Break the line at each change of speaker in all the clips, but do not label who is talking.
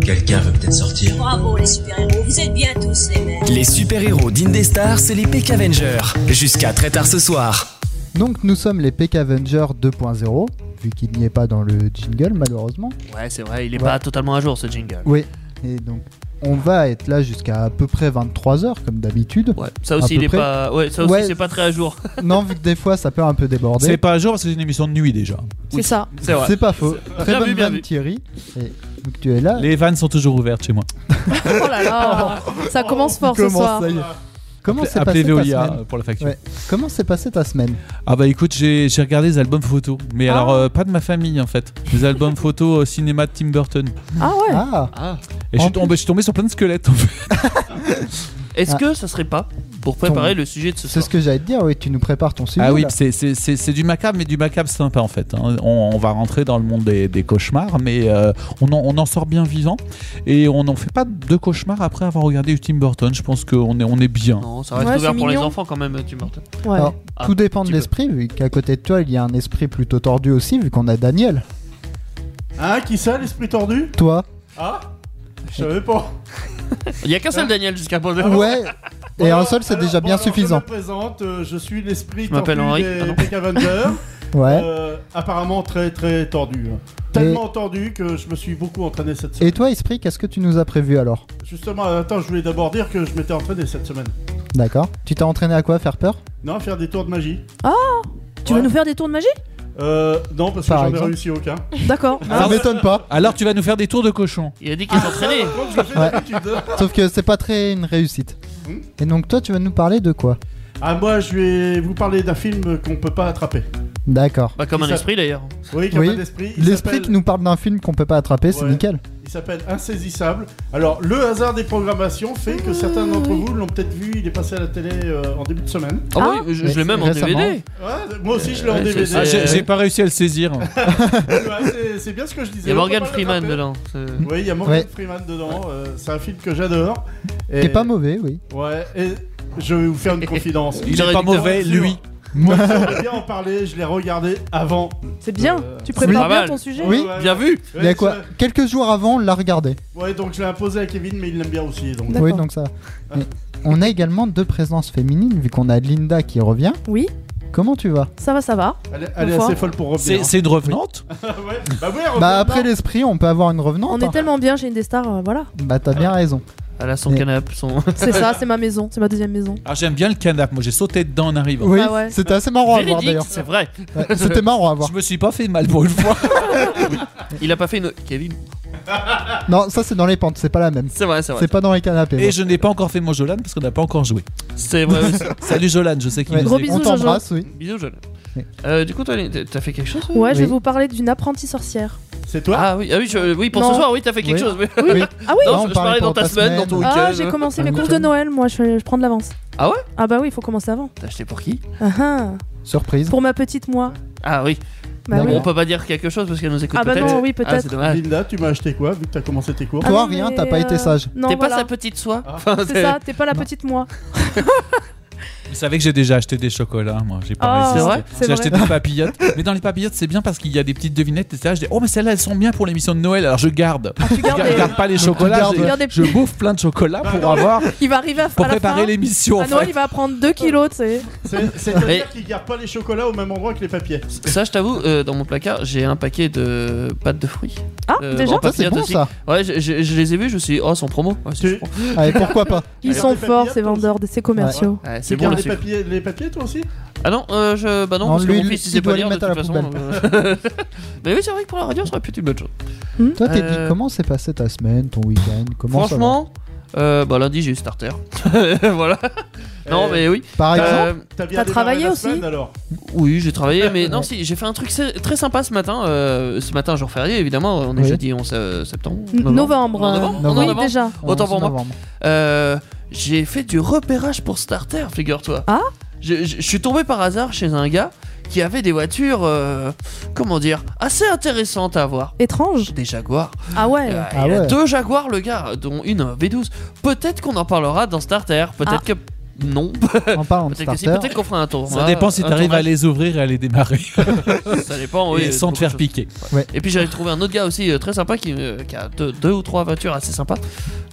Quelqu'un veut peut-être sortir.
Bravo les super-héros, vous êtes bien tous les mêmes.
Les super-héros d'Indestar, c'est les Peck Avengers. Jusqu'à très tard ce soir.
Donc nous sommes les Peck Avengers 2.0, vu qu'il n'y est pas dans le jingle malheureusement.
Ouais, c'est vrai, il est
Ouais.
pas totalement à jour ce jingle.
Oui, et donc on va être là jusqu'à à peu près 23h comme d'habitude.
Ouais, ça
À peu
aussi, il est
près.
pas. Ouais, ça aussi,
Ouais.
c'est pas très à jour.
non, vu que des fois ça peut un peu
C'est
déborder.
pas à jour parce que c'est une émission de nuit déjà.
Oui.
C'est ça.
C'est vrai.
C'est pas faux. Très
Bien
bonne
vu, bien
vanne,
vu.
Thierry. Et vu que tu es là,
Les vannes sont toujours ouvertes chez moi.
Oh là là. ça commence fort ce
commence,
soir.
ça y est. Comment s'est
Appelez
passée ta
Veolia
semaine
euh, pour la facture.
Ouais. Comment s'est passée ta semaine
Ah bah écoute, j'ai j'ai regardé les albums photos. Mais
Ah.
alors, euh, pas de ma famille en fait. Les albums photos euh, cinéma de Tim Burton.
Ah ouais.
Ah,
Ah.
Et je
En
suis, tombé, je suis tombé sur plein de squelettes en fait.
Est-ce que ça serait pas pour préparer
Ton-
le sujet de ce
c'est
soir
ce que j'allais te dire. Oui, tu nous prépares ton sujet.
Ah oui,
là.
c'est- c'est c'est- c'est du macabre, mais du macabre sympa en fait. hein. On, on va rentrer dans le monde des, des cauchemars, mais euh, on, en, on en sort bien vivant. Et on n'en fait pas de cauchemars après avoir regardé du Tim Burton. Je pense qu'on est, on est bien.
Non, ça reste
Ouais,
ouvert
c'est
pour les
mignon.
enfants quand même, tu Burton.
Ouais.
Alors,
Ah,
tout dépend de
petit peu.
l'esprit, vu qu'à côté de toi, il y a un esprit plutôt tordu aussi, vu qu'on a Daniel.
Hein, qui ça, l'esprit tordu
Toi
Ah Je savais pas.
Il y a qu'un seul Daniel jusqu'à présent.
Ouais. Et
Alors,
un seul, c'est
alors,
déjà
bon,
bien
alors, Je
suffisant.
me présente, euh, je suis l'esprit
Je m'appelle
tordu
Henri,
des
ah non.
Peck Avenger.
Ouais.
Euh, apparemment très très tordu. hein. Tellement tordu que je me suis beaucoup entraîné cette semaine.
Et toi, esprit, qu'est-ce que tu nous as prévu alors
Justement, attends, je voulais d'abord dire que je m'étais entraîné cette semaine.
D'accord. Tu t'es entraîné à quoi Faire peur
Non, faire des tours de magie.
Ah Tu
Ouais.
vas nous faire des tours de magie
Euh, non, parce que
Par
j'en ai
exemple.
réussi aucun.
D'accord.
Ah.
Ça m'étonne pas.
Alors tu vas nous faire des tours de cochon.
Il a dit qu'il s'entraînait.
Par contre, je fais
Ouais.
d'habitude. hein.
Sauf que c'est pas très une réussite.
Hmm.
Et donc, toi, tu vas nous parler de quoi
Ah, moi, je vais vous parler d'un film qu'on peut pas attraper.
D'accord.
Bah, comme un
Il s'a-
esprit d'ailleurs.
Oui, qui a
Oui.
pas d'esprit. Il
L'esprit
s'appelle-
qui nous parle d'un film qu'on peut pas attraper, c'est
Ouais.
nickel.
Il s'appelle Insaisissable. Alors, le hasard des programmations fait que certains d'entre vous l'ont peut-être vu, il est passé à la télé euh, en début de semaine.
Ah,
Ah.
oui, je, je
Mais
l'ai même en
récemment.
DVD.
Ouais, moi aussi, je l'ai en
Ouais,
DVD.
Euh,
Ah, J'ai j'ai pas réussi à le saisir.
Ouais, c'est- c'est bien ce que je disais.
Il y a
On peut
Morgan
pas le
Freeman
rattraper.
dedans. C'est-
Oui, il y a Morgan
Ouais.
Freeman dedans. euh, c'est un film que j'adore. Et...
Qui est pas mauvais, oui.
Ouais, et je vais vous faire une confidence.
Il
J'aurais
est pas
dû te-
mauvais, lui.
Moi, j'aimerais bien en parler, je l'ai regardé avant.
C'est bien.
Euh,
Tu
pas
prépares bien
mal.
ton sujet.
Oui.
Ouais,
Bien
ouais.
vu
Ouais,
Il y a quoi Quelques jours avant, on l'a regardé.
je- Ouais, donc je l'ai imposé à Kevin, mais il l'aime bien aussi. Donc.
D'accord.
Oui, donc ça. Mais on a également deux présences féminines, vu qu'on a Linda qui revient.
Oui.
Comment tu vas
Ça va, ça va.
Elle, est- elle est
Enfin.
assez folle pour revenir.
C'est c'est une revenante
Ah ouais. Bah, ouais, revenons.
Bah, après l'esprit, on peut avoir une
On
revenante.
est tellement bien chez Indestar, euh, voilà.
hein. Bah, t'as
Ah
bien raison.
Elle a son
Mais-
canapé, son.
C'est ça, c'est ma maison, c'est ma deuxième maison.
Ah, j'aime bien le canapé. Moi, j'ai sauté dedans en arrivant.
Oui,
Ah ouais.
c'était assez marrant à voir
Véridique,
d'ailleurs.
c'est vrai.
Ouais, c'était marrant à voir.
Je me suis pas fait mal pour une fois.
Il a pas fait une. Kevin.
Non, ça c'est dans les pentes, c'est pas la même.
C'est vrai, c'est vrai.
C'est pas dans les canapés.
Et je n'ai pas encore fait mon Jolan parce qu'on n'a pas encore joué.
C'est vrai aussi.
Salut Jolan, je sais qu'il
Ouais,
nous
Gros
écoute.
on
bisous,
t'embrasse, oui.
Bisous, jeune.
Ouais.
Euh, du coup, toi, t'as t'as fait quelque chose toi
Ouais, je vais
Oui.
vous parler d'une apprentie sorcière.
C'est toi
Ah oui, ah oui, je- oui, pour
Non.
ce soir, oui, t'as fait quelque
Oui.
chose. mais-
Oui.
Ah oui
Non,
Non,
on
je,
parlait
je parlais dans
pour
ta
ta
semaine,
semaine.
dans ton week-end.
Ah, j'ai commencé
Ah,
mes courses
nickel.
de Noël, moi, je, je prends de l'avance.
Ah ouais
Ah bah oui, il faut commencer avant.
T'as acheté pour qui
Ah ah.
Surprise.
Pour ma petite moi.
Ah oui.
Bah
Non,
Bon,
oui.
on peut pas dire quelque chose parce qu'elle nous écoute
Ah bah
peut-être.
non,
Ah,
oui,
c'est
peut-être.
dommage.
Linda, tu m'as acheté quoi vu que t'as commencé tes cours
Ah. Toi,
non,
rien,
mais,
t'as pas été sage.
Non,
T'es pas
voilà.
sa petite soie
Ah.
Enfin,
C'est ça, t'es pas la petite moi.
Vous savez que j'ai déjà acheté des chocolats, moi. J'ai
Ah,
pas réussi.
c'est vrai
C'est
J'ai
vrai.
acheté des papillotes. Mais dans les papillotes, c'est bien parce qu'il y a des petites devinettes. Et ça, je dis, oh, mais celles-là, elles sont bien pour l'émission de Noël. Alors je garde.
Ah, tu
Je
gardes
garde,
les-
garde pas les chocolats.
gardes-
je-
tu gardes les-
Je bouffe plein de chocolats pour avoir,
Il va arriver à,
pour
à la fin.
préparer l'émission. en
À Noël,
fait.
il va prendre 2 kilos, tu sais.
C'est-
Mais-
C'est-à-dire qu'il garde pas les chocolats au même endroit que les papiers.
Ça, je t'avoue, euh, dans mon placard, j'ai un paquet de pâtes de fruits.
Ah,
Euh,
déjà
bon,
Ça c'est
papillotes
bon
aussi.
ça.
Ouais, je, je- je les ai vus, je me suis dit, oh, c'est en promo. Ouais, si,
Tu-
je prends.
Allez, pourquoi pas
Ils
Allez,
sont
on fait
forts,
bien,
ces
toi
vendeurs, de- ces commerciaux.
Ouais, c'est
Tu
bon
gardes les
le sucre.
papiers, les papiers toi aussi
Ah non, euh, je, bah non,
Non,
parce que
lui,
mon fils,
il
il sait
doit
pas
les
lire de
mettre
toute
à la
façon. euh. Mais oui, c'est vrai que pour la radio, ça aurait pu être une bonne chose.
Toi t'es dit
Euh,
comment s'est passée ta semaine, ton week-end Comment ça va
Franchement, euh, bah lundi, j'ai eu starter. voilà. Non,
Euh,
mais oui.
Par exemple,
Euh,
T'as bien
T'as
démarré
travaillé
la
aussi
semaine, alors.
Oui, j'ai travaillé, mais non, si, j'ai fait un truc sé- très sympa ce matin. euh, ce matin, jour férié, évidemment, on est
Oui.
jeudi 11 euh, septembre.
N- Novembre.
Non,
euh,
novembre,
novembre.
en
Oui,
novembre.
déjà.
autant
en
pour moi.
novembre.
Euh, j'ai fait du repérage pour Starter, figure-toi.
Ah
je, je- je suis tombé par hasard chez un gars qui avait des voitures, euh, comment dire, assez intéressantes à avoir.
Étrange.
Des Jaguars.
Ah ouais.
Euh,
Ah
il a
ouais.
deux Jaguars, le gars, dont une V12. Peut-être qu'on en parlera dans Starter. Peut-être que. non.
En parlant de
Peut-être que si,
starter,
peut-être qu'on fera un tour.
Ça dépend si t'arrives à les ouvrir et à les démarrer
Ça dépend, oui.
et sans te
beaucoup
faire
de
piquer.
Et puis j'avais trouvé un autre gars aussi euh, très sympa qui, euh, qui a deux, deux ou trois voitures assez sympas.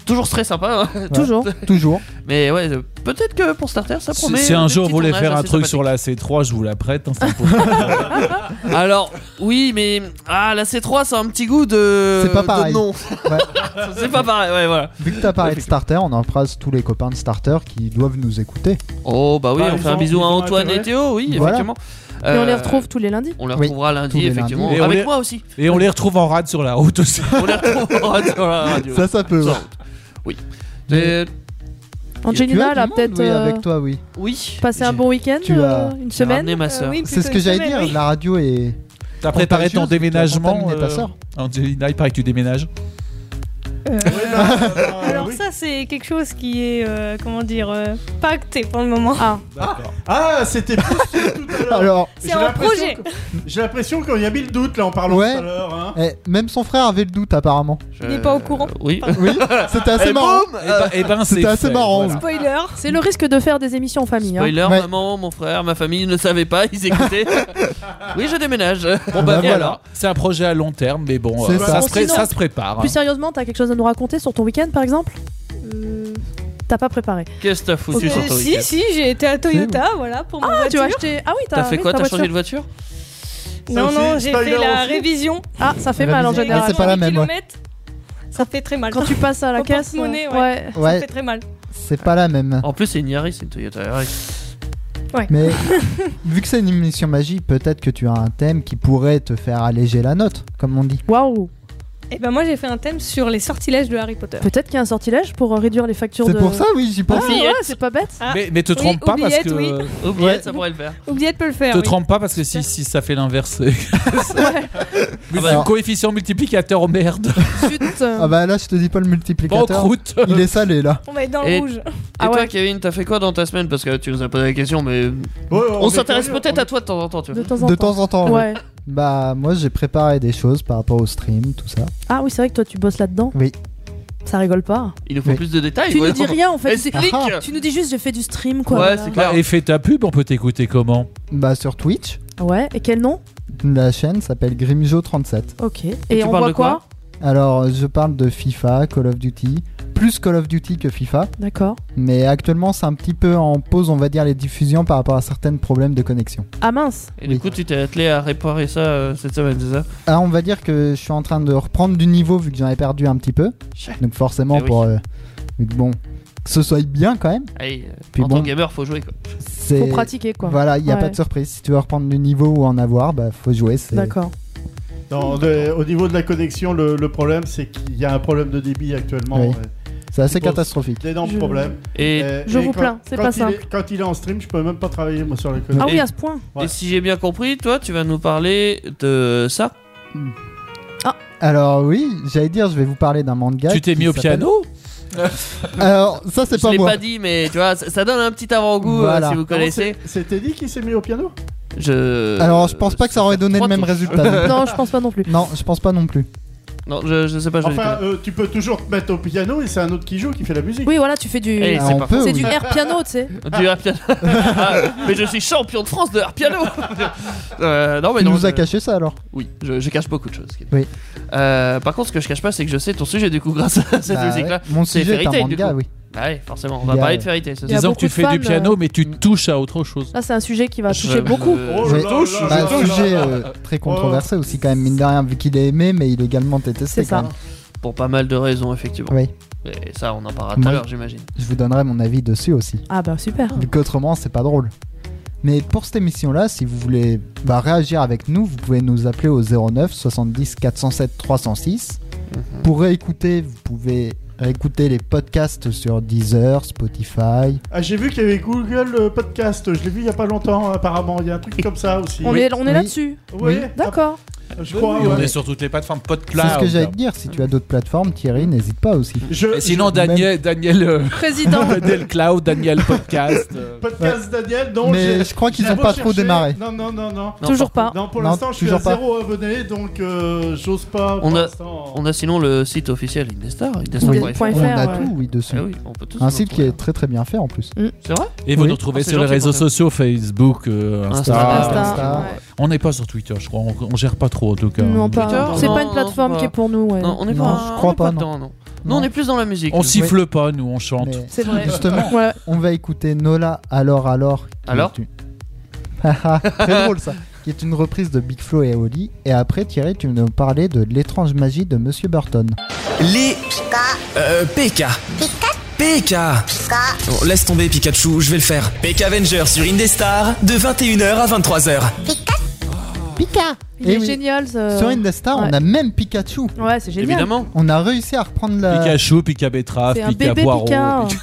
Toujours très sympa. hein.
Toujours.
toujours.
Mais ouais, euh, peut-être que pour starter, ça
Si
promet.
si un
des
jour
petits
vous voulez
tournages
faire un
assez
truc sur la C3, je vous la prête. hein, c'est pour-
sympathiques. Alors, oui, mais. Ah, la C3, c'est un petit goût de.
C'est pas
Euh, de
pareil.
non.
Ouais.
c'est pas pareil, ouais, voilà.
Vu que t'as parlé de starter, on embrasse tous les copains de starter qui doivent nous écouter.
Oh, bah oui,
Bah,
on
ils
fait un
ont-
bisou
ils
à
ont
Antoine
intérêt.
et Théo, oui,
Voilà.
effectivement.
Et on les
Euh,
retrouve tous les lundis.
On les
Oui,
retrouvera
tous
lundi,
les
effectivement.
lundis.
Et on
Avec
les-
moi aussi.
Et on les retrouve en rade sur la route aussi.
On les retrouvera sur la radio.
Ça, ça peut.
Sans
ouais.
doute. Oui. Et-
Tu as
Angelina,
du
elle a
monde,
peut-être
oui,
euh,
avec toi, oui.
Oui.
passé un
J'ai-
bon week-end,
Tu
euh,
as-
une semaine.
ramené ma sœur.
oui,
C'est ce
plutôt
que
une
j'allais
semaine,
dire.
oui.
La radio est.
T'as préparé ton
Contagieuse, tu as
déménagement.
contaminé ta
euh,
sœur.
Angelina, il paraît que tu déménages. Eh
Alors Ah,
Alors ça, c'est quelque chose qui est, euh, comment dire, euh, pacté pour le moment.
Ah,
Ah, c'était plus tout à l'heure.
Alors,
C'est
J'ai
un
l'impression
projet.
que- J'ai l'impression qu'il y a mis le doute là en parlant
Ouais.
tout à l'heure. hein.
eh, même son frère avait le doute apparemment.
Je-
Il est pas au courant.
Oui.
Oui, c'était assez
Et
marrant.
boum,
Eh ben- eh ben,
C'était
c'est
assez
fait,
marrant.
voilà.
Spoiler.
Ah. c'est le risque de faire des émissions en famille. hein.
Spoiler,
Ouais.
maman, mon frère, ma famille ne savaient pas, ils écoutaient. oui, je déménage.
Bon bah
Bah,
voilà,
voilà.
c'est un projet à long terme, mais bon,
C'est
euh,
ça.
ça, se
Bon,
pré-
sinon-
ça se prépare. hein.
Plus sérieusement, t'as quelque chose à nous raconter sur ton week-end par exemple
Euh,
T'as pas préparé.
Qu'est-ce que t'as foutu
euh,
sur ton
si,
week-end
si, j'ai été à Toyota, voilà, pour mon
Ah, tu
voiture.
as acheté. Ah oui, t'as
T'as fait
oui,
quoi
ta
T'as changé
voiture.
de voiture
Non,
Ça
non,
aussi,
j'ai
spoiler
fait la
aussi.
révision.
Ah, ça fait mal en
Réviser.
général.
c'est pas la même, ouais.
kilomètres. Ça fait très mal.
Quand tu passes à la
Au
caisse.
porte-monnaie,
euh,
ouais. Ça
Ouais,
fait très mal.
c'est pas la même.
En plus, c'est une Yaris, c'est une Toyota Yaris.
Mais vu que c'est une émission magie, peut-être que tu as un thème qui pourrait te faire alléger la note, comme on dit.
Waouh.
Et ben moi, j'ai fait un thème sur les sortilèges de Harry Potter.
Peut-être qu'il y a un sortilège pour euh, réduire les factures de.
C'est pour ça, oui, j'y
Ah
pense.
ouais, c'est pas bête.
Ah.
Mais, mais te
Oui,
trompe pas parce
oubliette,
que
oui.
Oubliette,
Ouais.
ça pourrait le faire.
Oubliez de peut le faire.
te
oui.
trompe pas parce que si, si ça fait l'inverse,
Ah
Mais
bah,
c'est un coefficient multiplicateur merde,
Zut. euh,
Ah bah là, je te dis pas le multiplicateur.
banqueroute.
Il est salé là.
On va être dans
Et-
le rouge.
Et
Ah
toi,
ouais.
Kevin, t'as fait quoi dans ta semaine Parce que tu nous as posé la question, mais
Ouais, ouais,
on
est
s'intéresse
curieux,
peut-être
on
à toi de temps en temps. Tu
De
vois.
temps en
bah, De
temps.
temps en temps.
Ouais.
Bah moi, j'ai préparé des choses par rapport au stream, tout ça.
Ah oui, c'est vrai que toi tu bosses là-dedans.
Oui.
Ça rigole pas.
Ah, Il nous faut
Oui.
plus de détails.
Tu
ouais.
nous dis rien en fait. C'est-
Explique.
Ah,
Tu nous dis juste j'ai fait du stream quoi.
Ouais,
Voilà.
c'est clair.
Bah, et fais ta pub, on peut t'écouter comment
Bah sur Twitch,
Ouais, et quel nom
la chaîne s'appelle Grimjo37.
Ok. Et,
tu
on
parles
voit
de quoi
quoi,
Alors, je parle de FIFA, Call of Duty, plus Call of Duty que FIFA,
D'accord.
mais actuellement c'est un petit peu en pause, on va dire, les diffusions par rapport à certains problèmes de connexion.
Ah mince.
Et du
Oui.
coup, tu t'es attelé à réparer ça euh, cette semaine, c'est ça
Alors, Ah, on va dire que je suis en train de reprendre du niveau vu que j'en ai perdu un petit peu, donc forcément
Eh oui.
pour. euh, vu que bon, que ce soit bien quand même,
Allez, euh,
Puis
en
bon.
tant que gamer, faut jouer quoi.
c'est.
Faut pratiquer quoi.
Voilà, il n'y a
Ouais.
pas de surprise. Si tu veux reprendre du niveau ou en avoir, bah faut jouer. c'est-
D'accord.
Non, de- au niveau de la connexion, le, le problème, c'est qu'il y a un problème de débit actuellement.
Oui.
ouais.
C'est
Je
assez
pense.
catastrophique.
D'énormes
Je-
problèmes.
Et,
Euh,
je vous
quand-
plains, c'est
quand
pas
il
simple.
est- quand il est en stream, je peux même pas travailler moi sur la
Ah
connexion.
oui, à ce point.
Ouais.
et si j'ai bien compris, toi, tu vas nous parler de ça
Alors, oui, j'allais dire, je vais vous parler d'un manga.
Tu t'es
qui
mis au
s'appelle-
piano
Alors, ça, c'est
Je
pas
l'ai
moi.
pas dit, mais tu vois, ça, ça donne un petit avant-goût euh,
Voilà.
si vous connaissez.
C'est Teddy qui s'est mis au piano
Je.
Alors, je pense pas que ça aurait donné le
trois
même
touches.
résultat.
Non, je pense pas non plus.
Non, je pense pas non plus.
Non, je, je sais pas. Ah, Je les
Enfin,
connais.
euh, tu peux toujours te mettre au piano et c'est un autre qui joue, qui fait la musique.
Oui, voilà, tu fais du.
Eh,
Ah,
c'est
on
pas
peut,
C'est
oui.
du air piano, tu sais.
Du harp piano. Ah, mais je suis champion de France de harp piano. Euh, non mais
Tu
non.
nous as
je-
caché ça alors
Oui, je, je cache beaucoup de choses.
Oui.
Euh, par contre, ce que je cache pas, c'est que je sais ton sujet du coup grâce à cette
Bah,
musique-là.
ouais. Mon
C'est
sujet est
Fairy
un
Tail, du
manga,
coup.
oui.
Bah oui, forcément. On
Il
va
y a-
parler de Fairy Tail. ce
Il y a
Disons que
soir.
beaucoup
tu
de
fais
fans,
du piano,
euh,
mais tu touches à autre chose.
Là, c'est un sujet qui va toucher
Je-
beaucoup.
je-
Oh là là
Oui.
là
Bah,
là là
sujet
là. Oh.
euh, très controversé aussi quand même mine de rien vu qu'il est aimé mais il est également détesté.
C'est ça.
quand même.
Pour pas mal de raisons, effectivement.
Oui.
Et ça, on en parlera tout à
Moi-
l'heure, j'imagine.
Je vous donnerai mon avis dessus aussi.
Ah bah super.
Vu qu'autrement c'est pas drôle. Mais pour cette émission là, si vous voulez bah, réagir avec nous, vous pouvez nous appeler au 09 70 407 306.
Mhm.
Pour réécouter, vous pouvez réécouter les podcasts sur Deezer, Spotify.
Ah, j'ai vu qu'il y avait Google euh, Podcast, je l'ai vu il y a pas longtemps apparemment, il y a un truc comme ça aussi.
On est, on est
Oui.
là-dessus.
Ouais.
D'accord.
Je crois.
Et on
ouais.
est sur toutes les plateformes
C'est
podcast.
ce que j'allais te dire. Si tu as d'autres plateformes, Thierry, n'hésite pas aussi.
Je-
Et sinon,
je-
Daniel, Daniel, euh,
Président.
Daniel Cloud, Daniel Podcast. euh,
Podcast Daniel, donc.
Mais je crois qu'ils
j'ai
ont
beau
pas trop
chercher-
démarré.
Non, non, non, non.
Non,
Toujours pas.
Non, pour
Non,
l'instant, je suis à
toujours pas.
zéro abonné, donc euh, j'ose pas.
On
pour
a-
l'instant.
On a sinon le site officiel Indestar. Indestar.fr.
Oui,
Ah
point
On
fr,
a
ouais. Ah
tout, oui, dessus.
Eh oui, on peut tous
Un
nous
site qui
retrouver.
est très très bien fait en plus.
C'est vrai
Et vous
Oui.
nous retrouvez
Ah, c'est
sur les
gentil, Ah.
réseaux
pour ça.
sociaux, Facebook, euh, Insta.
Ah,
Insta.
Insta,
Insta.
ouais.
On n'est pas sur Twitter, je crois. On, on gère pas trop en tout cas.
Non,
Twitter,
pas. C'est
non,
pas une
non,
plateforme
pas.
qui est pour nous. ouais.
Non, on est
Non,
pas,
je
on
crois
est
pas, non.
dedans, non.
Non.
non, on est plus dans la musique.
On
nous.
siffle pas, nous, on chante.
Mais
C'est vrai.
justement,
Ouais.
on va écouter Nola Alors Alors. qui
Alors
est une- Haha, Très drôle ça. Qui est une reprise de Big Flo et Oli. Et après, Thierry, tu nous parlais de l'étrange magie de Monsieur Burton.
Les euh, PK. PK. Bon, laisse tomber Pikachu, je vais le faire. PK Avenger sur Indestar de 21h à 23h.
Pika
Il
Eh
est
oui.
génial. ce-
Sur Indestar,
ouais.
on a même Pikachu.
Ouais, c'est génial.
Évidemment.
On a réussi à reprendre la.
Pikachu, Pika Bétrave,
C'est un
Pika
bébé
Poireau.
Pika.
Pika-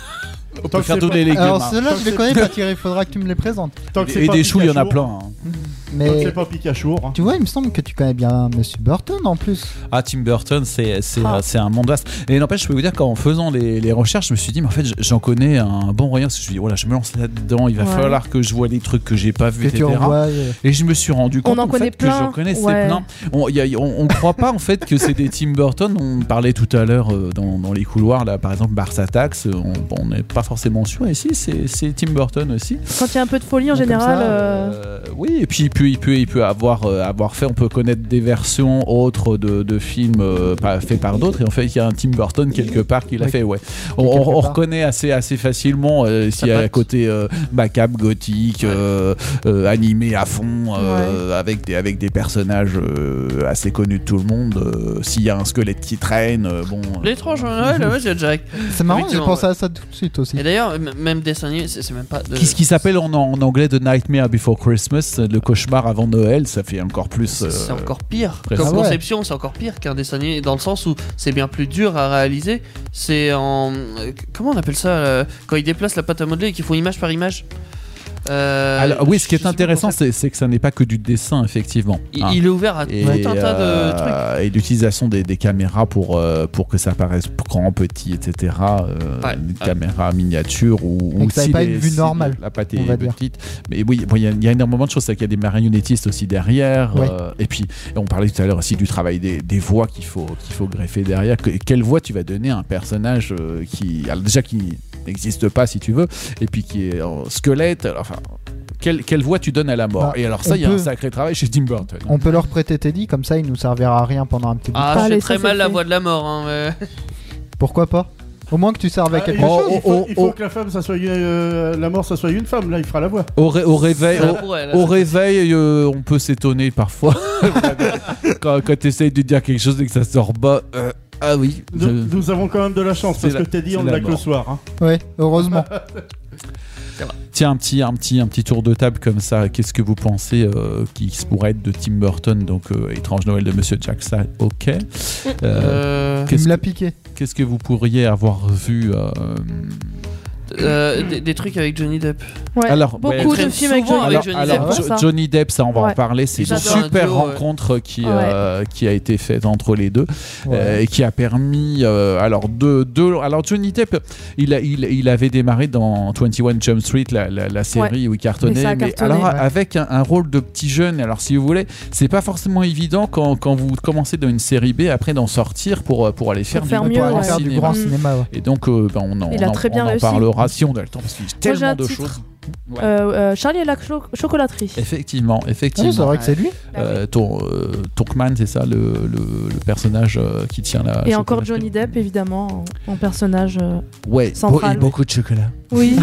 Tant
On peut
que
faire
c'est
tous
pas-
les légumes.
Alors
hein.
ceux-là, je les connais pas, Thierry. Il faudra que tu me les présentes.
Tant que c'est
Et
pas
des choux, il y en a
Pikachu,
plein. hein.
Tant que
Mais
c'est pas Pikachu. hein.
tu vois, il me semble que tu connais bien Monsieur Burton en plus.
Ah, Tim Burton, c'est c'est
Ah.
euh, c'est un monde vaste. Et n'empêche, je peux vous dire qu'en faisant les, les recherches, je me suis dit, mais en fait, j'en connais un bon rayon. Parce que je me suis dit, voilà, je me lance là-dedans, il va
Ouais.
falloir que je vois des trucs que j'ai pas vus,
Que tu
etc.
envoies. euh,
Et je me suis rendu compte
en
en fait,
connaît
que
plein,
j'en connaissais
ouais.
plein. On, y a- on, on croit pas en fait que c'est des Tim Burton. On parlait tout à l'heure euh, dans, dans les couloirs, là, par exemple, Bars Attacks. Euh, On on n'est pas forcément sûr. Ici, c'est c'est Tim Burton aussi.
Quand il y a un peu de folie en
Comme
général.
ça,
euh,
Euh, oui, et puis il peut, il peut, il peut avoir, euh, avoir fait, on peut connaître des versions autres de, de films euh, pas- faits par d'autres, et en fait il y a un Tim Burton quelque part qui l'a
Oui.
fait, ouais. On, on-
Quelque
on
part.
reconnaît assez, assez facilement euh, s'il y a
patte.
à côté euh, macabre, gothique, euh, euh, animé à fond, euh, avec, des, avec des personnages euh, assez connus de tout le monde, euh, s'il y a un squelette qui traîne, euh, bon. euh,
L'étrange, ouais, le Monsieur Jack.
C'est marrant, j'ai
Effectivement,
pensé
ouais.
à ça tout de suite aussi. Ah
Et d'ailleurs, m- même dessin animé, c'est c'est même pas. de-
Qui, qui s'appelle en, en anglais The Nightmare Before Christmas, le cauchemar avant Noël, ça fait encore plus.
C'est c'est
euh,
encore pire.
presque.
Comme
Ah ouais.
conception, c'est encore pire qu'un dessin animé dans le sens où c'est bien plus dur à réaliser. C'est en. euh, Comment on appelle ça euh, Quand ils déplacent la pâte à modeler et qu'ils font image par image Euh,
Alors, oui, ce qui
je
est
sais plus
intéressant,
comment ça
c'est c'est que ça n'est pas que du dessin, effectivement.
s'appelle. Il,
hein.
il est ouvert à
Et,
tout un tas de
euh,
trucs.
et l'utilisation des, des caméras pour, euh, pour que ça paraisse grand, petit, etc. euh,
Ouais.
Une caméra miniature ou,
Et
ou
que ça ait
si
pas
les-
une vue
si
normale,
La pâte
on
est
va dire.
petite. Mais oui, bon, il y, a- il y a énormément de choses. C'est qu'il y a des marionnettistes aussi derrière.
Ouais.
euh, et puis, on parlait tout à l'heure aussi du travail des, des voix qu'il faut, qu'il faut greffer derrière. Que- quelle voix tu vas donner à un personnage euh, qui, alors déjà, qui n'existe pas, si tu veux, et puis qui est en squelette. alors, enfin, quelle, quelle voix tu donnes à la mort
Bah,
Et alors, ça,
on
il y a un
peut-
sacré travail chez Tim Burton.
On peut leur prêter Teddy, comme ça il nous servira à rien pendant un petit bout.
Ah,
parler,
j'ai
ça,
très
c'est
mal la
fait.
voix de la mort. hein, mais-
Pourquoi pas Au moins que tu serves à
Ah, il
quelque
faut-
chose.
chose,
il faut,
oh,
il faut
oh.
que la femme, ça soit une- euh, la mort, ça soit une femme. Là, il fera la voix.
Au, ré- au réveil,
Ça
au,
pourrait, là,
au
ça-
réveil euh, on peut s'étonner parfois. quand quand tu essayes de dire quelque chose et que ça sort bas. euh, ah oui.
Nous,
je-
nous avons quand même de la chance
C'est
parce
la-
que Teddy,
c'est
on
la
l'a que le
mort.
soir. hein.
oh.
Ouais, heureusement.
Tiens, un petit, un, petit, un petit tour de table comme ça. Qu'est-ce que vous pensez euh, qui se pourrait être de Tim Burton Donc, euh, Étrange Noël de Monsieur Jack, ça, ok. Euh,
Euh,
Tu
Qu'est-ce
me l'as
que-
piqué.
qu'est-ce que vous pourriez avoir vu euh,
euh, des, des trucs avec Johnny Depp.
euh,
ouais.
Alors,
Beaucoup
ouais,
de
traîne
films avec
souvent
Johnny
avec
Alors,
Johnny
Depp.
alors,
Depp.
Jo-
C'est pour ça.
Johnny Depp, ça on va
Ouais.
en parler. C'est
Ils
une
adorent un
super
duo, ouais.
rencontre qui, euh, qui a été faite entre les deux euh,
Ouais.
et qui a permis. euh, alors, deux, deux- alors, Johnny Depp, il, a, il, il avait démarré dans 21 Jump Street, la, la- la série où il
Mais
cartonnait.
ça a
mais
cartonné,
alors,
ouais.
avec un, un rôle de petit jeune, alors si vous voulez, c'est pas forcément évident quand, quand vous commencez dans une série B, après d'en sortir pour, euh, pour aller faire,
faire
du,
mieux,
Pour
grand
aller
ouais.
faire du
cinéma.
grand
Mm.
cinéma. ouais. Ah,
Et donc, euh, ben, on en,
Il a
on en-
très bien
on en
réussi.
parlera si on a le temps, parce qu'il y a
Moi, j'ai
tellement
un
de
titre.
choses. Ouais.
Euh, euh, Charlie et la cho- chocolaterie.
Effectivement,
Ah oui, c'est
effectivement.
vrai que c'est lui.
Bah
Euh, Tour- euh, Turkman, c'est ça, le, le- le personnage euh, qui tient la.
Et encore Johnny
chocolaterie.
Depp, évidemment, en, en personnage. euh,
Ouais,
central.
et beaucoup de chocolat.
Oui,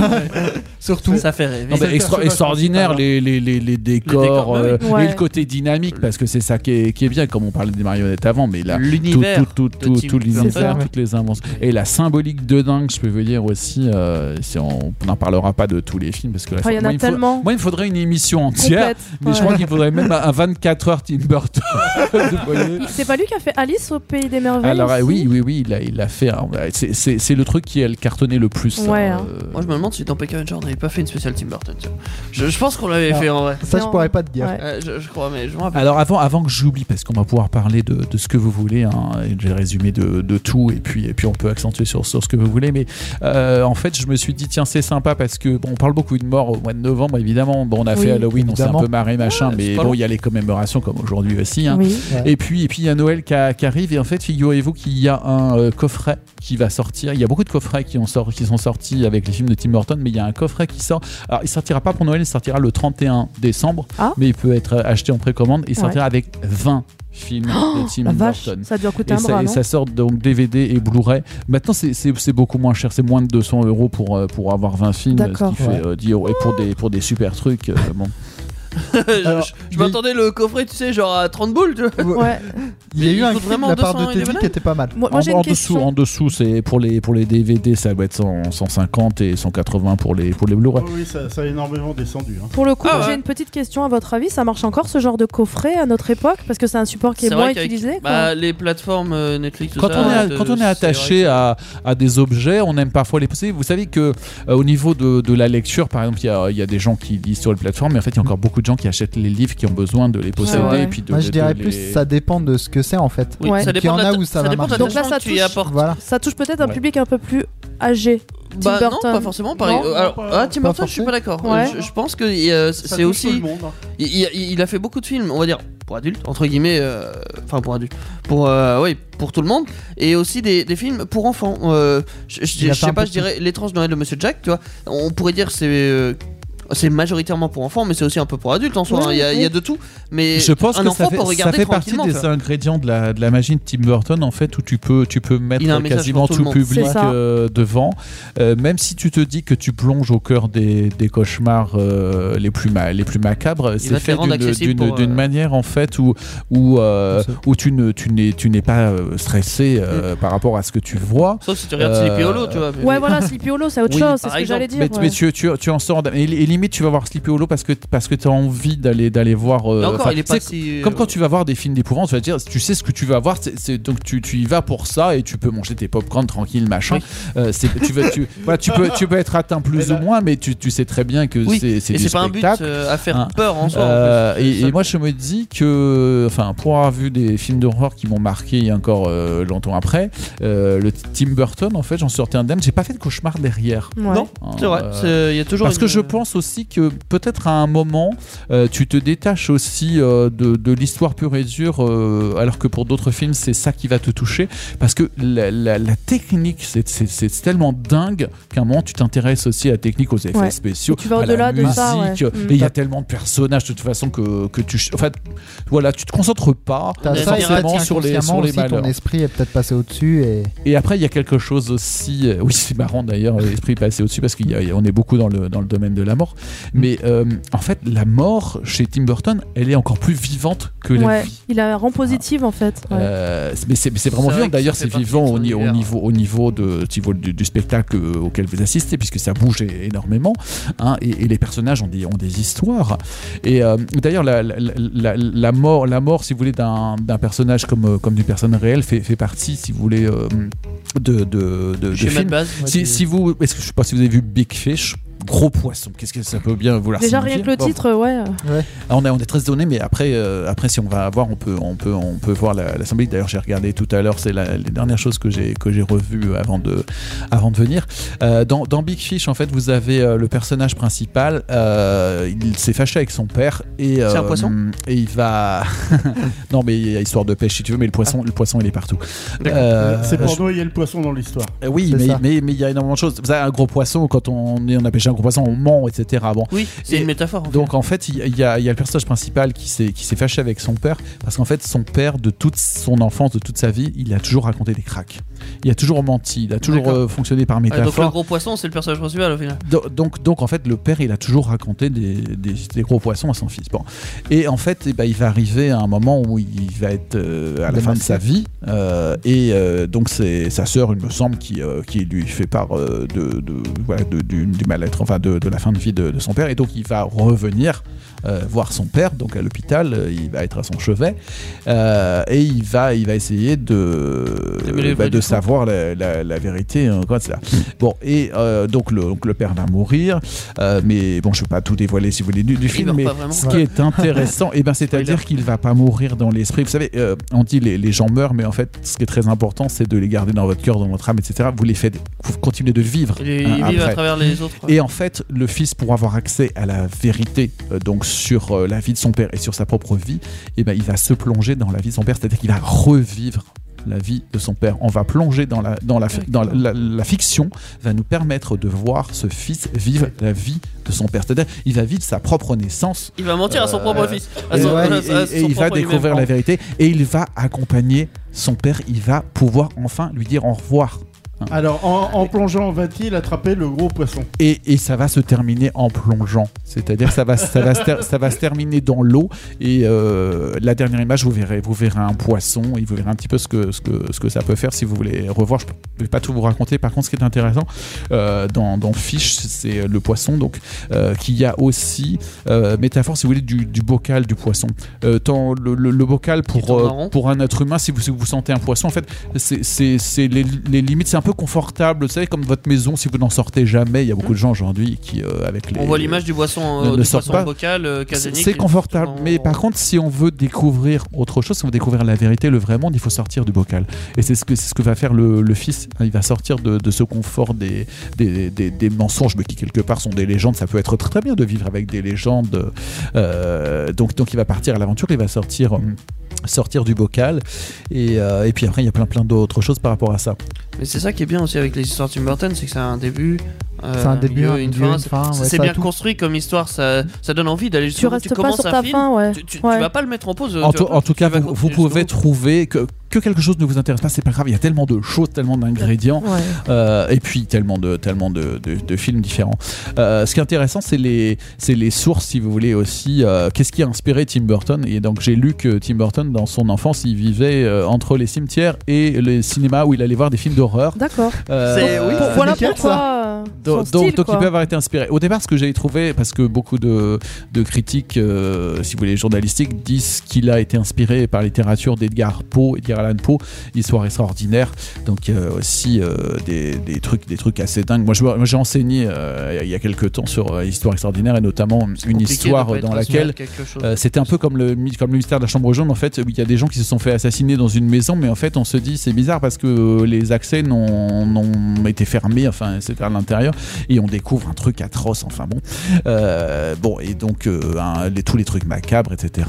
Surtout.
Ça fait rêver.
Non, mais
c'est le
extra-
personnage
extraordinaire,
principal,
les, les, les, les décors,
Les décors, bah oui.
euh,
Ouais.
et le côté dynamique, parce que c'est ça qui est, qui est bien, comme on parlait des marionnettes avant, mais là, tout,
L'univers.
tout, tout,
de
tout,
Tim
tout l'univers,
Burton. C'est ça.
toutes les inventions. Et la symbolique de dingue, je peux vous dire aussi, euh, si on on n'en parlera pas de tous les films, parce que la
Enfin, il y en
moi,
a
me faut-
tellement.
moi, il me faudrait une émission entière.
Complète.
Mais je
Ouais.
crois qu'il faudrait même un 24 heures Tim Burton. Vous voyez
C'est pas lui qui a fait Alice au pays des merveilles
Alors euh,
aussi
oui, oui, oui, il a, il a fait. hein, bah, c'est- C'est c'est le truc qui a le cartonné le plus.
Ouais,
hein,
hein.
euh,
Moi je me demande si dans PK Avenger on n'avait pas fait une spéciale Tim Burton. tu vois. Je, je pense qu'on l'avait
Ah.
fait en vrai.
Ça, je
Non.
pourrais pas te dire.
Ouais.
Euh, je, je crois, mais je me rappelle.
Alors avant, avant que j'oublie, parce qu'on va pouvoir parler de, de ce que vous voulez, hein, et j'ai le résumé de, de tout, et puis, et puis on peut accentuer sur, sur ce que vous voulez, mais euh, en fait je me suis dit tiens c'est sympa parce que bon, on parle beaucoup de mort au mois de novembre évidemment, bon on a
Oui,
fait Halloween, on
évidemment.
s'est un peu marré machin,
Ouais,
mais
c'est pas
bon
long.
il y a les commémorations comme aujourd'hui aussi. hein.
Oui.
Et puis et puis il y a Noël qui, a- qui arrive et en fait figurez-vous qu'il y a un euh, coffret qui va sortir. Il y a beaucoup de coffrets qui, ont sort- qui sont sortis avec les films de Tim Burton, mais il y a un coffret qui sort. Alors il sortira pas pour Noël, il sortira le 31 décembre,
Ah.
mais il peut être acheté en précommande. Il sortira avec 20 films de Tim
Oh, La vache,
Burton.
ça a dû coûter
Et
un
ça,
bras,
et
non
ça sort donc DVD et Blu-ray. Maintenant, c'est- c'est c'est beaucoup moins cher, c'est moins de 200 euros pour, euh, pour avoir 20 films. ce qui
D'accord.
fait,
Ouais.
euh, 10 euros. Et pour des, pour des super trucs, euh, bon.
je
Alors,
je- je
il y a-
m'attendais le coffret, tu sais, genre à 30 boules. Tu vois.
Ouais.
Il y a
Il
eu un
coûte
film de
vraiment
la part
200,
de
il est
Teddy
malade
qui était pas mal.
Moi, moi,
en,
j'ai une
en dessous,
question.
en dessous, c'est pour les pour les DVD, ça doit être 100, 150 et 180 pour les pour les Blu-ray.
Oh oui, ça, ça a énormément descendu. hein.
Pour le coup,
Ah ouais.
j'ai une petite question à votre avis. Ça marche encore ce genre de coffret à notre époque Parce que c'est un support qui est,
C'est
moins
vrai qu'avec-
utilisé. quoi.
bah, les plateformes euh, Netflix, tout
Quand
ça,
on est à-
euh,
quand on
c'est
est attaché
vrai
à, à des objets, on aime parfois les pousser. Vous savez que euh, au niveau de, de la lecture, par exemple, il y a, il y a des gens qui lisent sur les plateformes, mais en fait, il y a encore beaucoup de gens qui achètent les livres qui ont besoin de les posséder
ouais.
et puis de,
Moi, je
de
dirais
les-
plus, ça dépend de ce que c'est en fait.
que- Oui,
Ouais.
ça
Donc, il y
dépend de
en a
la-
où ça va
dépend de
marcher.
Donc là,
l'attachement
ça
que tu y
touche.
apportes.
Voilà.
Ça touche peut-être un
Ouais.
public un peu plus âgé.
Bah
Tim
non,
Burton.
pas forcément. Pareil.
Non,
Alors,
pas-
ah, Tim
pas
Burton, je suis
forcément.
pas d'accord.
Ouais.
Je, je pense que euh,
Ça
c'est
touche tout
aussi.
le monde, hein.
Il, il- il a fait beaucoup de films, on va dire, pour adultes, entre guillemets, euh, enfin pour adultes, pour, euh, oui, pour tout le monde, et aussi des, des films pour enfants. Euh, je je-
Il a
je
fait
sais
un
pas,
peu
je dirais L'étrange Noël de Monsieur Jack, tu vois, on pourrait dire que c'est. euh, c'est majoritairement pour enfants, mais c'est aussi un peu pour adultes en soi.
Oui,
hein, Il y, a- il y a
oui.
de tout. Mais
Je pense
un
que
enfant
ça fait,
peut
ça
regarder
fait partie
tranquillement,
des
tu vois.
ingrédients de la, de la magie de Tim Burton, en fait, où tu peux, tu peux mettre
Il a un message
quasiment
pour
tout,
tout le monde.
public
C'est ça.
euh, devant. Euh, même si tu te dis que tu plonges au cœur des, des cauchemars euh, les, plus ma- les plus macabres,
va
c'est
te les
fait
rendre
d'une-
accessibles
d'une
pour,
d'une
euh,
manière, en fait, où, où, euh,
Comme
où tu ne- tu n'es tu n'es pas euh, stressé
Mm.
euh, par rapport à ce que tu vois.
Sauf si tu regardes
Euh,
Sleepy Hollow, tu vois. mais-
Ouais, voilà, Sleepy Hollow, c'est autre
Oui, par
chose, c'est ce que
exemple.
j'allais dire.
Mais,
ouais.
mais tu, tu, tu en sors et, et limite tu vas voir Sleepy Hollow parce que parce que tu as envie d'aller d'aller voir euh,
Et euh, encore,
enfin,
il est pas
c'est-
si.
Comme quand tu vas voir des films d'épouvante, tu vas dire, tu sais ce que tu vas voir, c'est- c'est- donc tu, tu y vas pour ça et tu peux manger tes pop-corn tranquille, machin.
Oui. bah,
Euh, c'est- tu, vas- tu- voilà, tu peux, tu peux être atteint
Mais
plus
là-
ou moins, mais tu, tu sais très bien que
Oui,
c'est c'est
Et
du
c'est pas un but
spectacle.
euh, à faire
Hein.
peur en soi. en
Euh,
plus. C'est
et,
ça
et
le
moi je me dis que, enfin, pour avoir vu des films d'horreur qui m'ont marqué encore euh, longtemps après, euh, le Tim Burton, en fait, j'en sortais indemne. J'ai pas fait de cauchemar derrière.
Ouais.
Non.
Hein,
C'est vrai,
euh,
c'est- il y a toujours.
parce que
une-
je pense aussi que peut-être à un moment, euh, tu te détaches aussi euh, de, de l'histoire pure et dure, euh, alors que pour d'autres films, c'est ça qui va te toucher. Parce que la, la- la technique, c'est- c'est c'est tellement dingue qu'à un moment, tu t'intéresses aussi à la technique, aux effets
Ouais.
spéciaux,
Et tu vas
à la
au-delà de ça, ouais.
musique.
Mm.
Et il y a tellement de personnages, de toute façon, que, que tu... Enfin, voilà, tu te concentres pas
T'as
Mais
ça et
forcément
peut-être
sur les,
inconsciemment
sur les
aussi, ton
malheurs.
esprit est peut-être passé au-dessus et
Et après, il y a quelque chose aussi. euh, oui, c'est marrant d'ailleurs, l'esprit passé au-dessus, parce qu'on est beaucoup dans le, dans le domaine de la mort. Mais euh, en fait, la mort chez Tim Burton, elle est encore plus vivante que la
Ouais,
vie.
il a un rang positif en fait. ouais.
Euh, c'est- mais c'est mais c'est vraiment
C'est vrai
vivant.
que
D'ailleurs,
ça
c'est
fait partie
vivant
de son
au, ni- au
univers.
niveau, au niveau de, du, niveau du- du spectacle euh, auquel vous assistez, puisque ça bouge é- énormément. hein, et, et les personnages ont des, ont des histoires. Et euh, d'ailleurs, la, la- la- la mort, la mort, si vous voulez, d'un d'un personnage comme, euh, comme d'une personne réelle fait, fait partie, si vous voulez, euh, de, de, de, de
euh, Schéma de
films.
base. ouais,
Si,
tu-
si vous, est-ce que je sais pas si vous avez vu Big Fish. Gros poisson, qu'est-ce que ça peut bien vouloir
Déjà
signifier
rien que le
Bon.
titre, ouais. euh,
Ah, on, est, on est très donné, mais après, euh, après, si on va avoir, on peut, on peut, on peut voir la, la symbolique. D'ailleurs, j'ai regardé tout à l'heure, c'est la, les dernières choses que j'ai que j'ai revues avant de, avant de venir. Euh, dans, dans Big Fish, en fait, vous avez euh, le personnage principal. euh, il s'est fâché avec son père et euh,
C'est un poisson
et il va. non, mais il y a histoire de pêche si tu veux, mais le poisson, le poisson, il est partout.
D'accord.
Euh,
C'est pour
je-
noyer le poisson dans l'histoire.
euh, Oui,
C'est
mais
ça.
mais mais il y a énormément de choses. Vous avez un gros poisson quand on est on a pêché un gros poisson, on ment, etc. Bon,
Oui, c'est
Et-
une métaphore. en fait.
donc en fait, il y, a- il y a il y a le personnage principal qui s'est qui s'est fâché avec son père parce qu'en fait, son père de toute son enfance, de toute sa vie, il a toujours raconté des cracks. Il a toujours menti, il a toujours
D'accord.
euh, fonctionné par
Ouais, donc le
métaphore.
gros poisson, c'est le personnage principal au final.
Do- donc, donc, en fait, le père, il a toujours raconté des, des- des gros poissons à son fils. Bon. Et en fait, eh ben, il va arriver à un moment où il va être euh, à la fin de sa vie. euh, et euh, donc, c'est sa sœur, il me semble, qui, euh, qui lui fait part euh, de, de- voilà, de- du, du mal-être enfin de, de la fin de vie de, de son père, et donc il va revenir euh, voir son père, donc à l'hôpital, euh, il va être à son chevet, euh, et il va, il va essayer de, bah,
D'aimer les vrais
de
du faux.
savoir la, la- la vérité, hein, quoi, etc. Bon, et euh, donc, le, donc le père va mourir, euh, mais bon, je ne veux pas tout dévoiler si vous voulez du, du film,
meurt
mais
pas vraiment.
ce qui est intéressant, et ben, c'est-à-dire
Spoiler.
qu'il va pas mourir dans l'esprit. Vous savez, euh, on dit les, les gens meurent, mais en fait, ce qui est très important, c'est de les garder dans votre cœur, dans votre âme, etc. Vous les faites, vous continuez de vivre.
Il, il
hein,
vit à
après.
travers les autres. quoi.
Et en fait, le fils, pour avoir accès à la vérité, euh, donc sur euh, la vie de son père et sur sa propre vie, eh ben, il va se plonger dans la vie de son père, c'est-à-dire qu'il va revivre la vie de son père. On va plonger dans la, dans la, fi- dans la, la- la fiction, va nous permettre de voir ce fils vivre la vie de son père. C'est-à-dire, il va vivre sa propre naissance
Il va mentir à son
Euh,
propre fils. à
et,
son-
ouais,
à- à
et-
son
et il va
propre lui-même.
découvrir la vérité et il va accompagner son père. Il va pouvoir enfin lui dire au revoir.
Alors, en, en plongeant, va-t-il attraper le gros poisson
Et, et ça va se terminer en plongeant. C'est-à-dire ça va, ça, va se ter- ça va se terminer dans l'eau. Et euh, la dernière image, vous verrez, vous verrez un poisson et vous verrez un petit peu ce que, ce que, ce que ça peut faire si vous voulez revoir. Je ne vais pas tout vous raconter. Par contre, ce qui est intéressant euh, dans, dans Fish, c'est le poisson. Donc, euh, qu'il y a aussi euh, métaphore, si vous voulez, du, du bocal du poisson. Euh, tant le, le- le bocal
Qui
pour,
tourne
euh,
en rond.
pour un être humain, si vous, si vous sentez un poisson, en fait, c'est- c'est c'est les, les limites, c'est un peu confortable. Vous savez, comme votre maison, si vous n'en sortez jamais, il y a beaucoup de gens aujourd'hui qui, euh, avec les.
On voit l'image du boisson,
ne-
euh,
ne
du
sort
poisson
pas.
bocal, euh,
C'est
casanique.
c'est confortable,
tout en-
mais par contre, si on veut découvrir autre chose, si on veut découvrir la vérité, le vrai monde, il faut sortir du bocal. Et c'est ce que, c'est ce que va faire le, le fils. hein, Il va sortir de, de ce confort des, des, des- des mensonges, mais qui quelque part sont des légendes. Ça peut être très bien de vivre avec des légendes. euh, donc, donc, il va partir à l'aventure, il va sortir. hum, sortir du bocal et, euh, et puis après il y a plein plein d'autres choses par rapport à ça
Mais c'est ça qui est bien aussi avec les histoires de Tim Burton, c'est que c'est un début. euh,
C'est un début,
milieu,
un
une
milieu,
fin.
une
C'est-
fin, ouais,
c'est
ça a
bien
tout.
construit comme histoire, ça, ça donne envie d'aller
Tu
jusqu'au bout.
restes pas
commences
sur
un
ta
film,
fin, ouais.
Tu, tu- tu
Ouais.
vas pas le mettre en pause.
en,
tu vas
tout-
pas-
en tout
tu
cas
vas
vous, vous
continuer
pouvez
jusqu'au bout.
trouver que, que quelque chose ne vous intéresse pas c'est pas grave il y a tellement de choses tellement d'ingrédients
Ouais.
Euh, et puis tellement de tellement de, de- de films différents. Euh, ce qui est intéressant, c'est les c'est les sources, si vous voulez aussi. euh, Qu'est-ce qui a inspiré Tim Burton Et donc j'ai lu que Tim Burton, dans son enfance, il vivait euh, entre les cimetières et les cinémas où il allait voir des films d'horreur.
D'accord.
Euh,
C'est- oui,
Pour-
c'est
voilà
nickel,
pourquoi. euh,
donc,
son
donc-
style,
donc il
quoi.
peut avoir été inspiré. Au départ, ce que j'avais trouvé, parce que beaucoup de, de critiques, euh, si vous voulez, journalistiques, disent qu'il a été inspiré par la littérature d'Edgar Poe, Edgar Allan Poe, Histoire extraordinaire. Donc euh, aussi euh, des, des trucs, des trucs assez dingues. Moi, je- moi, j'ai enseigné euh, il y a quelques temps sur euh, Histoire extraordinaire et notamment une
Compliqué de
histoire
pas être
dans
assuré de
laquelle
quelque chose.
euh, c'était un peu comme le, mi- comme le mystère de la chambre jaune. En fait, où il y a des gens qui se sont fait assassiner dans une maison, mais en fait, on se dit c'est bizarre parce que euh, les accès n'ont n'ont été fermés, enfin, etc. à l'intérieur, et on découvre un truc atroce. Enfin bon, Euh, bon, et donc euh, un- les- tous les trucs macabres, etc.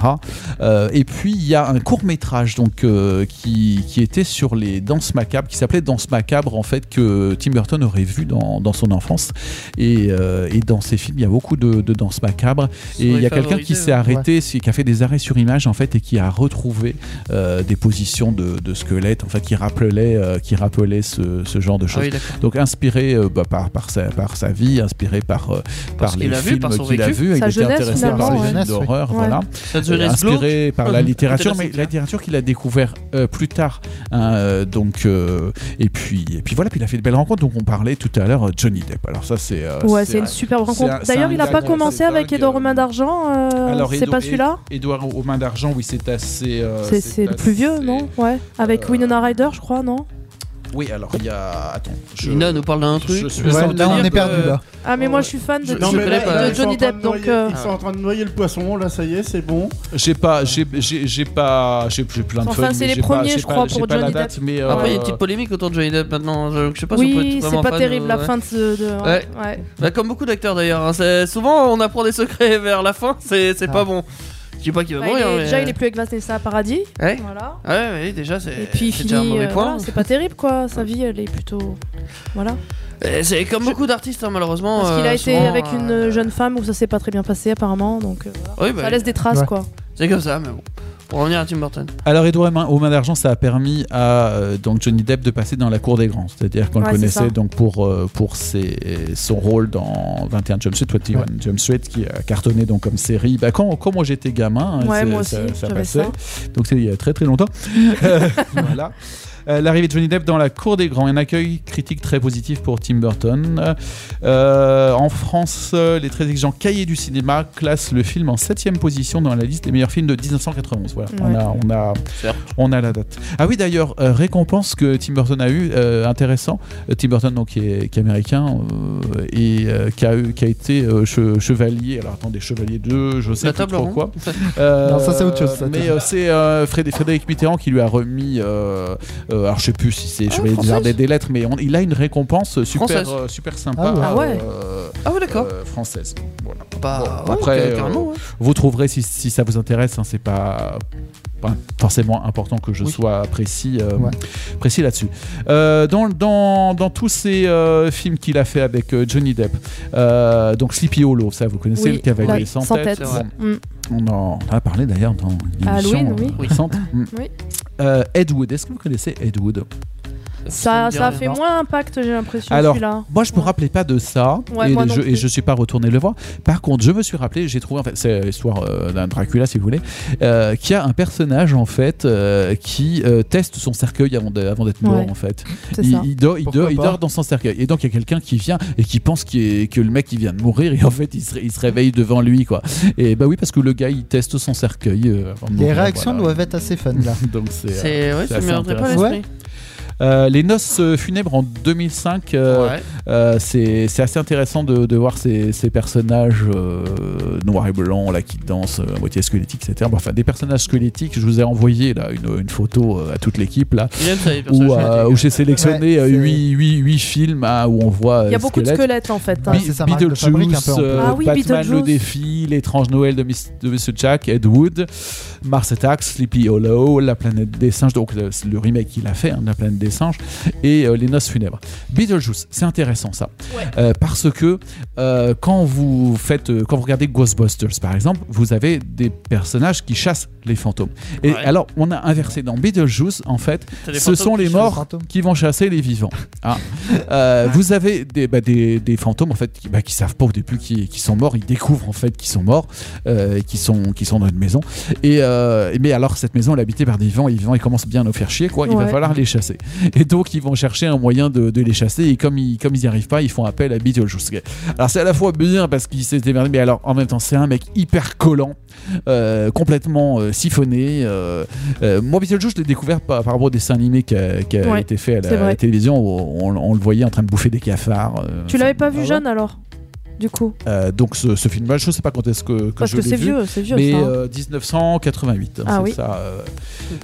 Euh, et puis il y a un court métrage donc euh, qui, qui était sur les danses macabres, qui s'appelait Danse macabre en fait que Tim Burton aurait vu dans, dans son enfance. Et, euh, et dans ses films, il y a beaucoup de, de danses macabres. Et il y a quelqu'un qui s'est arrêté, c'est- qui a fait des arrêts sur image en fait, et qui a retrouvé euh, des positions de, de squelettes, en fait, qui rappelaient, euh, qui rappelaient ce, ce genre de
Ah
choses.
oui, d'accord.
Donc inspiré euh, bah, par, par, sa, par sa vie, inspiré par, euh, par
Parce qu'il
les
a vu,
films
par son
qu'il a
vécu.
vus, il
Sa
était
jeunesse,
intéressé par
finalement,
les
ouais.
films d'horreur,
Ouais.
voilà
Cette
euh,
jeunesse glauque.
inspiré par la
Mhm.
littérature, mais
Intéressant,
la littérature qu'il a découvert euh, plus tard. hein, euh, donc euh, et puis et puis voilà, puis il a fait de belles rencontres. Donc on parlait tout à l'heure euh, Johnny Depp. Alors ça c'est euh,
Ouais,
c'est
c'est une superbe
c'est un-
rencontre.
c'est
D'ailleurs,
un
il a
gars
pas
qui est
commencé
assez
avec
dingue,
Edouard
euh,
Romain d'Argent. euh,
Alors,
c'est
Edo-
pas celui-là
Édouard aux mains d'argent. Oui, c'est assez. euh,
C'est- C'est le
assez-
plus vieux, non Ouais. Avec
euh,
Winona Ryder, je crois, non
Oui, alors il y a attends. Je...
Lina nous parle d'un truc.
Je suis
Je
Ouais,
sens
là, on
dire
est
que-
perdu là.
Ah, mais
euh,
oh,
moi,
ouais.
je suis fan de,
Je- non,
de-
mais là,
de
là, ils
ils sont en
Johnny
train de
Depp, donc.
noyer-
euh,
Ils sont en train de noyer le poisson, là, ça y est, c'est bon.
J'ai pas, j'ai, j'ai, j'ai pas, j'ai, j'ai plein de
Enfin,
feuilles,
c'est
mais
les
j'ai
premiers,
pas- j'ai
je
pas-
crois,
j'ai
pour
pas la
Johnny
date, mais euh,
Après, il y a une petite polémique autour de Johnny Depp maintenant. Je je sais pas si on peut
Oui,
être
c'est
vraiment
pas
fan,
terrible la
ouais.
fin de ce. de-
Ouais. Bah, comme beaucoup d'acteurs d'ailleurs, hein, c'est- souvent on apprend des secrets vers la fin, c'est c'est
Ah.
pas bon. Je dis pas qu'il va
Bah, il
mourir,
est-
mais- euh,
Déjà, il est plus avec Vanessa Paradis.
Ouais.
Voilà.
Ouais, mais déjà c'est
Et puis il
c'est déjà un
finit,
mauvais
euh,
point.
voilà, c'est pas terrible quoi, sa vie elle est plutôt. Voilà.
Et c'est comme beaucoup d'artistes hein, malheureusement.
Parce qu'il a
euh,
été
souvent,
avec une
euh,
jeune femme où ça s'est pas très bien passé apparemment, donc euh, voilà.
Oui, bah,
ça laisse des traces
Ouais.
quoi.
c'est comme ça, mais bon. Pour revenir à Tim Burton.
Alors, Edouard Main- aux mains d'argent, ça a permis à euh, donc Johnny Depp de passer dans la cour des grands, c'est-à-dire qu'on
Ouais,
le
c'est ça.
connaissait donc pour euh, pour ses, son rôle dans 21 Jump Street, 21
Ouais.
Jump Street, qui a cartonné donc comme série. Bah, quand quand moi j'étais gamin, hein,
Ouais,
c'est-
moi
ça,
aussi,
ça
j'avais
passait.
ça.
Donc c'est il y a très très longtemps. Euh, voilà. Euh, L'arrivée de Johnny Depp dans la cour des grands. Un accueil critique très positif pour Tim Burton. Euh, euh, en France, euh, les très exigeants cahiers du cinéma classent le film en 7 position dans la liste des meilleurs films de 1991. Voilà, on,
Ouais.
a, on, a,
Certes.
on a la date. Ah oui, d'ailleurs, euh, récompense que Tim Burton a eu, euh, intéressant. Euh, Tim Burton, donc, qui est, qui est américain euh, et euh, qui, a, eu- qui a été euh, che- chevalier. Alors attendez, chevalier 2, je sais
La
pas
table
trop
ronde.
quoi. Euh,
Non, ça, c'est autre chose, ça,
mais
tiens.
euh, c'est euh, Fréd- Frédéric Mitterrand qui lui a remis. euh, euh, alors je sais plus si c'est chevalier des
française
arts des, des lettres, mais on- il a une récompense
Française.
super, euh, super sympa.
Ah ouais.
euh,
Ah ouais, d'accord.
euh, française. Voilà.
Bah,
Bon,
ouais,
après,
car-
euh,
carrément, ouais.
Vous trouverez si, si ça vous intéresse. hein, c'est pas, pas forcément important que je
Oui.
sois précis, euh,
Ouais.
précis là-dessus. Euh, dans, dans, dans tous ces euh, films qu'il a fait avec euh, Johnny Depp, euh, donc Sleepy Hollow, ça vous connaissez,
Oui,
le cavalier
la-
sans,
sans tête,
c'est vrai.
Mm.
On en a parlé d'ailleurs dans une
À
émission
Halloween,
euh,
oui.
récente. Mm.
Oui.
Euh, Ed Wood, est-ce que vous connaissez Ed Wood
Ça,
me dit
ça
rien.
fait moins impact, j'ai l'impression,
Alors,
celui-là.
Moi, je me
Ouais.
rappelais pas de ça
Ouais,
et,
moi non
je, et
plus.
je suis pas retourné le voir. Par contre, je me suis rappelé, j'ai trouvé, en fait, c'est l'histoire euh, d'un Dracula, si vous voulez, euh, qui a un personnage en fait euh, qui euh, teste son cercueil avant de- avant d'être mort
Ouais.
en fait.
C'est
Il,
ça.
il dort, il,
Pourquoi
dort, il
pas
dort dans son cercueil. Et donc il y a quelqu'un qui vient et qui pense qu'il est- que le mec il vient de mourir et en fait il se, ré- il se réveille devant lui quoi. Et bah oui parce que le gars il teste son cercueil. euh, avant de
Les
mourir,
réactions
voilà.
doivent être assez fun là.
donc c'est. euh,
C'est. Ouais,
c'est
ça me
assez
viendrait pas à
intéressant.
l'esprit.
euh, les noces euh, funèbres en 2005. euh,
Ouais.
Euh, c'est c'est assez intéressant de, de voir ces, ces personnages euh, noirs et blancs là qui dansent euh, à moitié squelettiques, etc. Bon, enfin, des personnages squelettiques. Je vous ai envoyé là une, une photo euh, à toute l'équipe là
Il aime ça, les
où,
personnages. hein.
euh, où j'ai sélectionné
Ouais,
euh,
c'est-
huit 8, films hein, où on voit. euh,
Il y a beaucoup de
squelettes.
squelettes, en fait. hein.
Bi-
Be-
C'est sa marque de fabrique un
Beetlejuice,
peu en
euh,
Ah oui,
Batman le
Beetlejuice.
défi, l'étrange Noël de, Miss- de Monsieur Jack, Ed Wood, Mars Attacks, Sleepy Hollow, la planète des singes, donc le, c'est le remake qu'il a fait, hein, de la planète des singes, et euh, les noces funèbres. Beetlejuice, c'est intéressant ça, Euh, parce que euh, quand vous faites, euh, quand vous regardez Ghostbusters par exemple, vous avez des personnages qui chassent les fantômes. Et
Ouais.
alors on a inversé dans Beetlejuice en fait,
T'as des
ce
photos
sont
qui
les
chassent.
morts
fantômes.
qui vont chasser les vivants. Ah. Euh, vous avez des, bah, des, des fantômes en fait qui, bah, qui savent pas au début qui, qui sont morts, ils découvrent en fait qu'ils sont morts, euh, et qui sont qui sont dans une maison. Et euh, mais alors cette maison elle est habitée par des vivants, et les vivants ils commencent bien à nous faire chier quoi. Il va
Ouais.
falloir les chasser. Et donc ils vont chercher un moyen de, de les chasser et comme ils comme ils n'y arrivent pas, ils font appel à Beetlejuice. Alors c'est à la fois bien parce qu'il s'est démerdé, mais alors en même temps c'est un mec hyper collant, euh, complètement euh, siphonné. euh, euh, moi Beetlejuice je l'ai découvert par, par rapport au dessin animé qui a, qui a
Ouais,
été fait à
c'est
la,
vrai.
télévision où on, on le voyait en train de bouffer des cafards. euh,
Tu l'avais pas
Ah
vu
ouais
jeune, alors Du coup
euh, donc ce, ce film-là, je sais pas quand est-ce que, que
Parce
je
que
l'ai
c'est
vu,
vieux, c'est vieux,
mais
ça. hein.
euh, 1988. hein,
Ah
c'est
oui.
ça, euh,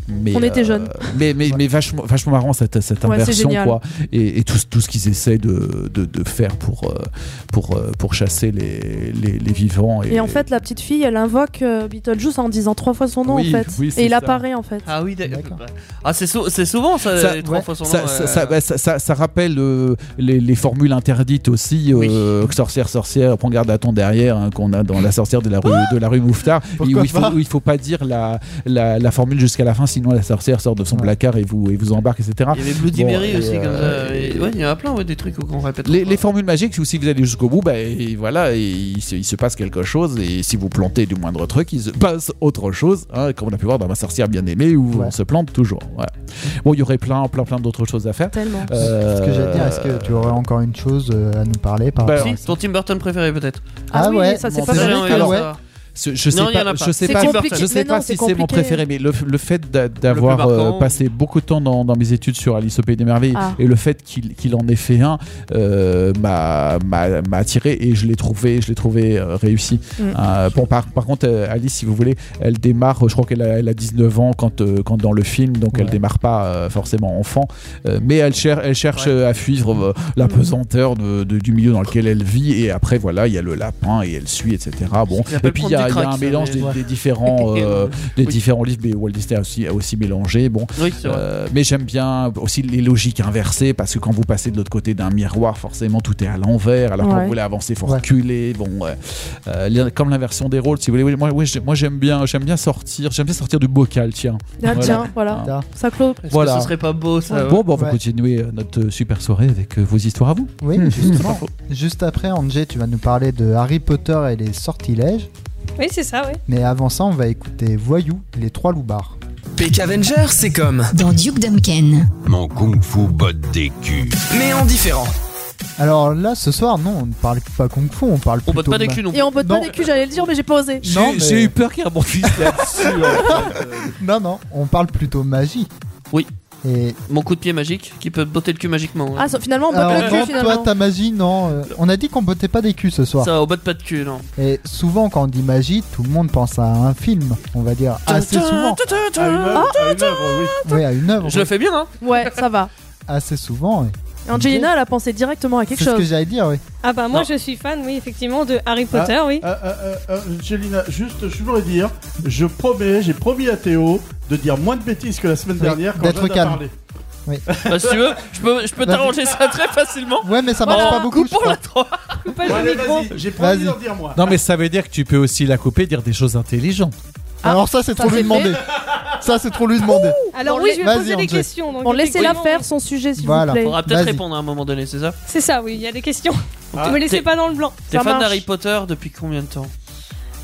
mais, euh,
On était jeunes.
Mais, mais, mais vachement, vachement marrant cette, cette
Ouais, c'est
inversion,
génial.
quoi. Et, et tout, ce- tout ce qu'ils essaient de, de, de faire pour, euh, pour, euh, pour chasser les, les, les vivants. Et,
Et en fait, la petite fille, elle invoque euh, Beetlejuice en disant trois fois son nom,
Oui,
en fait.
oui, c'est
et il
ça.
apparaît, en fait.
Ah oui, d'accord.
D'accord.
Ah, c'est sou- c'est souvent ça,
Ça,
les trois
ouais.
fois son nom.
ça, ça,
euh,
ça- bah, ça- ça- ça rappelle euh, les, les formules interdites aussi. euh, Sorcière, sorcière, prends garde à ton derrière, hein, qu'on a dans la sorcière de la rue, de la rue Mouffetard. et où il
Pourquoi
faut,
pas
où il faut pas dire la, la, la formule jusqu'à la fin, sinon la sorcière sort de son
Ouais.
placard et vous, et vous embarque, etc.
Il y avait Bloody
Bon,
Mary
et,
aussi, comme
euh,
ça.
et-
Et- Ouais, il y en a plein, ouais, des trucs qu'on répète.
Les,
encore.
les formules magiques, si vous allez jusqu'au bout, bah, et voilà, et il, se, il se passe quelque chose, et si vous plantez du moindre truc, il se passe autre chose, hein, comme on a pu voir dans Ma sorcière bien aimée, où
Ouais.
on se plante toujours. ouais. Bon, il y aurait plein, plein, plein d'autres choses à faire.
Tellement.
Euh,
Ce que j'allais dire, est-ce que tu aurais encore une chose euh, à nous parler par
Bah,
rapport à
Si,
ça
ton Tim Burton préféré, peut-être.
Ah,
Ah
oui,
ouais,
ça
mon
c'est pas
Dieu.
vrai.
J'aurais envie
que-
d'en
ouais.
savoir.
Ce- je sais
Non, il y en
pas,
a pas.
je sais
C'est
pas,
compliqué.
je sais
Mais
pas
non,
si
c'est
c'est mon
compliqué.
préféré, mais le, le fait d'a-
Le
d'avoir
plus marquant.
euh, passé beaucoup de temps dans, dans mes études sur Alice au Pays des Merveilles
Ah.
et le fait qu'il qu'il en ait fait un euh, m'a m'a- m'a attiré et je l'ai trouvé, je l'ai trouvé euh, réussi.
Mm.
Euh, bon, par, par contre, euh, Alice, si vous voulez, elle démarre, euh, je crois qu'elle a, elle a 19 ans quand, euh, quand dans le film, donc elle
Ouais.
démarre pas euh, forcément enfant, euh, mais elle, cher- elle cherche
Ouais.
euh, à fuir euh, la
Mm.
pesanteur de- de- du milieu dans lequel elle vit et après, voilà, il y a le lapin et elle suit, etc. Bon,
Il appelle
et puis il y a, il y
prendre du
a
crack,
un
ça,
mélange
mais-
des, des différents, euh, des
Oui.
différents livres, mais Walt Disney a aussi, a aussi mélangé. Bon,
Oui, c'est vrai.
euh, mais j'aime bien aussi les logiques inversées parce que quand vous passez de l'autre côté d'un miroir, forcément tout est à l'envers. Alors quand
Ouais.
vous voulez avancer, faut
Ouais.
reculer. Bon, euh, euh, li- comme l'inversion des rôles, si vous voulez. Oui, Moi, oui, j'ai- moi j'aime bien, j'aime bien sortir, j'aime bien sortir du bocal, tiens.
Ah, tiens, voilà.
Putain.
Ça clôt.
Est-ce
voilà.
que ce serait pas beau, ça ouais
Bon, bon, on va
Ouais.
continuer euh, notre euh, super soirée avec euh, vos histoires à vous.
Oui,
Hmm, c'est pas
justement.
faux.
Juste après, Angé, tu vas nous parler de Harry Potter et les sortilèges.
Oui, c'est ça, ouais.
Mais avant ça, on va écouter Voyou, les trois loupards.
Peck Avenger, c'est comme,
Dans Duke Duncan.
Mon kung-fu botte des culs.
mais en différent.
Alors là, ce soir, non, on ne parle pas Kung Fu, on parle plutôt...
On botte pas des
ma-
culs non
Et on botte pas
Non.
des culs, j'allais le dire, mais j'ai pas osé.
J'ai
Non, mais-
j'ai eu peur qu'il rebondisse là-dessus. hein.
Non, non, on parle plutôt magie.
Oui.
Et
Mon coup de pied magique qui peut te botter le cul magiquement. hein. ouais.
Ah, ça- finalement, on botte
Alors,
le cul
non, Euh, toi,
finalement.
ta magie, non. euh, on a dit qu'on bottait pas des culs ce soir.
Ça, on botte pas de cul, non.
Et souvent, quand on dit magie, tout le monde pense à un film, on va dire. Assez souvent.
À
Ah,
une œuvre, à une œuvre, oui.
Oui, à une œuvre.
Je le fais bien, hein.
Ouais, ça va.
Assez souvent. oui.
Angelina, elle a pensé directement à quelque
C'est ce que
chose.
j'allais dire, oui.
Ah bah moi
Non.
je suis fan, oui, effectivement, de Harry Potter, oui.
Ah, ah, ah, ah, Angelina, juste, je voudrais dire, je promets, j'ai promis à Théo de dire moins de bêtises que la semaine
Oui,
dernière quand
d'être
Jade a
calme.
parlé.
Bah, si tu veux, je peux, je peux
Vas-y.
t'arranger ça très facilement.
Ouais, mais ça marche
Voilà,
pas beaucoup. je
coupons
crois.
la droite.
Coupage
Bon,
de
allez,
micro.
vas-y, j'ai promis
Vas-y.
d'en dire moi.
non, mais ça veut dire que tu peux aussi la couper et dire des choses intelligentes.
Ah,
Alors, ça, c'est trop
ça,
lui
c'est fait.
demander. Ça, c'est trop lui demander.
Alors
Bon,
oui,
la-
je vais
vas-y,
poser des
Angel.
questions. donc
Bon, laissez-la
effectivement,
faire son sujet, s'il vous
Voilà.
plaît.
Faudra peut-être
Vas-y.
répondre à un moment donné, c'est ça
C'est ça, oui, il y a des questions.
Ah.
Ne me laissez
T'es-
pas dans le blanc.
T'es
Ça
fan
marche.
d'Harry Potter depuis combien de temps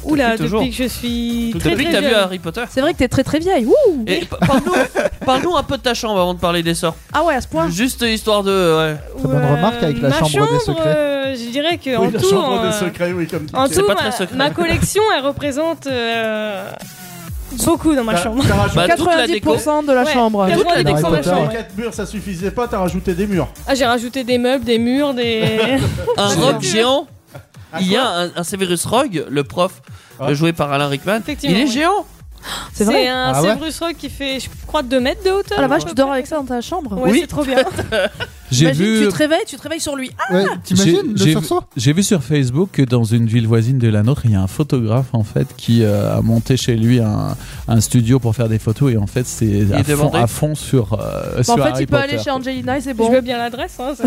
Oula, depuis
toujours.
que je suis très
Depuis que
très
t'as vu
jeune.
Harry Potter
C'est vrai que t'es très très vieille. Wouh
Et pa- parle-nous- Parle-nous un peu de ta chambre avant de parler des sorts.
Ah ouais, à ce point.
Juste histoire de. ouais.
Très bonne
Euh,
remarque avec la
ma
chambre des secrets.
euh, je dirais que en
Oui, la
tout,
chambre
en-
des secrets, oui, comme
en
C'est
tout,
pas
ma,
très secret.
ma collection, elle représente euh, beaucoup dans ma
T'as-
chambre.
t'as rajouté-
Bah, toute la déco.
90% de la
Ouais.
chambre.
Toute la
Quatre-vingt-dix pour cent de ma
déco.
les
chambre,
ouais.
ouais.
quatre murs, ça suffisait pas, t'as rajouté des murs.
Ah, j'ai rajouté des meubles, des murs, des.
Un
C'est
rock
vrai.
géant.
Ah,
Il y a
quoi
un, un Severus Rogue, le prof
Ah.
euh, joué par Alain Rickman. Il
Effectivement,
est
oui.
géant.
C'est vrai.
un
Ah ouais
Severus Rogue qui fait, je crois, 2 mètres de hauteur.
Ah la vache, tu dors avec ça dans ta chambre
Ouais,
Oui.
c'est trop bien.
J'ai
Imagine,
vu, euh,
Tu te réveilles, tu te réveilles sur lui. Ah,
Ouais, T'imagines le
j'ai-
sursaut
j'ai vu sur Facebook que dans une ville voisine de la nôtre, il y a un photographe en fait qui euh, a monté chez lui un, un studio pour faire des photos et en fait c'est à,
est
fond-
demandé.
à fond sur. euh,
bah,
sur
en fait,
Harry
il peut
Potter.
aller chez Angelina et c'est
Je veux
bon.
bien l'adresse. Hein, ça.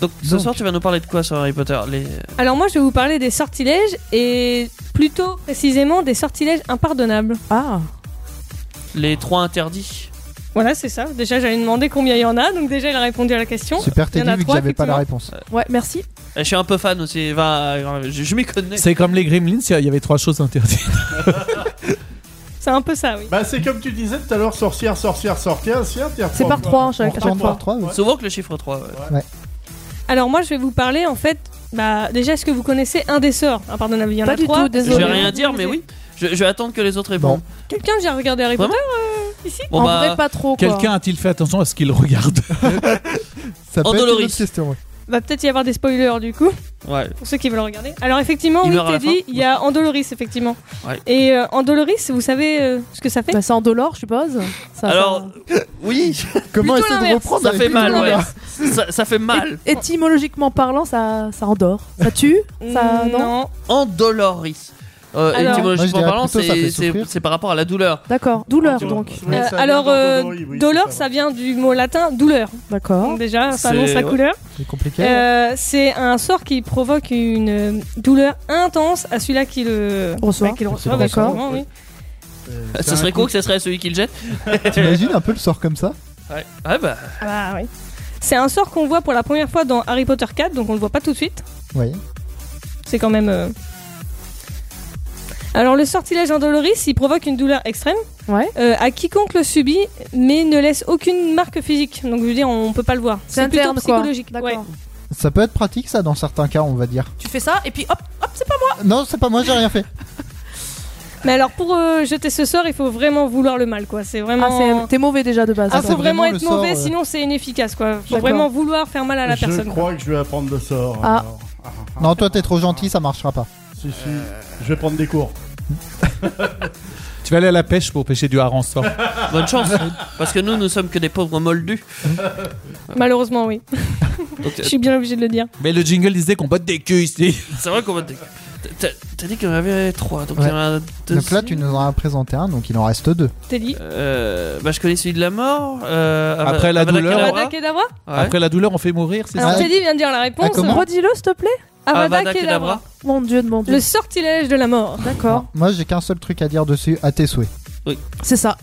Donc ce
Donc.
soir, tu vas nous parler de quoi sur Harry Potter Les-
Alors moi, je vais vous parler des sortilèges et plutôt précisément des sortilèges impardonnables.
Ah,
les trois interdits.
Voilà, c'est ça. Déjà, j'allais demander combien il y en a, donc déjà, il a répondu à la question.
Super
Il y en
Teddy,
a
vu que
trois,
j'avais pas la réponse.
ouais, merci.
Eh, Je suis un peu fan aussi. Enfin, je je m'y connais.
C'est comme les Gremlins, il y avait trois choses interdites.
C'est un peu ça, oui.
Bah, c'est comme tu disais tout à l'heure, sorcière, sorcière, sorcière, sorcière, t'y
C'est
reprends,
par
quoi.
trois, à
On
chaque, à
retourne
chaque
par
fois.
trois, ouais.
Souvent que le chiffre 3. ouais.
Alors moi, je vais vous parler en fait. Bah, déjà, est-ce que vous connaissez un des sorts Impardonnable, il y en
Pas
a
du
trois.
tout,
Je
désolé.
vais rien dire, mais oui. Je, je vais attendre que les autres répondent.
Quelqu'un vient regarder Harry
Vraiment
Potter euh,
Bon,
en
bah,
vrai, pas trop. quoi.
Quelqu'un a-t-il fait attention à ce qu'il regarde
Ça peut être une
Endoloris.
autre question. ouais.
Va peut-être y avoir des spoilers du coup,
ouais.
pour ceux qui veulent regarder. Alors effectivement,
Il
oui,
meurt à la
Teddy,
fin
il y a Andoloris, effectivement.
Ouais.
Et euh, Andoloris, vous savez euh, ce que ça fait
Bah, c'est en dollars, je suppose. Ça,
Alors, oui,
Comment
Plutôt
essayer de
l'inverse.
reprendre
ça
avec
fait
une
mal,
autre
ouais.
inverse
Ça, ça fait mal.
ça- Étymologiquement parlant, ça, ça endort. Ça tue ça,
Mm,
Non,
Endoloris. Euh,
Alors-
Moi, je
étymologiquement
dirais
parlant,
plutôt ça
c'est-
fait
c'est
souffrir.
c'est par rapport à la douleur.
D'accord. Douleur, donc.
Ouais,
Euh,
ça
alors,
vient
euh,
d'Andolori, oui,
dolor,
c'est ça,
ça vient du mot latin douleur.
D'accord.
Donc déjà,
C'est-
ça annonce la
ouais.
Ah, couleur.
C'est compliqué.
Euh, c'est un sort qui provoque une euh, douleur intense à celui-là qui le
Reçoit.
bah, qui
Qui le
le reçoit, bah,
reçoit.
sûrement, oui.
ouais.
Ça serait con que ça serait celui qui le jette.
T'imagines un peu le sort comme ça
Ouais, Ouais, bah,
Ah oui. C'est un sort qu'on voit pour la première fois dans Harry Potter 4, donc on le voit pas tout de suite.
Oui.
C'est quand même. euh. Alors le sortilège Indoloris, il provoque une douleur extrême
Ouais.
euh, à quiconque le subit, mais ne laisse aucune marque physique. Donc je veux dire, on peut pas le voir.
C'est
plutôt
interne, quoi.
psychologique.
D'accord.
ouais.
Ça peut être pratique, ça, dans certains cas, on va dire.
Tu fais ça et puis hop, hop, Ah, c'est pas
Non, c'est pas moi, j'ai rien fait.
Mais alors pour euh, jeter ce sort, il faut vraiment vouloir le mal, quoi. C'est
moi.
vraiment.
T'es mauvais déjà de base.
Ah,
Ah, faut
c'est
alors.
vraiment,
vraiment
être
le sort,
mauvais,
euh.
sinon c'est inefficace, quoi. Faut
D'accord.
vraiment vouloir faire mal à la
Je
personne. quoi.
crois que je vais apprendre le sort.
Ah.
alors. Ah, ah,
Non, toi, t'es trop gentil, ça marchera pas.
Si, si, je vais prendre des cours.
Tu vas aller à la pêche pour pêcher du hareng ce soir.
bonne chance. Parce que nous, nous sommes que des pauvres moldus.
Malheureusement, oui.
Donc, euh,
Je suis bien obligée de le dire.
Mais le jingle disait qu'on botte des culs ici.
c'est vrai qu'on va. T'as- t'as- T'as dit qu'il y en avait trois, donc il y en a deux.
Donc là, tu nous en as présenté un, donc il en reste deux.
T'es dit.
Euh, bah, je connais celui de la mort. euh, Ava-
Après la
Avada
douleur.
Kedavra.
Avada Kedavra
Ouais.
Après la douleur, on fait mourir, c'est
Alors
ça
Ah,
Teddy vient de dire la réponse.
ah, comment
Redis-le, s'il te plaît.
Avada,
Avada Kedavra.
Kedavra.
Mon dieu de mon dieu.
Le sortilège de la mort.
D'accord.
Moi, j'ai qu'un seul truc à dire dessus, à tes souhaits.
C'est ça.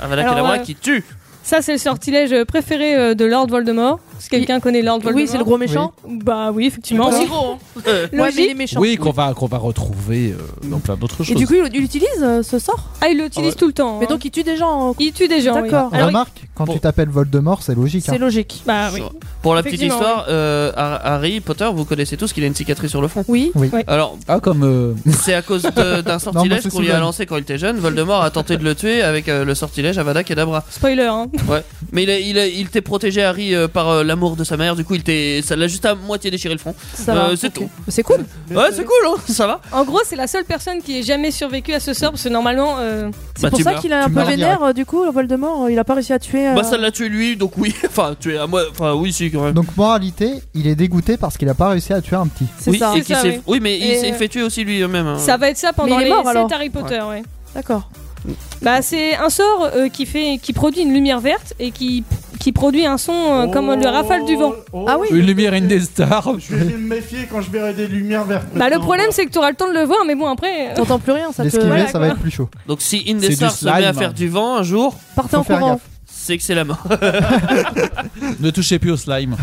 Avada
Alors,
Kedavra
euh,
qui tue.
Ça, c'est le sortilège préféré euh, de Lord Voldemort. Si quelqu'un connaît Lord Voldemort.
Oui, c'est le gros méchant.
Bah oui, effectivement.
Aussi gros. hein. Ouais, mais il est
Logique.
méchant.
Oui, qu'on va, qu'on va retrouver euh, dans plein d'autres
Et
choses.
du coup, il il utilise euh, ce sort.
Ah, il l'utilise tout le temps.
Mais
hein.
donc, il tue des gens.
il tue des gens. oui.
Ah,
D'accord.
Alors,
Remarque, quand
Bon.
tu t'appelles Voldemort, c'est logique. hein.
C'est logique.
Bah oui.
Ah Pour la petite
Effectivement,
histoire, euh, Har- Harry Potter, vous connaissez tous qu'il a une cicatrice sur le front.
Oui.
Alors,
Ah, comme. euh,
c'est à cause de- d'un
Non, mais
sortilège
c'est
qu'on lui a
Soudan.
lancé quand il était jeune. Voldemort a tenté de le tuer avec euh, le sortilège Avada Kedavra.
Spoiler, hein.
Mais il, a- il, a- il t'est protégé, Harry, euh, par euh, l'amour de sa mère. Du coup, il t'est, ça l'a juste à moitié déchiré le front.
Ça
Euh,
va.
c'est
ok.
tout.
C'est cool.
Ouais, c'est cool, hein ça va.
En gros, c'est la seule personne qui ait jamais survécu à ce sort, parce que normalement, euh,
C'est
Bah,
pour
tu
ça
meurs.
qu'il est un
Tu
peu
meurs
vénère. euh, Du coup, le Voldemort, euh, il a pas réussi à tuer. euh,
Bah, ça l'a tué lui, donc oui. enfin, tué à moi. Enfin, oui, si, quand même.
Donc, moralité, il est dégoûté parce qu'il a pas réussi à tuer un petit.
C'est
oui,
ça.
et qu'il
ça,
s'est-
oui.
oui, mais il
Et,
s'est
euh,
fait tuer aussi lui-même. hein.
ça va être ça pendant
Mais il est
les
mort,
sept
alors.
Harry Potter, ouais.
D'accord.
Bah, c'est un sort euh, qui fait, qui produit une lumière verte et qui, qui produit un son euh, comme le rafale du vent.
Ah oui.
une lumière, une des stars.
Oh, Je vais me méfier quand je verrai des lumières vertes.
Bah, le problème, c'est que t'auras le temps de le voir, mais bon, après. euh,
T'entends plus rien. Ça
L'esquiver,
te.
voilà,
ça
quoi.
va être plus chaud.
Donc, si
C'est du
Indestar se met à
slime,
faire
hein.
du vent un jour,
Partez en
Faut faire
courant.
gaffe.
c'est que c'est la mort.
Ne touchez plus au slime.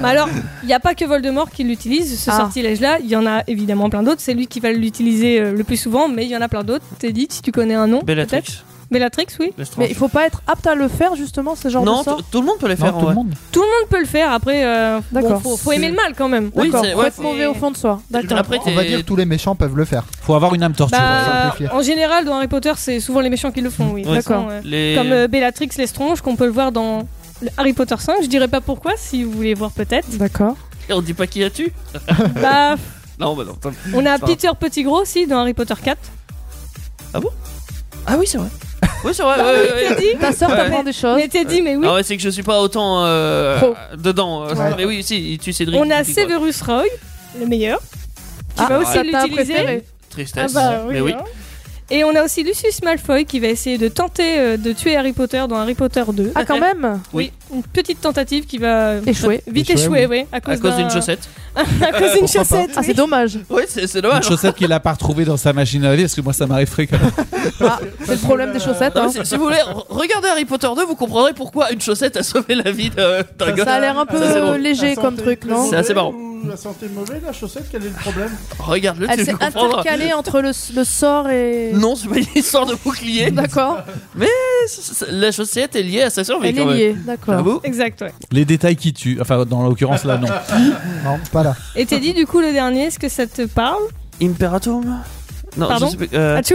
bah alors, il n'y a pas que Voldemort qui l'utilise, ce
Ah.
sortilège-là. Il y en a évidemment plein d'autres. C'est lui qui va l'utiliser euh, le plus souvent, mais il y en a plein d'autres. T'es dit, si tu connais un nom. peut-être.
Bellatrix.
Bellatrix, oui.
Ah.
Lestrange.
Mais il faut pas être apte à le faire justement ce genre
non,
de sort.
t- tout le monde peut les
Non,
faire.
tout
en
le
vrai.
monde.
Tout le monde peut le faire. Après, euh, bon,
D'accord.
faut, faut aimer le mal quand même.
Oui,
D'accord.
c'est-
Faut
ouais,
être mauvais au fond de soi. D'accord.
Après,
On va
t'es-
dire tous les méchants peuvent le faire.
Faut avoir une âme torturée.
Bah,
simplifier.
en général, dans Harry Potter, c'est souvent les méchants qui le font, oui.
Ouais.
D'accord.
D'accord.
Ouais.
les-
Comme euh, Bellatrix Lestrange, qu'on peut le voir dans le Harry Potter 5. Je dirais pas pourquoi, si vous voulez voir peut-être.
D'accord.
Et on dit pas qui a tu
bah,
Non, bah non. tant-
on a
Ça va.
Peter Petit Gros aussi dans Harry Potter 4.
Ah oui, c'est vrai. oui, c'est vrai. ouais, ouais, ouais.
Teddy
Ta sœur
Ouais.
t'apprend des choses.
Mais Teddy, mais oui.
Ah ouais, c'est que je suis pas autant euh,
Pro.
dedans. euh,
Ouais.
Mais oui, si, il tue Cédric.
On a
il dit quoi.
Severus Rogue, le meilleur.
Ah,
va aussi
ça t'a
l'utiliser.
préféré.
Tristesse.
Ah bah oui,
mais oui.
hein. Et on a aussi Lucius Malfoy qui va essayer de tenter euh, de tuer Harry Potter dans Harry Potter 2.
Ah quand même.
Oui.
Une petite tentative qui va
Échoué.
vite
Échoué,
échouer, oui. À cause,
À cause d'une
d'un-
chaussette.
à cause
Euh,
d'une
Pourquoi pas.
chaussette.
Ah c'est dommage.
Oui, c'est c'est
Une
dommage.
chaussette qu'il a pas retrouvée dans sa machine à laver, parce que moi ça m'arrive fréquemment.
Ah, c'est le problème des chaussettes.
Non,
hein.
mais Ah si- si vous voulez, re- regardez Harry Potter 2, vous comprendrez pourquoi une chaussette a sauvé la vie de- d'un
Ça
gars.
a l'air un peu
Ça, Ah, c'est drôle.
léger comme truc, non
C'est assez marrant.
La santé mauvaise, la chaussette, quel est le problème
Regarde-le,
Elle
tu
s'est
le comprendras.
intercalée entre le, le sort et.
Non, c'est pas une histoire de bouclier.
Bah,
D'accord.
C'est- c'est- La chaussette est liée à sa survie.
Elle
quand
est
même.
liée. D'accord.
J'avoue.
Exact, ouais.
Les détails qui tuent. Enfin, dans l'occurrence là, non.
Non, pas là.
Et Teddy, du coup, le dernier, est-ce que ça te parle
Imperatum Non,
Pardon
je sais pas. euh,
Achou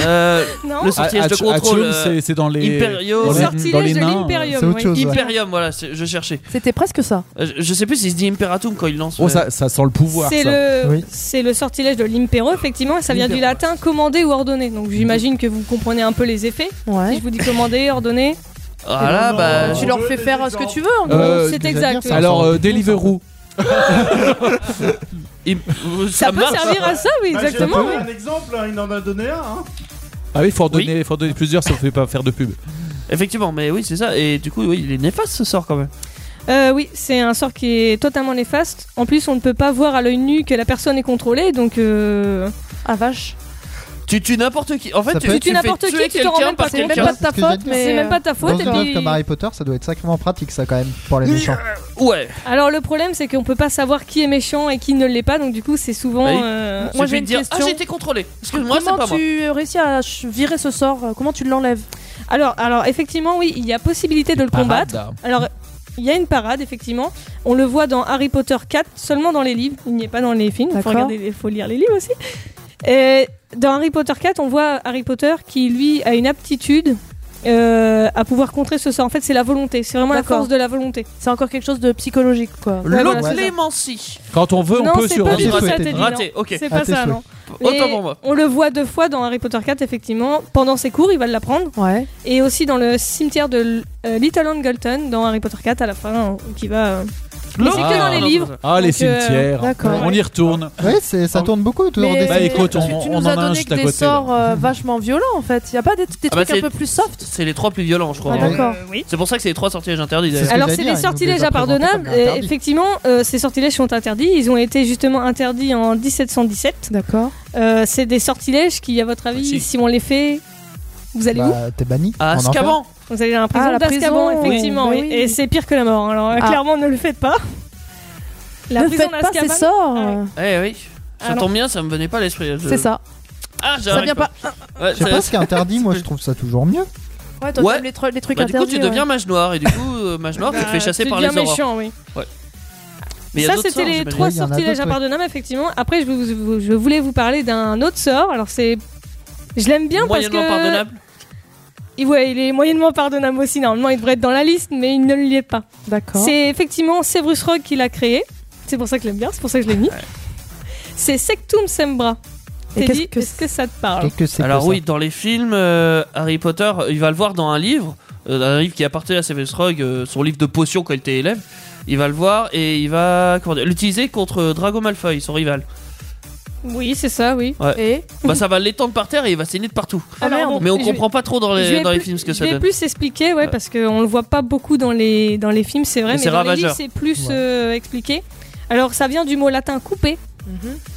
euh,
Non
le sortilège de
Hatch-
contrôle.
Hatchum,
euh,
c'est- c'est dans les.
Imperium.
dans
Le
les- dans
sortilège
les
de
nains,
c'est
l'Imperium,
autre
oui.
chose. ouais.
Imperium, voilà, c'est- je cherchais.
C'était presque ça.
Euh, Je, je sais plus s'il se dit Imperatum quand il lance.
Oh,
euh,
ça, ça sent le pouvoir.
C'est
ça. Euh,
le,
Oui.
c'est le sortilège de l'Impero, effectivement, et ça vient du
L'Impero,
latin commander ou ordonner. Donc j'imagine que vous comprenez un peu les effets. Si
Ouais.
je vous dis commander, ordonner,
Voilà,
Oh.
Non,
bah.
non,
je-
Tu
non.
leur
veut
fais
des
faire euh, ce
exemples.
que tu veux. en gros.
Euh,
Oh, c'est
déjà
exact.
dire,
ouais.
ça.
Alors,
sent
euh,
le pouvoir,
Deliveroo.
il- euh,
Ça,
ça
peut
marche.
servir à ça, oui,
Bah, j'ai
exactement.
donné
oui.
un exemple, hein, il en a donné un. hein.
Ah oui, faut en
Oui.
donner, faut en donner plusieurs, ça ne fait pas faire de pub.
Effectivement, mais oui, c'est ça. Et du coup, oui, il est néfaste ce sort quand même.
Euh, oui, c'est un sort qui est totalement néfaste. En plus, on ne peut pas voir à l'œil nu que la personne est contrôlée, donc euh,
Ah vache.
Tu tues n'importe qui. En fait,
Ça
tu,
peut être-
tu,
Tu tues
fais
n'importe
tuer
qui, tu t'en rends
quelqu'un
même pas
par
compte.
C'est même
quelqu'un.
pas de
C'est
ta
ce que j'allais
faute,
dire.
mais.
c'est même pas de ta
Dans
faute. Et
un rêve
puis...
comme Harry Potter, ça doit être sacrément pratique, ça, quand même, pour les méchants.
Ouais.
Alors le problème, c'est qu'on peut pas savoir qui est méchant et qui ne l'est pas, donc du coup, c'est souvent.
Bah oui.
euh,
Moi,
Suffit
j'ai
de
une
dire,
question.
Ah, j'ai été contrôlé. Excuse-moi, c'est pas
Comment
moi.
tu réussis à ch- virer ce sort euh, Comment tu l'enlèves
Alors, alors effectivement, oui, il y a possibilité de le combattre.
Parade.
Alors, il y a une parade, effectivement. On le voit dans Harry Potter 4, seulement dans les livres. Il n'y est pas dans les films. Il faut,
D'accord.
regarder les- faut lire les livres aussi. Et dans Harry Potter 4, on voit Harry Potter qui, lui, a une aptitude euh, à pouvoir contrer ce sort. En fait, c'est la volonté. C'est vraiment la
D'accord.
force de la volonté.
C'est encore quelque chose de psychologique, quoi.
Ouais, voilà, c'est ça.
L'occlémencie.
Quand on veut, on
non,
peut
c'est
sur.
pas
Raté
du tout ça,
souhaité.
Teddy, non.
Raté, ok.
C'est
À
pas
tes
ça,
souhaits.
non.
Autant
Et
pour moi.
On le voit deux fois dans Harry Potter 4, effectivement. Pendant ses cours, il va l'apprendre.
Ouais.
Et aussi dans le cimetière de L- euh, Little Angleton dans Harry Potter 4 à la fin, euh, qui va. euh, Mais c'est que dans les
Ah.
livres.
Ah, les
Donc, euh,
cimetières.
d'accord.
On y retourne.
Oui, c'est- ça tourne beaucoup autour
Mais-
des
Bah écoute,
tu,
on,
tu
on en
nous
a
as
un
donné
juste
que
à
des
côté. là.
sorts euh, vachement violents, en fait. Y a pas des, des
Ah bah,
trucs un
c'est-
peu plus soft
C'est les trois plus violents, je crois. hein.
Ah, d'accord.
C'est pour ça que c'est les trois sortilèges interdits.
C'est
d'ailleurs.
ce que
Alors
j'allais
bah c'est
dire,
des
ils nous
sortilèges
les ont présentés
impardonnables.
comme interdits.
Et effectivement, euh, ces sortilèges sont interdits. Ils ont été justement interdits en 1717.
D'accord.
Euh, c'est des sortilèges qui, à votre avis,
Ouais, si.
si on les fait, vous allez où
Bah, t'es banni.
À
en enfer.
Azkaban
Vous allez dans la prison
Ah, la
d'Azkaban,
prison, oui.
effectivement.
Bah
oui.
oui.
Et c'est pire que la mort. Alors euh,
Ah.
clairement, ne le faites pas. La
ne
prison
faites pas ces
d'Azkaban.
sorts.
Ah ouais.
Eh oui. Ça
Alors-
tombe bien, ça me venait pas à l'esprit. Je-
C'est ça.
Ah,
Ça vient pas.
Ouais,
Je sais
ça-
pas ce qui est interdit, moi je trouve ça toujours mieux.
Ouais, toi,
Ouais.
t'aimes les, tru- les trucs
Bah, du coup,
interdits. hein.
tu
ouais.
deviens mage noir et du coup, euh, mage noir, tu te
Bah,
fais chasser par les
deviens
aurores.
méchant, oui.
Mais il y a
ça,
d'autres
c'était
sorts,
les
j'imagine.
trois
Oui, il y en a
sortilèges
d'autres, ouais.
impardonnables, effectivement. Après, je, vous- vous- je voulais vous parler d'un autre sort. Alors, c'est. Je l'aime bien parce
Moyennement
que.
pardonnable.
Il- ouais, il est moyennement pardonnable aussi. Normalement, il devrait être dans la liste, mais il ne l'y est pas.
D'accord.
C'est effectivement Severus Rogue qui l'a créé. C'est pour ça que je l'aime bien, c'est pour ça que je l'ai mis. C'est Sectum Sembra.
Et
T'es
qu'est-ce
dit,
que
est-ce que ça te parle
Et que c'est
Alors
que ça.
oui, dans les films, euh, Harry Potter, il va le voir dans un livre, euh, dans un livre qui appartenait à Severus Rogue, euh, son livre de potions quand il était élève. Il va le voir et il va comment dire, l'utiliser contre Drago Malfoy, son rival.
Oui, c'est ça, oui.
Et
Bah ça va l'étendre par terre et il va saigner de partout.
Alors, bon,
Mais on
Ah, je-
comprend pas trop dans
je vais
les, dans les
plus-
films ce que
je
ça
vais
donne.
plus expliquer, ouais,
Ouais.
parce qu'on le voit pas beaucoup dans les, dans les films, c'est vrai,
Mais
mais
c'est
dans les livres,
ravageur.
c'est plus
Ouais.
euh, expliqué. Alors, ça vient du mot latin couper,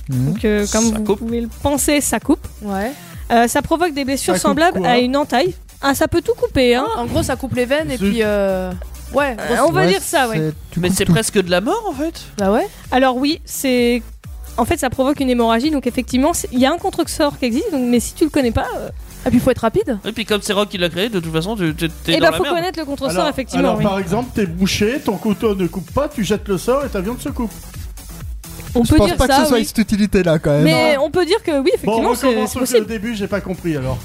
Mhm.
donc euh, comme
Ça
vous
coupe.
pouvez le penser, ça coupe.
ouais.
Euh, ça provoque des blessures
Ça coupe
semblables
quoi
à une entaille. Ah, ça peut tout couper, hein.
En gros, ça coupe les veines et
Zut.
puis. euh, Ouais.
Euh, on va
Ouais,
dire ça, ouais.
c'est- tu
Mais
coupes
c'est
tout.
presque de la mort en fait.
Bah ouais.
Alors oui, c'est en fait ça provoque une hémorragie, donc effectivement c'est- il y a un contre-sort qui existe, donc- mais si tu le connais pas, euh,
Et Ah, puis, faut être rapide.
Et puis comme c'est Rogue qui l'a créé, de toute façon, tu tu- t'es
eh
dans
ben
la
faut
merde.
connaître le contre-sort
alors,
effectivement.
alors,
oui.
par exemple, t'es bouché, ton couteau ne coupe pas, tu jettes le sort et ta viande se coupe.
On
Je
peut
pense
dire
pas que
ça,
ce soit
oui.
cette utilité-là quand même.
mais on peut dire que oui
Bon,
effectivement
on
c'est
recommence
c'est
parce que le
possible.
début, j'ai pas compris alors.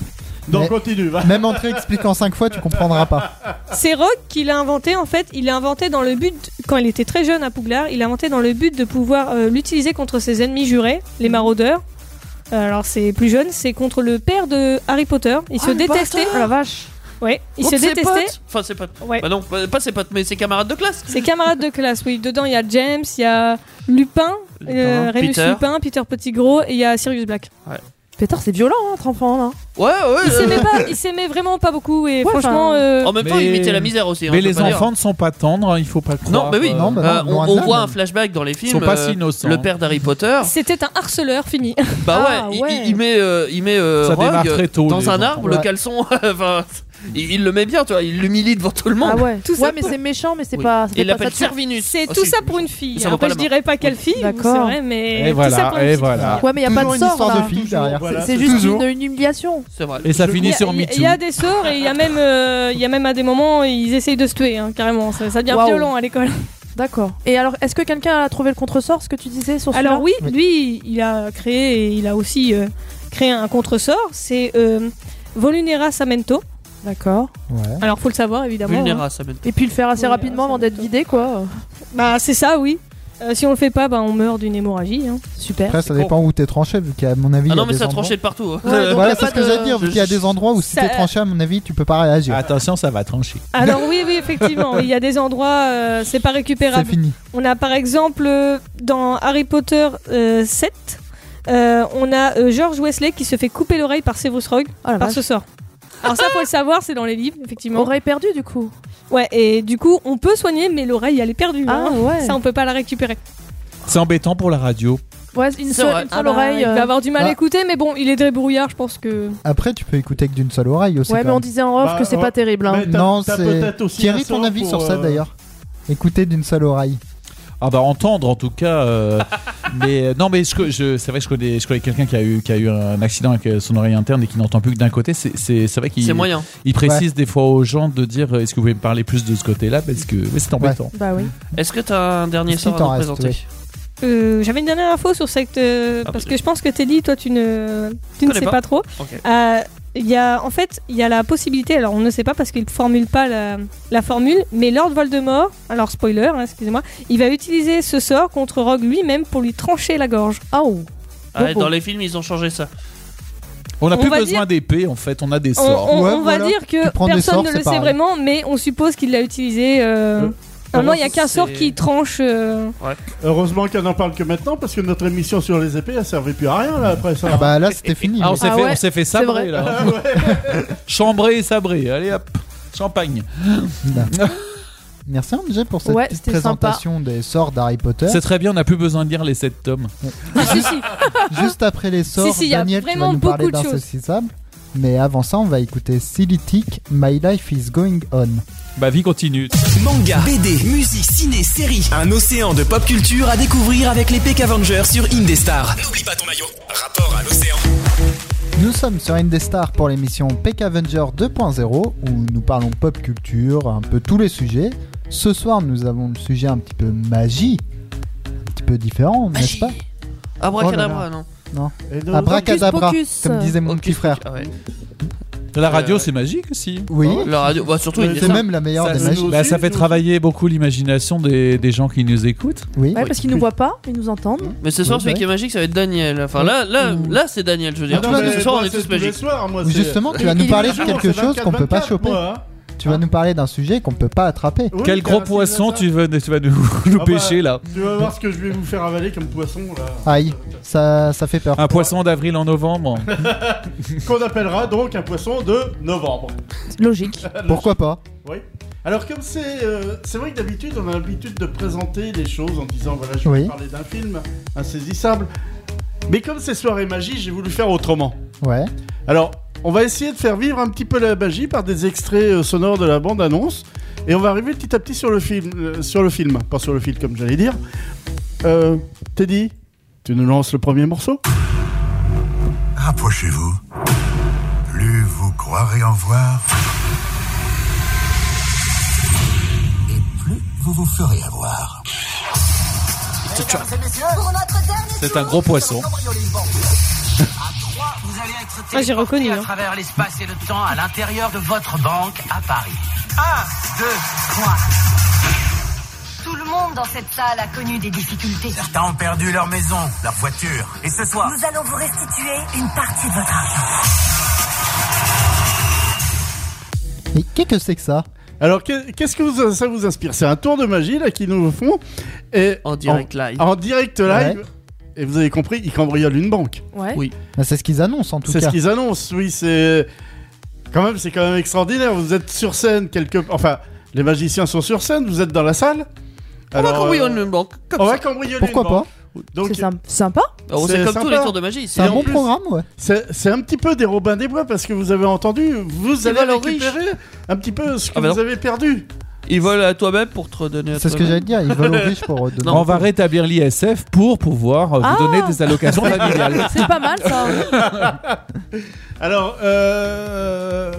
Donc
Mais-
continue, va.
Même en te réexpliquant 5 fois, tu comprendras pas.
C'est Rock qui l'a inventé en fait. Il l'a inventé dans le but quand il était très jeune à Poudlard. Il l'a inventé dans le but de pouvoir euh, l'utiliser contre ses ennemis jurés, les maraudeurs. Euh, Alors c'est plus jeune, c'est contre le père de Harry Potter. Il
Oh,
se
le
détestait.
bâtard
Ah la vache.
Ouais, il se
Contre ses
détestait.
potes. Enfin, ses potes.
Ouais.
Bah non, pas pas ses potes, mais ses camarades de classe.
Ses camarades de classe, oui. Dedans, il y a James, il y a Lupin, euh,
Lupin,
Remus
Peter.
Lupin, Peter Petitgros et il y a Sirius Black.
Pétard, c'est violent, hein, entre enfants, là.
Ouais, ouais.
Ils
euh,
s'aimaient pas, ils s'aimaient vraiment pas beaucoup et
Ouais,
franchement,
enfin,
euh,
En même temps, il
Mais-
mettait la misère aussi. hein,
Mais
je
les
peux pas dire.
enfants ne sont pas tendres, hein, il faut pas le croire.
Non, mais oui.
Non, mais non,
Euh, on,
loin
on
de là,
voit
même.
un flashback dans les films.
Ils sont pas
euh,
si innocents.
Le père d'Harry Potter.
c'était un harceleur fini.
Bah
Ah,
ouais, il-
ouais.
Il, il met, euh, il met euh,
Ça démarre
Rogue
très tôt, les
dans un
enfants.
arbre, le
Ouais.
caleçon. enfin, il, il le met bien, tu vois. Il l'humilie devant tout le monde.
Ah ouais.
Tout ça
ouais, mais
pour-
c'est méchant, mais c'est
Oui.
pas. ça fait
il
pas ça
l'appelle
de-
Servinus.
C'est
aussi.
tout ça pour une fille. hein.
Ça vaut pas
Après,
la
je
main.
dirais pas quelle fille, c'est
D'accord.
vrai, mais
Et
tout ça pour
voilà,
une
et
petite
voilà.
Ouais, mais y a pas
Toujours
de
une
sort,
histoire
là.
de fille
Toujours,
derrière.
voilà.
C'est juste
Toujours.
une, une humiliation.
C'est vrai.
Et ça
Je-
finit
fille.
sur
Il y a-
MeToo.
il y, a des sorts et il y a même, euh, il y a même à des moments ils essayent de se tuer hein, carrément. Ça, ça devient
Waouh.
violent à l'école.
D'accord. Et alors, est-ce que quelqu'un a trouvé le contresort, ce que tu disais sur celui-là
Alors oui,
Oui.
lui, il a créé et il a aussi euh, créé un contresort. C'est euh, Volunera Samento.
D'accord.
Ouais.
Alors faut le savoir évidemment. hein.
Vulnéra, ça me.
Et puis le faire assez
Oui,
rapidement
ça
avant
va
d'être
être-
vidé, quoi.
Bah c'est ça, oui. Euh, si on le fait pas, bah on meurt d'une hémorragie. hein.
Super.
Après, ça
con.
dépend où t'es tranché, vu qu'à mon avis. il
Ah
y a
non, mais
des
ça
endroits-
tranchait de partout. hein.
Ouais, donc y
Voilà,
a
c'est
pas
ce que
de-
j'allais dire, vu qu'il y a des endroits où si
Ça-
t'es tranché, à mon avis, tu peux pas réagir.
Attention, ça va trancher.
Alors oui, oui, effectivement, oui, il y a des endroits, euh, c'est pas
C'est
récupérable.
fini.
On a par exemple euh, dans Harry Potter euh, 7, euh, on a euh, George Wesley qui se fait couper l'oreille par Severus Rogue
Oh la
par
vache.
ce sort. Alors ça, faut le savoir, c'est dans les livres, effectivement.
Aurait perdu, du coup.
Ouais, et du coup, on peut soigner, mais l'oreille, elle est perdue.
Ah
hein.
ouais.
Ça, on peut pas la récupérer.
C'est embêtant pour la radio.
Ouais, une
C'est
seule,
vrai.
une seule
Ah bah,
oreille.
Il va
euh,
avoir du mal à
bah.
écouter, mais bon, il est débrouillard, je pense que.
Après, tu peux écouter que d'une seule oreille aussi.
Ouais,
quand
mais on
même.
disait en off
Bah,
que c'est
ouais.
pas terrible. hein.
Mais t'as-
Non,
t'as
c'est-
peut-être aussi un
Thierry, ton
sort
avis
pour,
sur ça
euh,
d'ailleurs Écouter d'une seule oreille.
Ah bah entendre en tout cas. euh, mais euh, non mais je, je- c'est vrai que je connais, je connais quelqu'un qui a eu qui a eu un accident avec euh, son oreille interne et qui n'entend plus que d'un côté. C'est c'est c'est vrai qu'il
C'est moyen.
il précise des fois aux gens de dire euh, est-ce que vous pouvez me parler plus de ce côté-là parce que mais c'est embêtant.
Bah oui.
Est-ce que t'as un dernier
Est-ce
sort
qu'il
à
t'en
nous
reste,
présenter
Euh, J'avais une dernière info sur cette. euh,
Ah,
parce
bah,
que je pense que Teddy, toi, tu ne, tu ne
connais
sais pas,
pas.
trop.
Ok.
Euh, il y a, en fait, il y a la possibilité, alors on ne sait pas parce qu'il ne formule pas la, la formule, mais Lord Voldemort, alors spoiler, hein, excusez-moi, il va utiliser ce sort contre Rogue lui-même pour lui trancher la gorge.
Oh.
Ah,
Bobo.
Dans les films, ils ont changé ça.
On n'a
On
plus
va
besoin d'épée en fait, on a des
On,
sorts.
on-
Ouais,
on va
voilà.
dire que
Tu prends des
personne
sorts,
ne
c'est
le sait
pareil.
vraiment, mais on suppose qu'il l'a utilisé. euh,
Euh,
Normalement, il n'y a
c'est-
qu'un sort qui tranche. euh,
Heureusement qu'on en parle que maintenant parce que notre émission sur les épées, elle servait plus à rien là après ça.
Ah bah là, c'était fini.
Ah on s'est
Ah
fait
ouais,
on s'est fait
c'est
sabrer
vrai.
là. Chambré et sabré. Allez hop. Champagne.
Merci MJ pour cette
Ouais,
petite
c'était sympa.
présentation des sorts d'Harry Potter.
C'est très bien, on n'a plus besoin de lire les sept tomes.
si, si.
Juste après les sorts,
si, y a
Daniel, tu vas
vraiment
nous parler
beaucoup de choses.
d'insaisissable. Mais avant ça, on va écouter Silly Tick, My Life is Going On.
Ma Bah, vie continue.
Manga, BD, musique, ciné, série. Un océan de pop culture à découvrir avec les PK Avengers sur Indestar. N'oublie pas ton maillot. Rapport à l'océan.
Nous sommes sur Indestar pour l'émission Peck Avenger 2.0 où nous parlons pop culture, un peu tous les sujets. Ce soir, nous avons le sujet un petit peu magie, un petit peu différent, n'est-ce pas
Ah,
Oh
Abracadabra, non
Et donc-
Abracadabra,
Hocus pocus.
comme disait mon
Hocus
petit frère.
Ah ouais.
La radio,
Euh,
c'est magique aussi.
Oui,
La radio, bah, surtout, il est
c'est
ça.
même la meilleure
Ça,
des
c'est-
magies.
bah, ça
aussi,
fait
nous
travailler beaucoup l'imagination des, des gens qui nous écoutent.
Oui,
Ouais, parce qu'ils nous voient pas, ils nous entendent.
Mais ce soir,
Ouais,
celui
ouais.
qui est magique, ça va être Daniel. Enfin, là, là,
Mm.
Ouh.
là c'est Daniel, je veux dire.
Ah, non,
Parce que
mais
ce soir, on est
c'est
tous
tous les
magiques.
soirs, moi, c'est-
justement, tu vas
Il-
nous
il
parler
est
de
toujours,
quelque
c'est
chose qu'on peut pas
24,
choper.
moi, hein.
Tu vas nous parler d'un sujet qu'on peut pas attraper.
Oui,
Quel gros
c'est
poisson
ça.
tu vas, tu vas nous, nous
bah.
pêcher là
Tu vas voir ce que je vais vous faire avaler comme poisson là.
Aïe, ça, ça fait peur.
Un poisson d'avril en novembre
Euh, Qu'on appellera donc un poisson de novembre.
Logique.
Ah, Pourquoi pas
Oui. Alors comme c'est euh, c'est vrai que d'habitude on a l'habitude de présenter les choses en disant voilà je
Oui.
vais vous parler d'un film insaisissable. Mais comme c'est soirée magie, j'ai voulu faire autrement.
Ouais.
Alors, on va essayer de faire vivre un petit peu la magie par des extraits euh, sonores de la bande-annonce. Et on va arriver petit à petit sur le film. euh, sur le film. Pas sur le film, comme j'allais dire. Euh, Teddy, tu nous lances le premier morceau
Rapprochez-vous. Plus vous croirez en voir. Et plus vous vous ferez avoir.
C'est un gros poisson.
Vous allez être
Ah, j'ai reconnu,
téléporté
hein.
à travers l'espace et le temps à l'intérieur de votre banque à Paris. Un, deux, trois.
Tout le monde dans cette salle a connu des difficultés.
Certains ont perdu leur maison, leur voiture. Et ce soir,
Nous allons vous restituer une partie de votre argent.
Mais qu'est-ce que c'est que ça
Alors, que- qu'est-ce que vous- ça vous inspire C'est un tour de magie, là, qu'ils nous font. Et
En
Oh.
direct live.
Ah.
En, en direct live. Et vous avez compris, ils cambriolent une banque.
Ouais.
Oui.
Bah, C'est ce qu'ils annoncent en tout
C'est ce
cas.
qu'ils annoncent, oui, c'est... Quand même, c'est quand même extraordinaire, vous êtes sur scène quelque... Enfin, les magiciens sont sur scène, vous êtes dans la salle.
On va
Alors,
cambrioler
euh,
une banque. Comme
on
ça.
va cambrioler
Pourquoi
une
pas
banque. Donc,
C'est symp- sympa.
Alors,
c'est
C'est comme tous
sympa.
les tours de magie.
C'est un
en
bon
plus-
programme, ouais.
c'est c'est un petit peu des Robins des Bois, parce que vous avez entendu, vous allez
volent aux
récupérer un petit peu ce que
Ah bah
vous avez perdu.
Ils volent à toi-même pour te redonner à
C'est ce que
toi-même.
j'allais dire, ils veulent aux riches pour redonner.
Non.
On va rétablir l'ISF pour pouvoir euh,
Ah.
vous donner des allocations familiales.
C'est pas mal ça.
Alors, euh...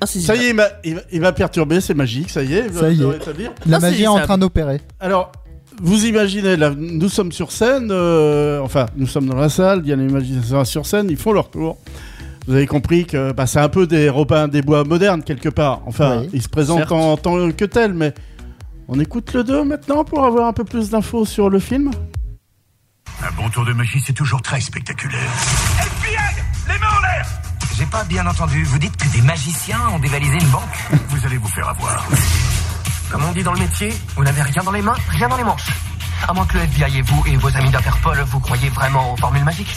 Ah, si, si.
ça y est, il m'a- il va, il va perturber, c'est magique, ça y est, il va
Ça y
le
est.
rétablir.
La
Ah, c'est-
magie est en
ça-
train d'opérer.
Alors, vous imaginez, là, nous sommes sur scène, euh, enfin, nous sommes dans la salle, il y a les magiciens sur scène, ils font leur tour. Vous avez compris que bah, c'est un peu des Robins des Bois modernes, quelque part. Enfin,
Oui.
ils se présentent
Certes.
en tant que tels, mais on écoute le 2 maintenant pour avoir un peu plus d'infos sur le film.
Un bon tour de magie, c'est toujours très spectaculaire.
j'ai pas bien entendu. Vous dites que des magiciens ont dévalisé une banque
Vous allez vous faire avoir.
Comme on dit dans le métier, vous n'avez rien dans les mains, rien dans les manches. À moins que le FBI et vous et vos amis d'Interpol, vous croyez vraiment aux formules magiques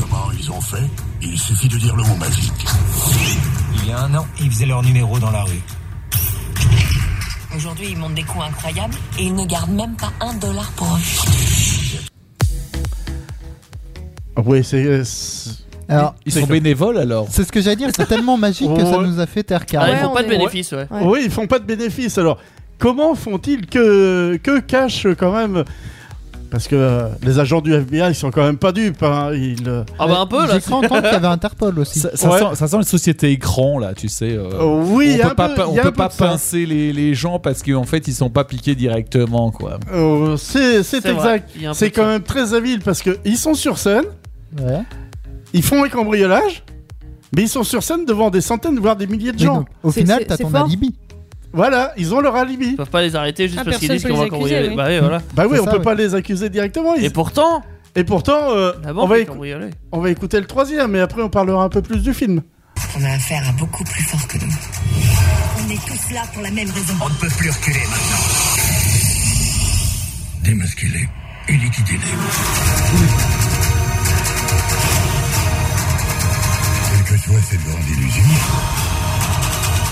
Comment ils ont fait Il suffit de dire le mot magique.
Il y a un an, ils faisaient leur numéro dans la rue.
Aujourd'hui, ils montent des coups incroyables et ils ne gardent même pas un dollar pour eux.
Oui, c'est. c'est-
Alors,
Ils sont bénévoles alors.
c'est ce que j'allais dire, c'est tellement magique que ça
Ouais.
nous a fait terre
Ah, ils
carrée.
Ouais,
font
on
pas de
est-
bénéfices, ouais.
Ouais.
Oui, ils font pas de bénéfices. Alors, comment font-ils que, que cachent quand même Parce que euh, les agents du FBI, ils sont quand même pas dupes. hein, Ils. euh,
Ah, bah, un peu, là.
J'ai cru entendre qu'il y avait Interpol aussi.
Ça, ça
Ouais.
sent, ça sent les sociétés écran là, tu sais. euh,
Euh, oui, il y a
on
un
peut pas,
peu-
pa- on
il y a un
peut
peu
pas
de ça.
pincer les, les gens parce qu'en fait ils sont pas piqués directement quoi.
Euh, c'est c'est
vrai,
exact.
il y a un peu
C'est
de ça.
quand même très habile parce que ils sont sur scène,
Ouais.
ils font un cambriolage, mais ils sont sur scène devant des centaines, voire des milliers de
Mais
gens.
donc, au
C'est-
final,
c'est-
t'as
c'est
ton
fort.
alibi.
Voilà, ils ont leur alibi.
Ils peuvent pas les arrêter juste
Ah,
parce qu'ils
personne
disent
peut
qu'on va
les accuser,
cambrioler.
oui.
Bah, oui, voilà.
Bah oui,
C'est
on
ça,
peut
ouais.
pas les accuser directement. ils-
Et
Et,
pourtant,
pourtant, euh,
la
on,
banque
va
est
écou-
cambriolée.
on va écouter le troisième, et après on parlera un peu plus du film.
On a affaire à beaucoup plus fort que nous. On est tous là pour la même raison.
On ne peut plus reculer maintenant. Démasculez et liquidez-les. Quelle que soit cette grande illusion,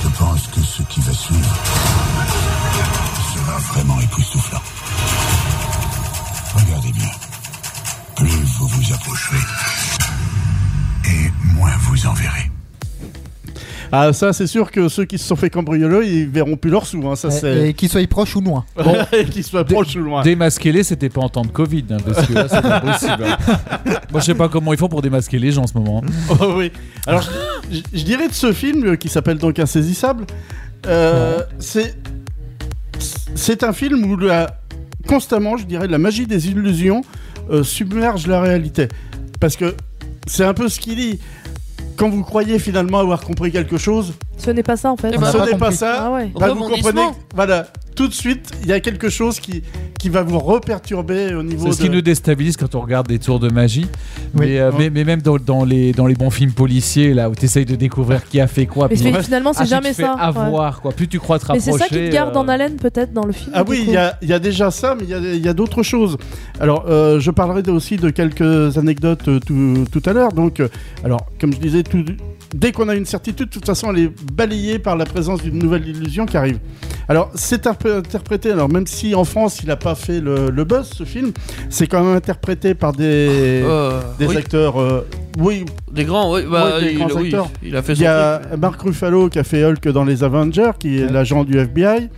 je pense que ce qui va suivre sera vraiment époustouflant. Regardez bien. Plus vous vous
Ah, ça, c'est sûr que ceux qui se sont fait cambrioler, ils verront plus leur sous. Hein. Ça,
Et,
c'est.
et qu'ils soient proches ou loin.
Bon, qu'ils soient proches ou loin.
Démasquer les, c'était pas en temps de Covid, hein, parce que là, c'est pas possible. hein. Moi, je sais pas comment ils font pour démasquer les gens en ce moment.
Oh, oui. Alors, je- je, je dirais de ce film euh, qui s'appelle donc Insaisissable, euh, c'est c'est un film où la, constamment, je dirais, la magie des illusions euh, submerge la réalité, parce que c'est un peu ce qu'il dit. Quand vous croyez finalement avoir compris quelque chose,
Ce n'est pas ça en fait.
ce n'est pas ben, ça.
Ah ouais.
Bah, vous
Rebondissement.
comprenez, que- voilà, tout de suite, il y a quelque chose qui, qui va vous reperturber au niveau
C'est
de.
ce qui nous déstabilise quand on regarde des tours de magie.
Oui.
Mais, euh,
Ouais.
mais, mais même dans, dans les, dans les bons films policiers, là, où tu essayes de découvrir qui a fait quoi.
Mais
puis-
fi- finalement,
Ah,
c'est
tu te
jamais
fais
ça. ouais.
avoir, quoi. Plus tu crois te
Mais
rapprocher.
c'est ça qui te garde
euh,
en haleine peut-être dans le film.
Ah
du
oui,
coup.
il y a, il y a déjà ça, mais il y a, il y a d'autres choses. Alors, euh, je parlerai de- aussi de quelques anecdotes euh, tout, tout à l'heure. Donc, euh, alors, comme je disais, tout- dès qu'on a une certitude, de toute façon, elle est balayée par la présence d'une nouvelle illusion qui arrive. Alors, c'est un peu interprété. Alors, même si en France, il n'a pas fait le, le buzz, ce film, c'est quand même interprété par des,
Euh,
des
oui,
acteurs. euh, oui,
des grands, oui, bah,
Ouais, des
il,
grands
oui,
acteurs.
il a fait
il
son
y a
truc.
Mark Ruffalo qui a fait Hulk dans les Avengers, qui est
Ouais.
l'agent du FBI.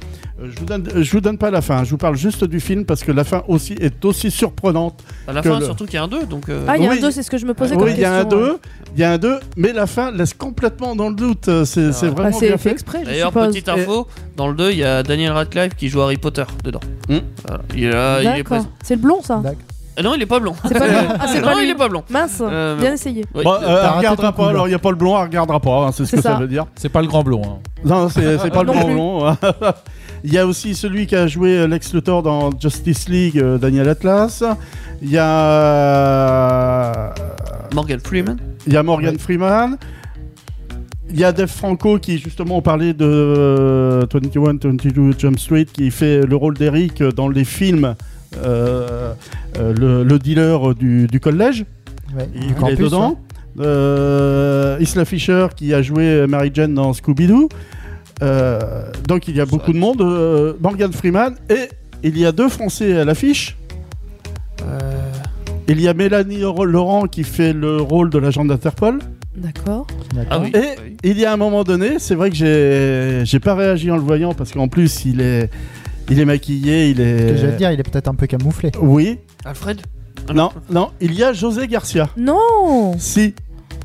Euh, Je vous, donne, euh, je vous donne pas la fin, je vous parle juste du film parce que la fin aussi est aussi surprenante.
À la
que
fin,
le-
surtout qu'il y a un 2, donc. euh,
Ah, il y a
Oui.
un 2, c'est ce que je me posais comme
Oui, il y a un Ah,
question, hein. ouais.
2, il y a un 2, mais la fin laisse complètement dans le doute. euh, C'est c'est
Ah,
Bah,
vraiment
c'est
bien
fait
fait.
exprès, je
D'ailleurs,
suppose.
petite info, dans le 2, il y a Daniel Radcliffe qui joue Harry Potter dedans.
Hmm.
Voilà. Il, est là, euh, il est
D'accord.
présent.
C'est le blond ça.
D'accord.
Ah non, il est pas blond.
C'est pas le blond. Ah, c'est
non,
pas
il
lui.
est pas blond.
Mince,
Euh,
bien essayé.
Oui.
Bon, euh, elle
raté
regardera
ton
pas,
coup,
alors il n'y a pas le blond, elle regardera pas, hein, c'est ce
C'est
que ça.
ça.
veut dire.
C'est pas le grand blond. hein.
Non, c'est c'est pas le
Non
blond
plus.
blond. hein. Il y a aussi celui qui a joué euh, Lex Luthor dans Justice League, euh, Daniel Atlas. Il y a. euh,
Morgan Freeman.
Il y a Morgan Freeman. Il y a Dave Franco qui, justement, on parlait de euh, 21, 22 Jump Street, qui fait le rôle d'Eric dans les films euh, euh, le, le dealer du, du collège.
Ah, Ouais,
Il,
du
il est
campus,
dedans. Euh, Isla Fisher qui a joué Mary Jane dans Scooby-Doo. Euh, donc il y a beaucoup de monde. euh, Morgan Freeman et il y a deux Français à l'affiche.
Euh,
Il y a Mélanie Laurent qui fait le rôle de l'agent d'Interpol.
D'accord.
D'accord.
Ah oui.
Et
oui.
il y a un moment donné, c'est vrai que j'ai j'ai pas réagi en le voyant parce qu'en plus il est il est maquillé, il
Que
est
j'allais dire, il est peut-être un peu camouflé.
Oui.
Alfred
Ah Non, non, il y a José Garcia.
Non
Si.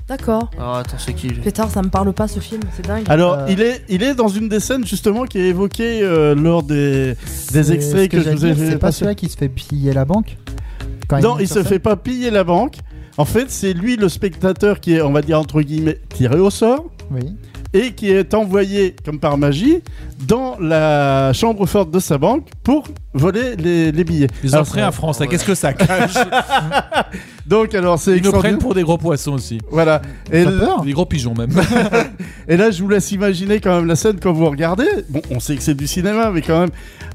D'accord.
Ah, attends, c'est qui lui
Pétard, ça me parle pas ce film, c'est dingue.
Alors,
Euh.
il est il est dans une des scènes justement qui est évoquée euh, lors des des
C'est-
extraits
ce
que, je
j'allais
vous ai
dire, C'est pas
passés.
celui-là qui se fait piller la banque Quand
Non,
monte
il
sur
se
scène
fait pas piller la banque. En fait, c'est lui le spectateur qui est on va dire entre guillemets tiré au sort
Oui.
et qui est envoyé comme par magie dans la chambre forte de sa banque pour voler les, les billets.
Ils en
Alors,
seraient un français.
Ouais.
Qu'est-ce que ça cache
Donc alors c'est
Ils nous
extraordinaire.
prennent pour des gros poissons aussi.
Voilà. Et,
T'as peur
Des gros pigeons, même.
et là, je vous laisse imaginer quand même la scène quand vous regardez. Bon, on sait que c'est du cinéma, mais quand même,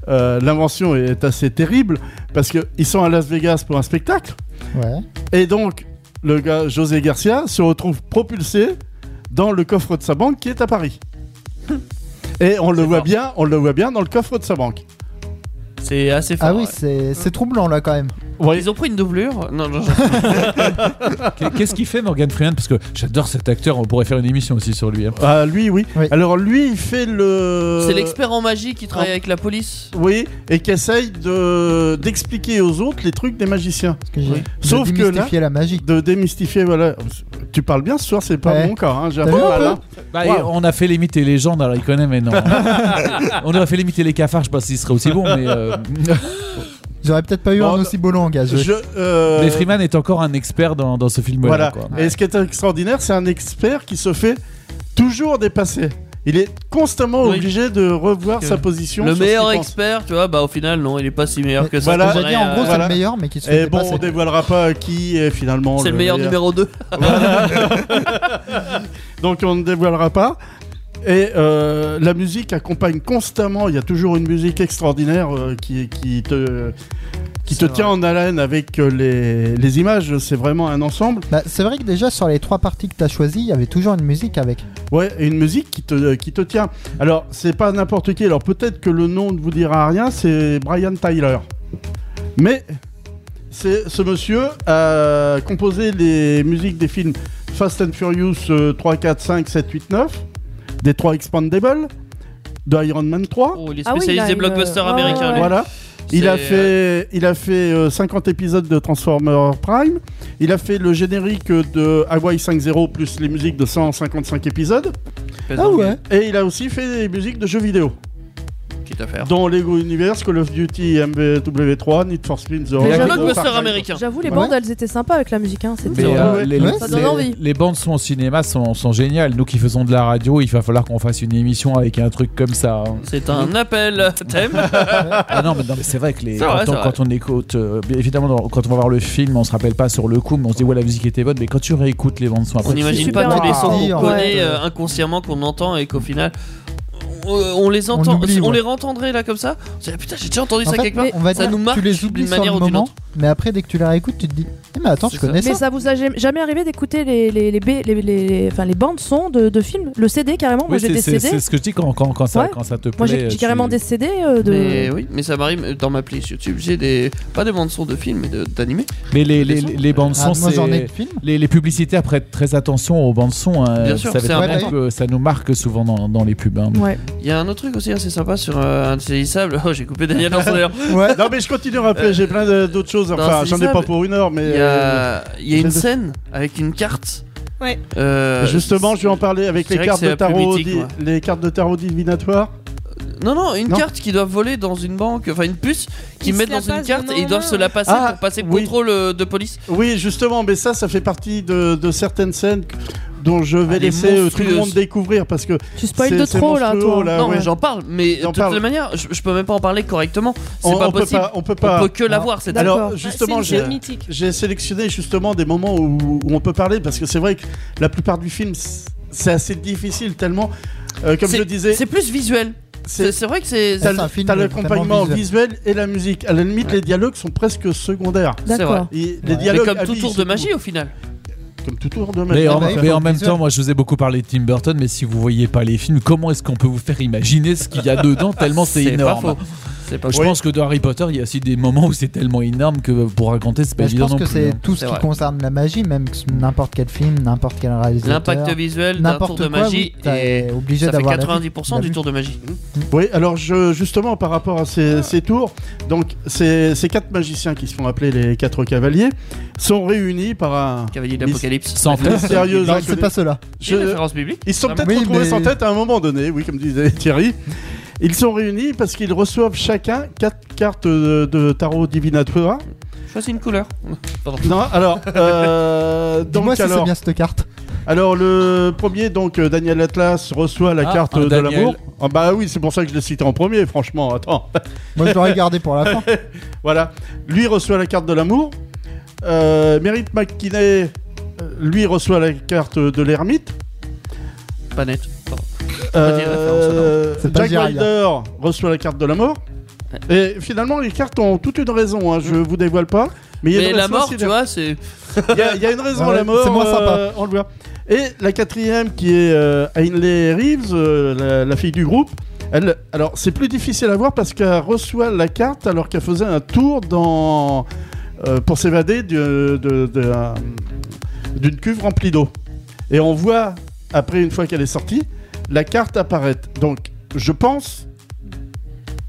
euh, l'invention est assez terrible parce que ils sont à Las Vegas pour un spectacle.
Ouais.
Et donc, le gars José Garcia se retrouve propulsé dans le coffre de sa banque qui est à Paris. Et on le
C'est
voit
fort.
bien, on le voit bien dans le coffre de sa banque.
C'est assez fort.
Ah oui,
ouais.
c'est c'est troublant là quand même.
Ils ont pris une doublure. Non, non, non.
Qu'est- Qu'est-ce qu'il fait, Morgan Freeman Parce que j'adore cet acteur. On pourrait faire une émission aussi sur lui. hein.
Ah lui, oui.
Oui.
Alors lui, il fait le.
C'est l'expert en magie qui travaille avec la police.
Oui, et qui essaye de d'expliquer aux autres les trucs des magiciens.
Parce que j'ai
Oui.
j'ai
Sauf que là-
démystifié la magie.
de démystifier. Voilà. Tu parles bien ce soir, c'est pas
Ouais.
mon cas. Hein, j'ai un
T'as
peu
vu un
mal.
peu
hein.
Bah,
Wow.
et On a fait l'imiter les gens, alors il connaît, mais non. hein. on aurait fait l'imiter les cafards, je sais pas s'il serait aussi bon, mais. euh,
J'aurais peut-être pas eu
Bon,
un aussi beau langage.
Je, euh,
Mais Freeman est encore un expert dans, dans ce film-là.
voilà.
quoi.
Et ce qui est extraordinaire, c'est un expert qui se fait toujours dépasser. Il est constamment
Oui.
obligé de revoir
Parce que
sa position.
Le
sur ce
meilleur
qu'il pense.
expert, tu vois, bah au final, non, il est pas si meilleur que ça. euh,
Voilà.
C'est
J'ai dit en gros, c'est
voilà.
le meilleur, mais qui se fait
Et bon, on
dépasser.
dévoilera pas qui est finalement.
c'est le meilleur numéro 2.
Donc on ne dévoilera pas. Et euh, la musique accompagne constamment. Il y a toujours une musique extraordinaire euh, qui, qui te, qui te
C'est
tient en haleine avec euh, les, les images. C'est vraiment un ensemble.
Bah, c'est vrai que déjà sur les trois parties que t'as choisies, il y avait toujours une musique avec.
Ouais, et une musique qui te, euh, qui te tient. Alors, c'est pas n'importe qui. Alors, peut-être que le nom ne vous dira rien, c'est Brian Tyler. Mais c'est ce monsieur a composé les musiques des films Fast and Furious euh, 3, 4, 5, 7, 8, 9. des trois Expandables, de Iron Man 3.
Oh, il est Ah oui, spécialiste il a des une- blockbusters ouais, américains, ouais, lui.
Voilà.
C'est, euh,
Il a fait, il a fait euh, 50 épisodes de Transformer Prime. Il a fait le générique euh, de Hawaii 5.0 plus les musiques de 155 épisodes.
Ah ouais.
Et il a aussi fait des musiques de jeux vidéo.
Quitte à faire.
Dans Lego Universe, Call of Duty, MW3, Need for Speed, The Rock, Far Cry.
J'avoue, les
Ouais.
bandes, elles étaient sympas avec la musique. Hein.
Mais,
C'était-
euh, les, les-
Ça donne
les-
envie.
les bandes sont au cinéma sont, sont géniales. Nous qui faisons de la radio, il va falloir qu'on fasse une émission avec un truc comme ça. hein.
C'est un appel, euh, thème.
Ah non, mais, non, mais c'est vrai que les,
C'est vrai,
quand, on,
c'est vrai.
quand on écoute, euh, bien évidemment, dans- quand on va voir le film, on se rappelle pas sur le coup, mais on se dit ouais la musique était bonne, mais quand tu réécoutes les bandes son après,
On n'imagine
c'est
pas tous
super
les sons
marrant.
qu'on connaît euh, inconsciemment, qu'on entend et qu'au final. On, euh, on les entend, on,
oublie, ouais.
les entendrait là comme ça. On se dit, ah, putain, j'ai déjà entendu
En
ça
fait,
quelque part.
on va
ça
dire,
nous marque
tu les oublies
d'une
sur
manière
le
ou d'une
moment,
autre.
mais après, dès que tu les réécoutes, tu te dis Eh, Mais attends, je connais
Mais
ça.
ça vous a jamais jamais arrivé d'écouter les, les, les, ba- les, les- les- enfin, les bandes son de, de films Le CD carrément Moi
Oui,
j'ai
c'est
des
c'est-
CD.
c'est ce que je dis quand, quand, quand, ça,
Ouais.
quand ça te plaît.
Moi j'ai j'ai
tu-
carrément des CD euh, de.
Mais oui, mais ça m'arrive euh, dans ma playlist YouTube. J'ai des pas des bandes son de films, mais de- d'animés.
Mais les, les, les, les bandes son,
Ah, moi,
c'est-
j'en ai de
les, les publicitaires prêtent très attention aux bandes son. hein.
Bien sûr,
ça, va
c'est
être
important.
vrai que ça nous marque souvent dans, dans les pubs. hein.
Il y a un autre truc aussi assez sympa sur euh, Insaisissable. Oh, j'ai coupé Daniel dans son erreur.
Ouais. Non, mais je continuerai après, j'ai plein de- d'autres choses. Enfin, j'en ai pas pour une heure, mais.
Il y
euh,
a, il y a
j'ai
une
de-
scène avec une carte.
Ouais.
Euh,
Justement, je vais en parler avec
c'est
les
vrai
cartes,
que c'est
de
la plus
tarot,
mythique,
di-
moi.
les cartes de tarot divinatoires.
Non, non, une
Non.
carte qui doivent voler dans une banque, enfin une puce qu'ils
Ils
mettent
se la
dans une
passent
carte
de main
et ils
en
doivent
main.
se la passer
Ah,
pour passer
oui.
contrôle euh, de police.
Oui, justement, mais ça, ça fait partie de, de certaines scènes dont je vais
Ah, les
laisser euh, tout le
monstrueuses.
monde découvrir parce que.
Tu
Spoil de trop là, toi. non,
ouais.
mais j'en parle, mais de
Ah, J'en
toute
parle.
manière, je, je peux même pas en parler correctement. C'est
On-
pas
on peut
possible.
pas- on peut pas. Ah.
que la voir cette
Alors
Ah,
justement, j'ai- j'ai sélectionné justement des moments où, où on peut parler parce que c'est vrai que la plupart du film c- c'est assez difficile tellement euh, comme
C'est-
je disais.
C'est plus visuel. C'est c'est vrai que c'est.
T'as le- t'as l'accompagnement visuel et la musique. À la limite,
Ouais.
les dialogues sont presque secondaires.
C'est vrai.
Et
Mais
Les dialogues
comme tout
habillent
tour de
surtout.
magie hein. au final.
Comme tout tour de magie.
Mais, en,
Ah bah,
mais en
faut
même
visuel.
temps, moi je vous ai beaucoup parlé de Tim Burton, mais si vous voyez pas les films, comment est-ce qu'on peut vous faire imaginer ce qu'il y a dedans tellement c'est
C'est pas
énorme
faux. C'est pas
Je
faux.
pense que dans Harry Potter, il y a aussi des moments où c'est tellement énorme que pour raconter, c'est pas
Bah, je
évident
pense
non
que
plus,
c'est
hein.
tout ce qui concerne la magie, même que n'importe quel film, n'importe quel réalisateur.
L'impact visuel d'un
n'importe
tour de
quoi,
magie
oui, t'es
est
obligé
ça fait
d'avoir la-
90%
la
du
vue.
tour de magie.
Mmh.
Mmh.
Oui, alors je- justement par rapport à ces,
Ah.
ces tours, donc ces, ces quatre magiciens qui se font appeler les quatre cavaliers sont réunis par un
cavalier d'Apocalypse.
Sans tête.
mystérieux
Non,
inconnu.
c'est pas ceux-là.
Il y a une référence biblique,
Ils se sont
Ah,
vraiment.
peut-être
Oui,
retrouvés
mais-
sans tête à un moment donné, oui, comme disait Thierry. Ils sont réunis parce qu'ils reçoivent chacun quatre cartes de, de tarot divinatoire.
Choisis une couleur. Pardon.
Non, alors. Euh, donc,
Dis-moi si c'est
alors-
bien cette carte.
Alors le premier donc euh, Daniel Atlas reçoit la
Ah,
carte
un
de
Daniel.
l'amour. Ah bah oui, c'est pour ça que je l'ai cité en premier franchement, attends.
Moi, je l'aurais gardé pour la fin.
voilà. Lui reçoit la carte de l'amour. Euh, Merritt McKinney euh, lui reçoit la carte de l'ermite.
Pas net. Pardon.
Euh,
C'est pas
Jack
gérable.
Ryder reçoit la carte de la mort. Et finalement, les cartes ont toutes une raison, hein, je vous dévoile pas. Mais, il y a une
Mais la
raison
mort,
aussi
tu
de-
vois, c'est.
Il y, a- il y a une raison à
Ouais,
la mort.
c'est moins sympa.
euh, on le voit. Et la quatrième qui est euh, Ainley Reeves, euh, la, la fille du groupe. Elle, alors c'est plus difficile à voir parce qu'elle reçoit la carte alors qu'elle faisait un tour dans euh, pour s'évader du- de- de- euh, d'une cuve remplie d'eau. Et on voit après une fois qu'elle est sortie la carte apparaître. Donc je pense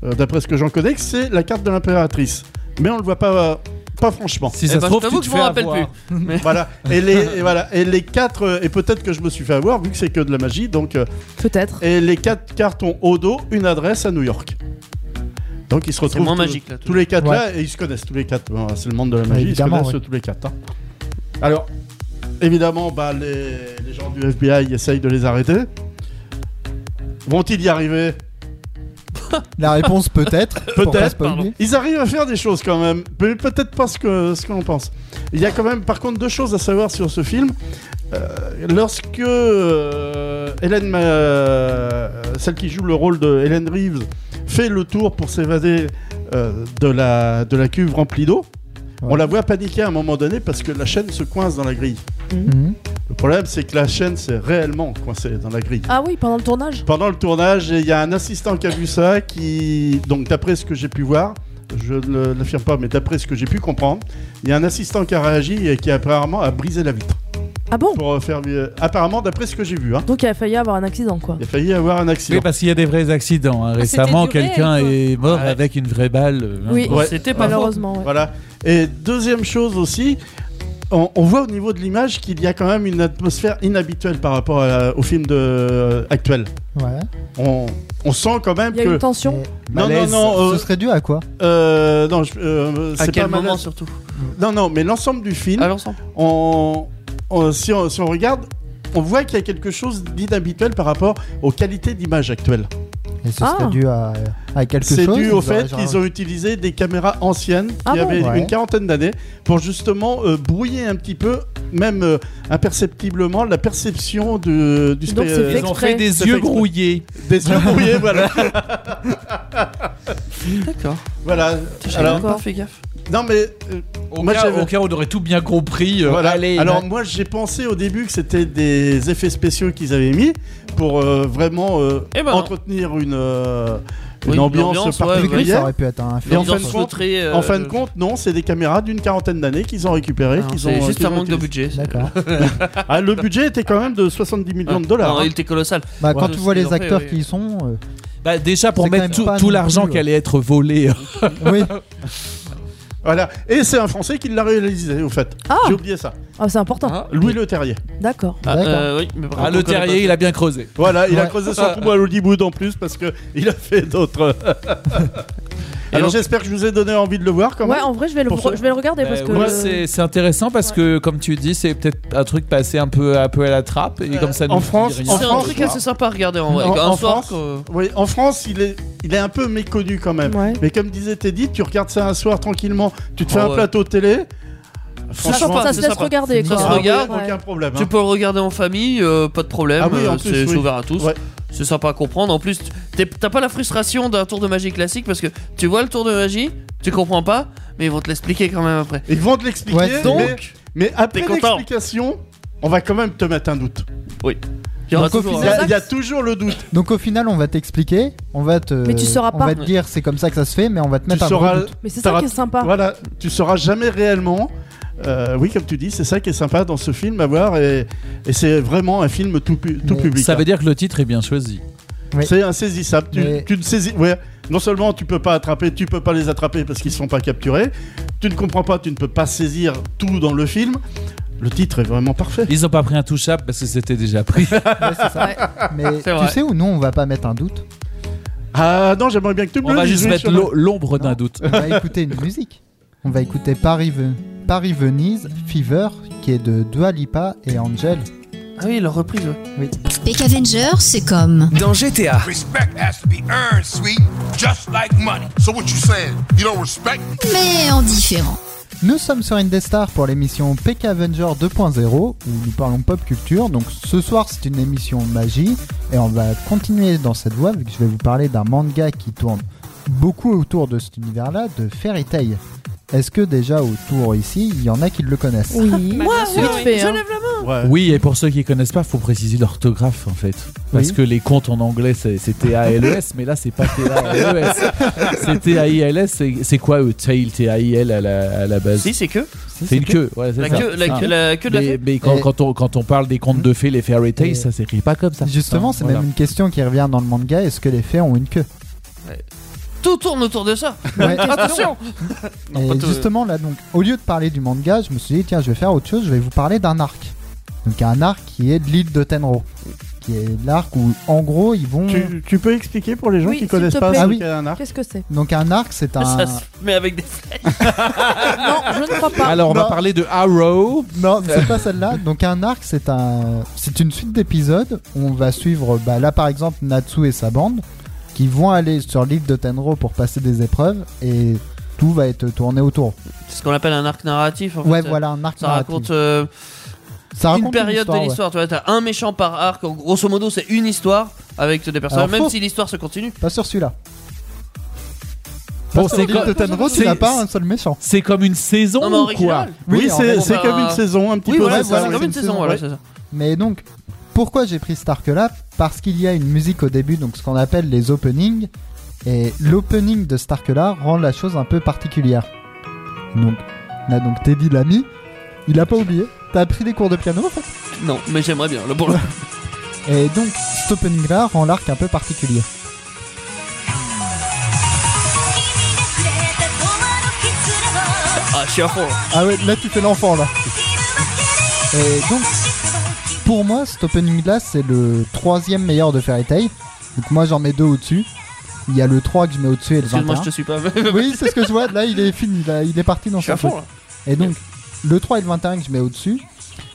euh, d'après ce que j'en connais, que c'est la carte de l'impératrice. Mais on le voit pas, pas franchement.
Si ça Eh ben, se trouve, je t'avoue tu te que je m'en fais rappelle avoir. plus. Mais-
Voilà. Et les, et voilà. Et les quatre, euh, et peut-être que je me suis fait avoir, vu que c'est que de la magie, donc. euh,
Peut-être.
Et les quatre cartes ont au dos une adresse à New York. Donc ils se retrouvent
moins
tous-
magique, là, tout
tous les quatre là
Ouais.
et ils se connaissent tous les quatre. Bon, c'est le monde de la magie, ils se
Évidemment,
connaissent
ouais.
tous les quatre. hein. Alors évidemment, bah, les, les gens du FBI essayent de les arrêter. Vont-ils y arriver
La réponse peut-être. pour pas
Peut-être.
spoiler.
Ils arrivent à faire des choses quand même, mais peut-être pas ce que, ce que l'on pense. Il y a quand même, par contre, deux choses à savoir sur ce film. Euh, lorsque euh, Hélène, Ma- euh, celle qui joue le rôle de Hélène Reeves, fait le tour pour s'évader euh, de, la, de la cuve remplie d'eau, on la voit paniquer à un moment donné parce que la chaîne se coince dans la grille.
Mhm.
Le problème, c'est que la chaîne s'est réellement coincée dans la grille.
Ah oui, pendant le tournage
Pendant le tournage, il y a un assistant qui a vu ça, qui, donc d'après ce que j'ai pu voir, je ne l'affirme pas, mais d'après ce que j'ai pu comprendre, il y a un assistant qui a réagi et qui apparemment a brisé la vitre.
Ah bon
Pour euh, faire. euh, apparemment, d'après ce que j'ai vu, hein.
Donc il a failli avoir un accident, quoi.
Il a failli avoir un accident.
Oui, parce qu'il y a des vrais accidents. hein.
c'était
Récemment,
du réel,
quelqu'un
quoi.
est mort avec une vraie balle. euh,
Oui.
hein.
Ouais.
C'était pas faux.
Malheureusement, ouais.
Voilà. Et deuxième chose aussi, on, on voit au niveau de l'image qu'il y a quand même une atmosphère inhabituelle par rapport à la- au film de, euh, actuel.
Ouais.
On, on sent quand même
Il y a
que.
une tension.
Non, non,
Malaise.
non, euh,
Ce serait dû à quoi
euh, non, je- euh,
À
c'est
quel
pas
moment Ah
malaise.
surtout
Non, non, mais l'ensemble du film,
À l'ensemble.
on, on- si on, si on regarde, on voit qu'il y a quelque chose d'inhabituel par rapport aux qualités d'image actuelles.
Et ce
Ah.
serait dû à, à quelque chose
C'est dû au
ils auraient
fait
genre-
qu'ils ont utilisé des caméras anciennes
Ah
qui
bon
avaient
Ouais.
une quarantaine d'années pour justement euh, brouiller un petit peu, même euh, imperceptiblement, la perception de- du
Donc,
spé-
c'est
euh,
fait
Ils ont fait
exprès.
des
Ça
yeux
fait exprès.
grouillés.
des yeux brouillés. voilà.
D'accord.
voilà.
Alors,
Alors,
pas fait gaffe.
non mais euh,
Au,
Moi,
cas,
j'avais-
au cas où on aurait tout bien compris. euh,
voilà.
allez,
Alors
bah-
là-
moi j'ai pensé au début que c'était des effets spéciaux qu'ils avaient mis pour euh, vraiment euh,
Eh ben.
entretenir une, euh,
Oui,
une
une
ambiance,
ambiance,
Vu
ouais, ouais.
que ça
particulière.
aurait pu être un
Et
film.
en fin de
Ambiance
compte-
feutrée, euh,
en fin de
euh,
compte, non, c'est des caméras d'une quarantaine d'années qu'ils ont récupérées.
non,
qu'ils
C'est
ont-
juste
qu'ils
un
ont
manque de
utilisées.
budget.
D'accord.
Ah, le budget était quand même de 70 millions de dollars.
Non,
hein.
il était colossal.
Bah, quand
Ouais.
tu vois
Ils
les
ont fait,
acteurs
oui.
qui y sont, euh,
Bah, déjà pour
C'est quand
mettre
même
tout,
pas
tout
non
l'argent
plus,
qui allait être volé. euh,
oui,
Voilà. Et c'est un Français qui l'a réalisé, au fait.
Ah.
J'ai oublié ça.
Ah, c'est
Hein
important.
Ah,
Louis Le Terrier.
D'accord.
Bah,
Ah,
D'accord.
euh, oui, mais par
Ah,
contre,
le
on connaît pas
terrier,
ça.
il a bien creusé.
Voilà, il a
Ouais.
creusé son trou à Hollywood en plus parce que il a fait d'autres.
Et
Alors
donc-
j'espère que je vous ai donné envie de le voir quand même.
Ouais, en vrai, je vais le,
Pour
re-
ça-
je vais le regarder
Bah,
parce que.
ouais, c'est- c'est intéressant parce que, comme tu dis, c'est peut-être un truc passé un peu, un peu à la trappe et comme ça
en
nous dit
France-
rien.
en
C'est un
France,
truc
quoi.
assez sympa à regarder en vrai.
En-
Un
en
soir, euh,
France,
quoi.
Oui, en France, il est, il est un peu méconnu quand même.
Ouais.
Mais comme disait Teddy, tu regardes ça un soir tranquillement, tu te fais
Ah
un
ouais.
plateau télé.
Ça,
Franchement,
sympa,
ça se
c'est
laisse
sympa.
regarder.
Ça
quoi.
se
ah ouais,
regarde,
aucun problème.
Tu
hein.
peux le regarder en famille, euh, pas de problème.
Ah oui, en
euh,
plus,
c'est
oui.
c'est ouvert à tous.
Ouais.
C'est sympa à comprendre. En plus, t'es- t'as pas la frustration d'un tour de magie classique parce que tu vois le tour de magie, tu comprends pas, mais ils vont te l'expliquer quand même après.
Ils vont te l'expliquer.
Ouais,
mais-
donc,
mais, après
t'es content.
l'explication, on va quand même te mettre un doute.
Il y aura
Donc, au
toujours,
Il y,
un-
a,
Zax.
il y a toujours le doute.
donc au final, on va t'expliquer, on va te,
Mais tu sauras
on
pas.
va te dire c'est comme ça que ça se fait, mais on va te
Tu
mettre un
sauras,
gros doute.
Mais c'est ça
T'as
qui est sympa.
voilà, tu sauras jamais réellement. euh, oui, comme tu dis, c'est ça qui est sympa dans ce film à voir et, et c'est vraiment un film tout, pu- tout
Mais
public.
Ça
hein.
veut dire que le titre est bien choisi.
C'est insaisissable. Tu,
Mais-
tu ne saisis. Ouais. Non seulement tu peux pas attraper, tu peux pas les attraper parce qu'ils ne sont pas capturés. Tu ne comprends pas, tu ne peux pas saisir tout dans le film. Le titre est vraiment parfait.
Ils ont pas pris un touchable parce que c'était déjà pris.
Ouais, c'est ça. Mais
C'est vrai.
tu sais où nous on va pas mettre un doute
Ah non, j'aimerais bien que tu me
On
le
va
dises,
juste
oui,
mettre
Charles.
l'o- l'ombre d'un
Non.
doute.
On va écouter une musique. On va écouter Paris, Ve- Paris Venise Fever qui est de Dua Lipa et Angel.
Ah oui, leur reprise. ouais.
Peck Avenger, c'est comme.
Dans GTA,
Respect has to be earned, sweet, just like money. So what you saying? You don't respect me?
Mais en différent.
Nous sommes sur Indestar pour l'émission PK Avenger 2.0 où nous parlons pop culture. Donc ce soir c'est une émission magie et on va continuer dans cette voie vu que je vais vous parler d'un manga qui tourne beaucoup autour de cet univers-là, de Fairy Tail. Est-ce que déjà autour ici, il y en a qui le connaissent
Oui.
Bah, bien sûr,
vite
oui.
fait,
Je
hein.
lève la main.
Ouais.
Oui, et pour ceux qui connaissent pas, faut préciser l'orthographe en fait, parce
Oui.
que les comptes en anglais c'est c'est T-A-L-E-S, E mais là c'est pas T-A-L-E-S, E c'est T-A-I-L-S. E c'est- C'est quoi euh, tail T-A-I-L à la, à la base
Si, c'est que.
C'est une queue. Ouais, c'est
La
ça.
queue, la,
Ah.
queue- la queue de la
mais,
fête.
mais quand,
Et-
quand on, quand on parle des contes de fées, les fairy tales,
Et-
ça s'écrit pas comme ça.
Justement,
Ah,
c'est
voilà.
même une question qui revient dans le manga. Est-ce que les fées ont une queue
Tout tourne autour de ça.
Ouais.
Attention Non, pas
Et
tout.
justement, là, donc, au lieu de parler du manga, je me suis dit, tiens, je vais faire autre chose, je vais vous parler d'un arc. Donc, un arc qui est de l'île de Tenro. Qui est l'arc où, en gros, ils vont.
Tu, tu peux expliquer pour les gens
Oui,
qui
s'il
connaissent
te
pas
plaît.
ce
Ah oui.
qu'est un arc
Qu'est-ce que c'est
Donc, un arc, c'est un.
Ça se met avec des flèches.
Non, je ne crois pas.
Alors, on va
Non.
parler de Arrow.
Non, c'est pas celle-là. Donc, un arc, c'est un. C'est une suite d'épisodes où on va suivre, bah, là, par exemple, Natsu et sa bande, qui vont aller sur l'île de Tenro pour passer des épreuves et tout va être tourné autour.
C'est ce qu'on appelle un arc narratif. En
ouais,
fait.
voilà, un arc
Ça
narratif.
raconte. euh,
Ça raconte
une période de
ouais.
l'histoire. Tu vois, t'as un méchant par arc. En grosso modo, c'est une histoire avec des personnages.
Alors,
Même
faut-
si l'histoire se continue.
Pas sur celui-là.
Bon,
Pas sur
c'est
l'île
quoi-
de Tenro, tu
c'est-
n'as pas un seul méchant.
C'est comme une saison
Non, mais
ou quoi
original.
Oui,
en
c'est
gros,
c'est
bah,
comme une saison un petit
Oui,
peu.
voilà,
ouais,
c'est
voilà,
comme
c'est
une
une
saison.
saison,
voilà,
ouais.
c'est ça.
Mais donc, pourquoi j'ai pris cet arc-là Parce qu'il y a une musique au début, donc ce qu'on appelle les openings. Et l'opening de cet arc-là rend la chose un peu particulière. Donc, on a donc Teddy l'ami. Il a pas oublié. T'as pris des cours de piano en fait
Non, mais j'aimerais bien, là pour le
Et donc, cet opening-là rend l'arc un peu particulier.
Ah, je suis à fond. là.
Ah ouais, là tu fais l'enfant là. Et donc, pour moi, cet opening là, c'est le troisième meilleur de Fairy Tail. Donc moi j'en mets deux au-dessus. Il y a le 3 que je mets au-dessus et le
Excuse-moi,
21.
je te suis pas.
Oui, c'est ce que je vois. Là, il est fini. Là, il est parti dans
je suis à
son
fond hein.
truc.
là.
Et donc, le 3 et le 21 que je mets au-dessus.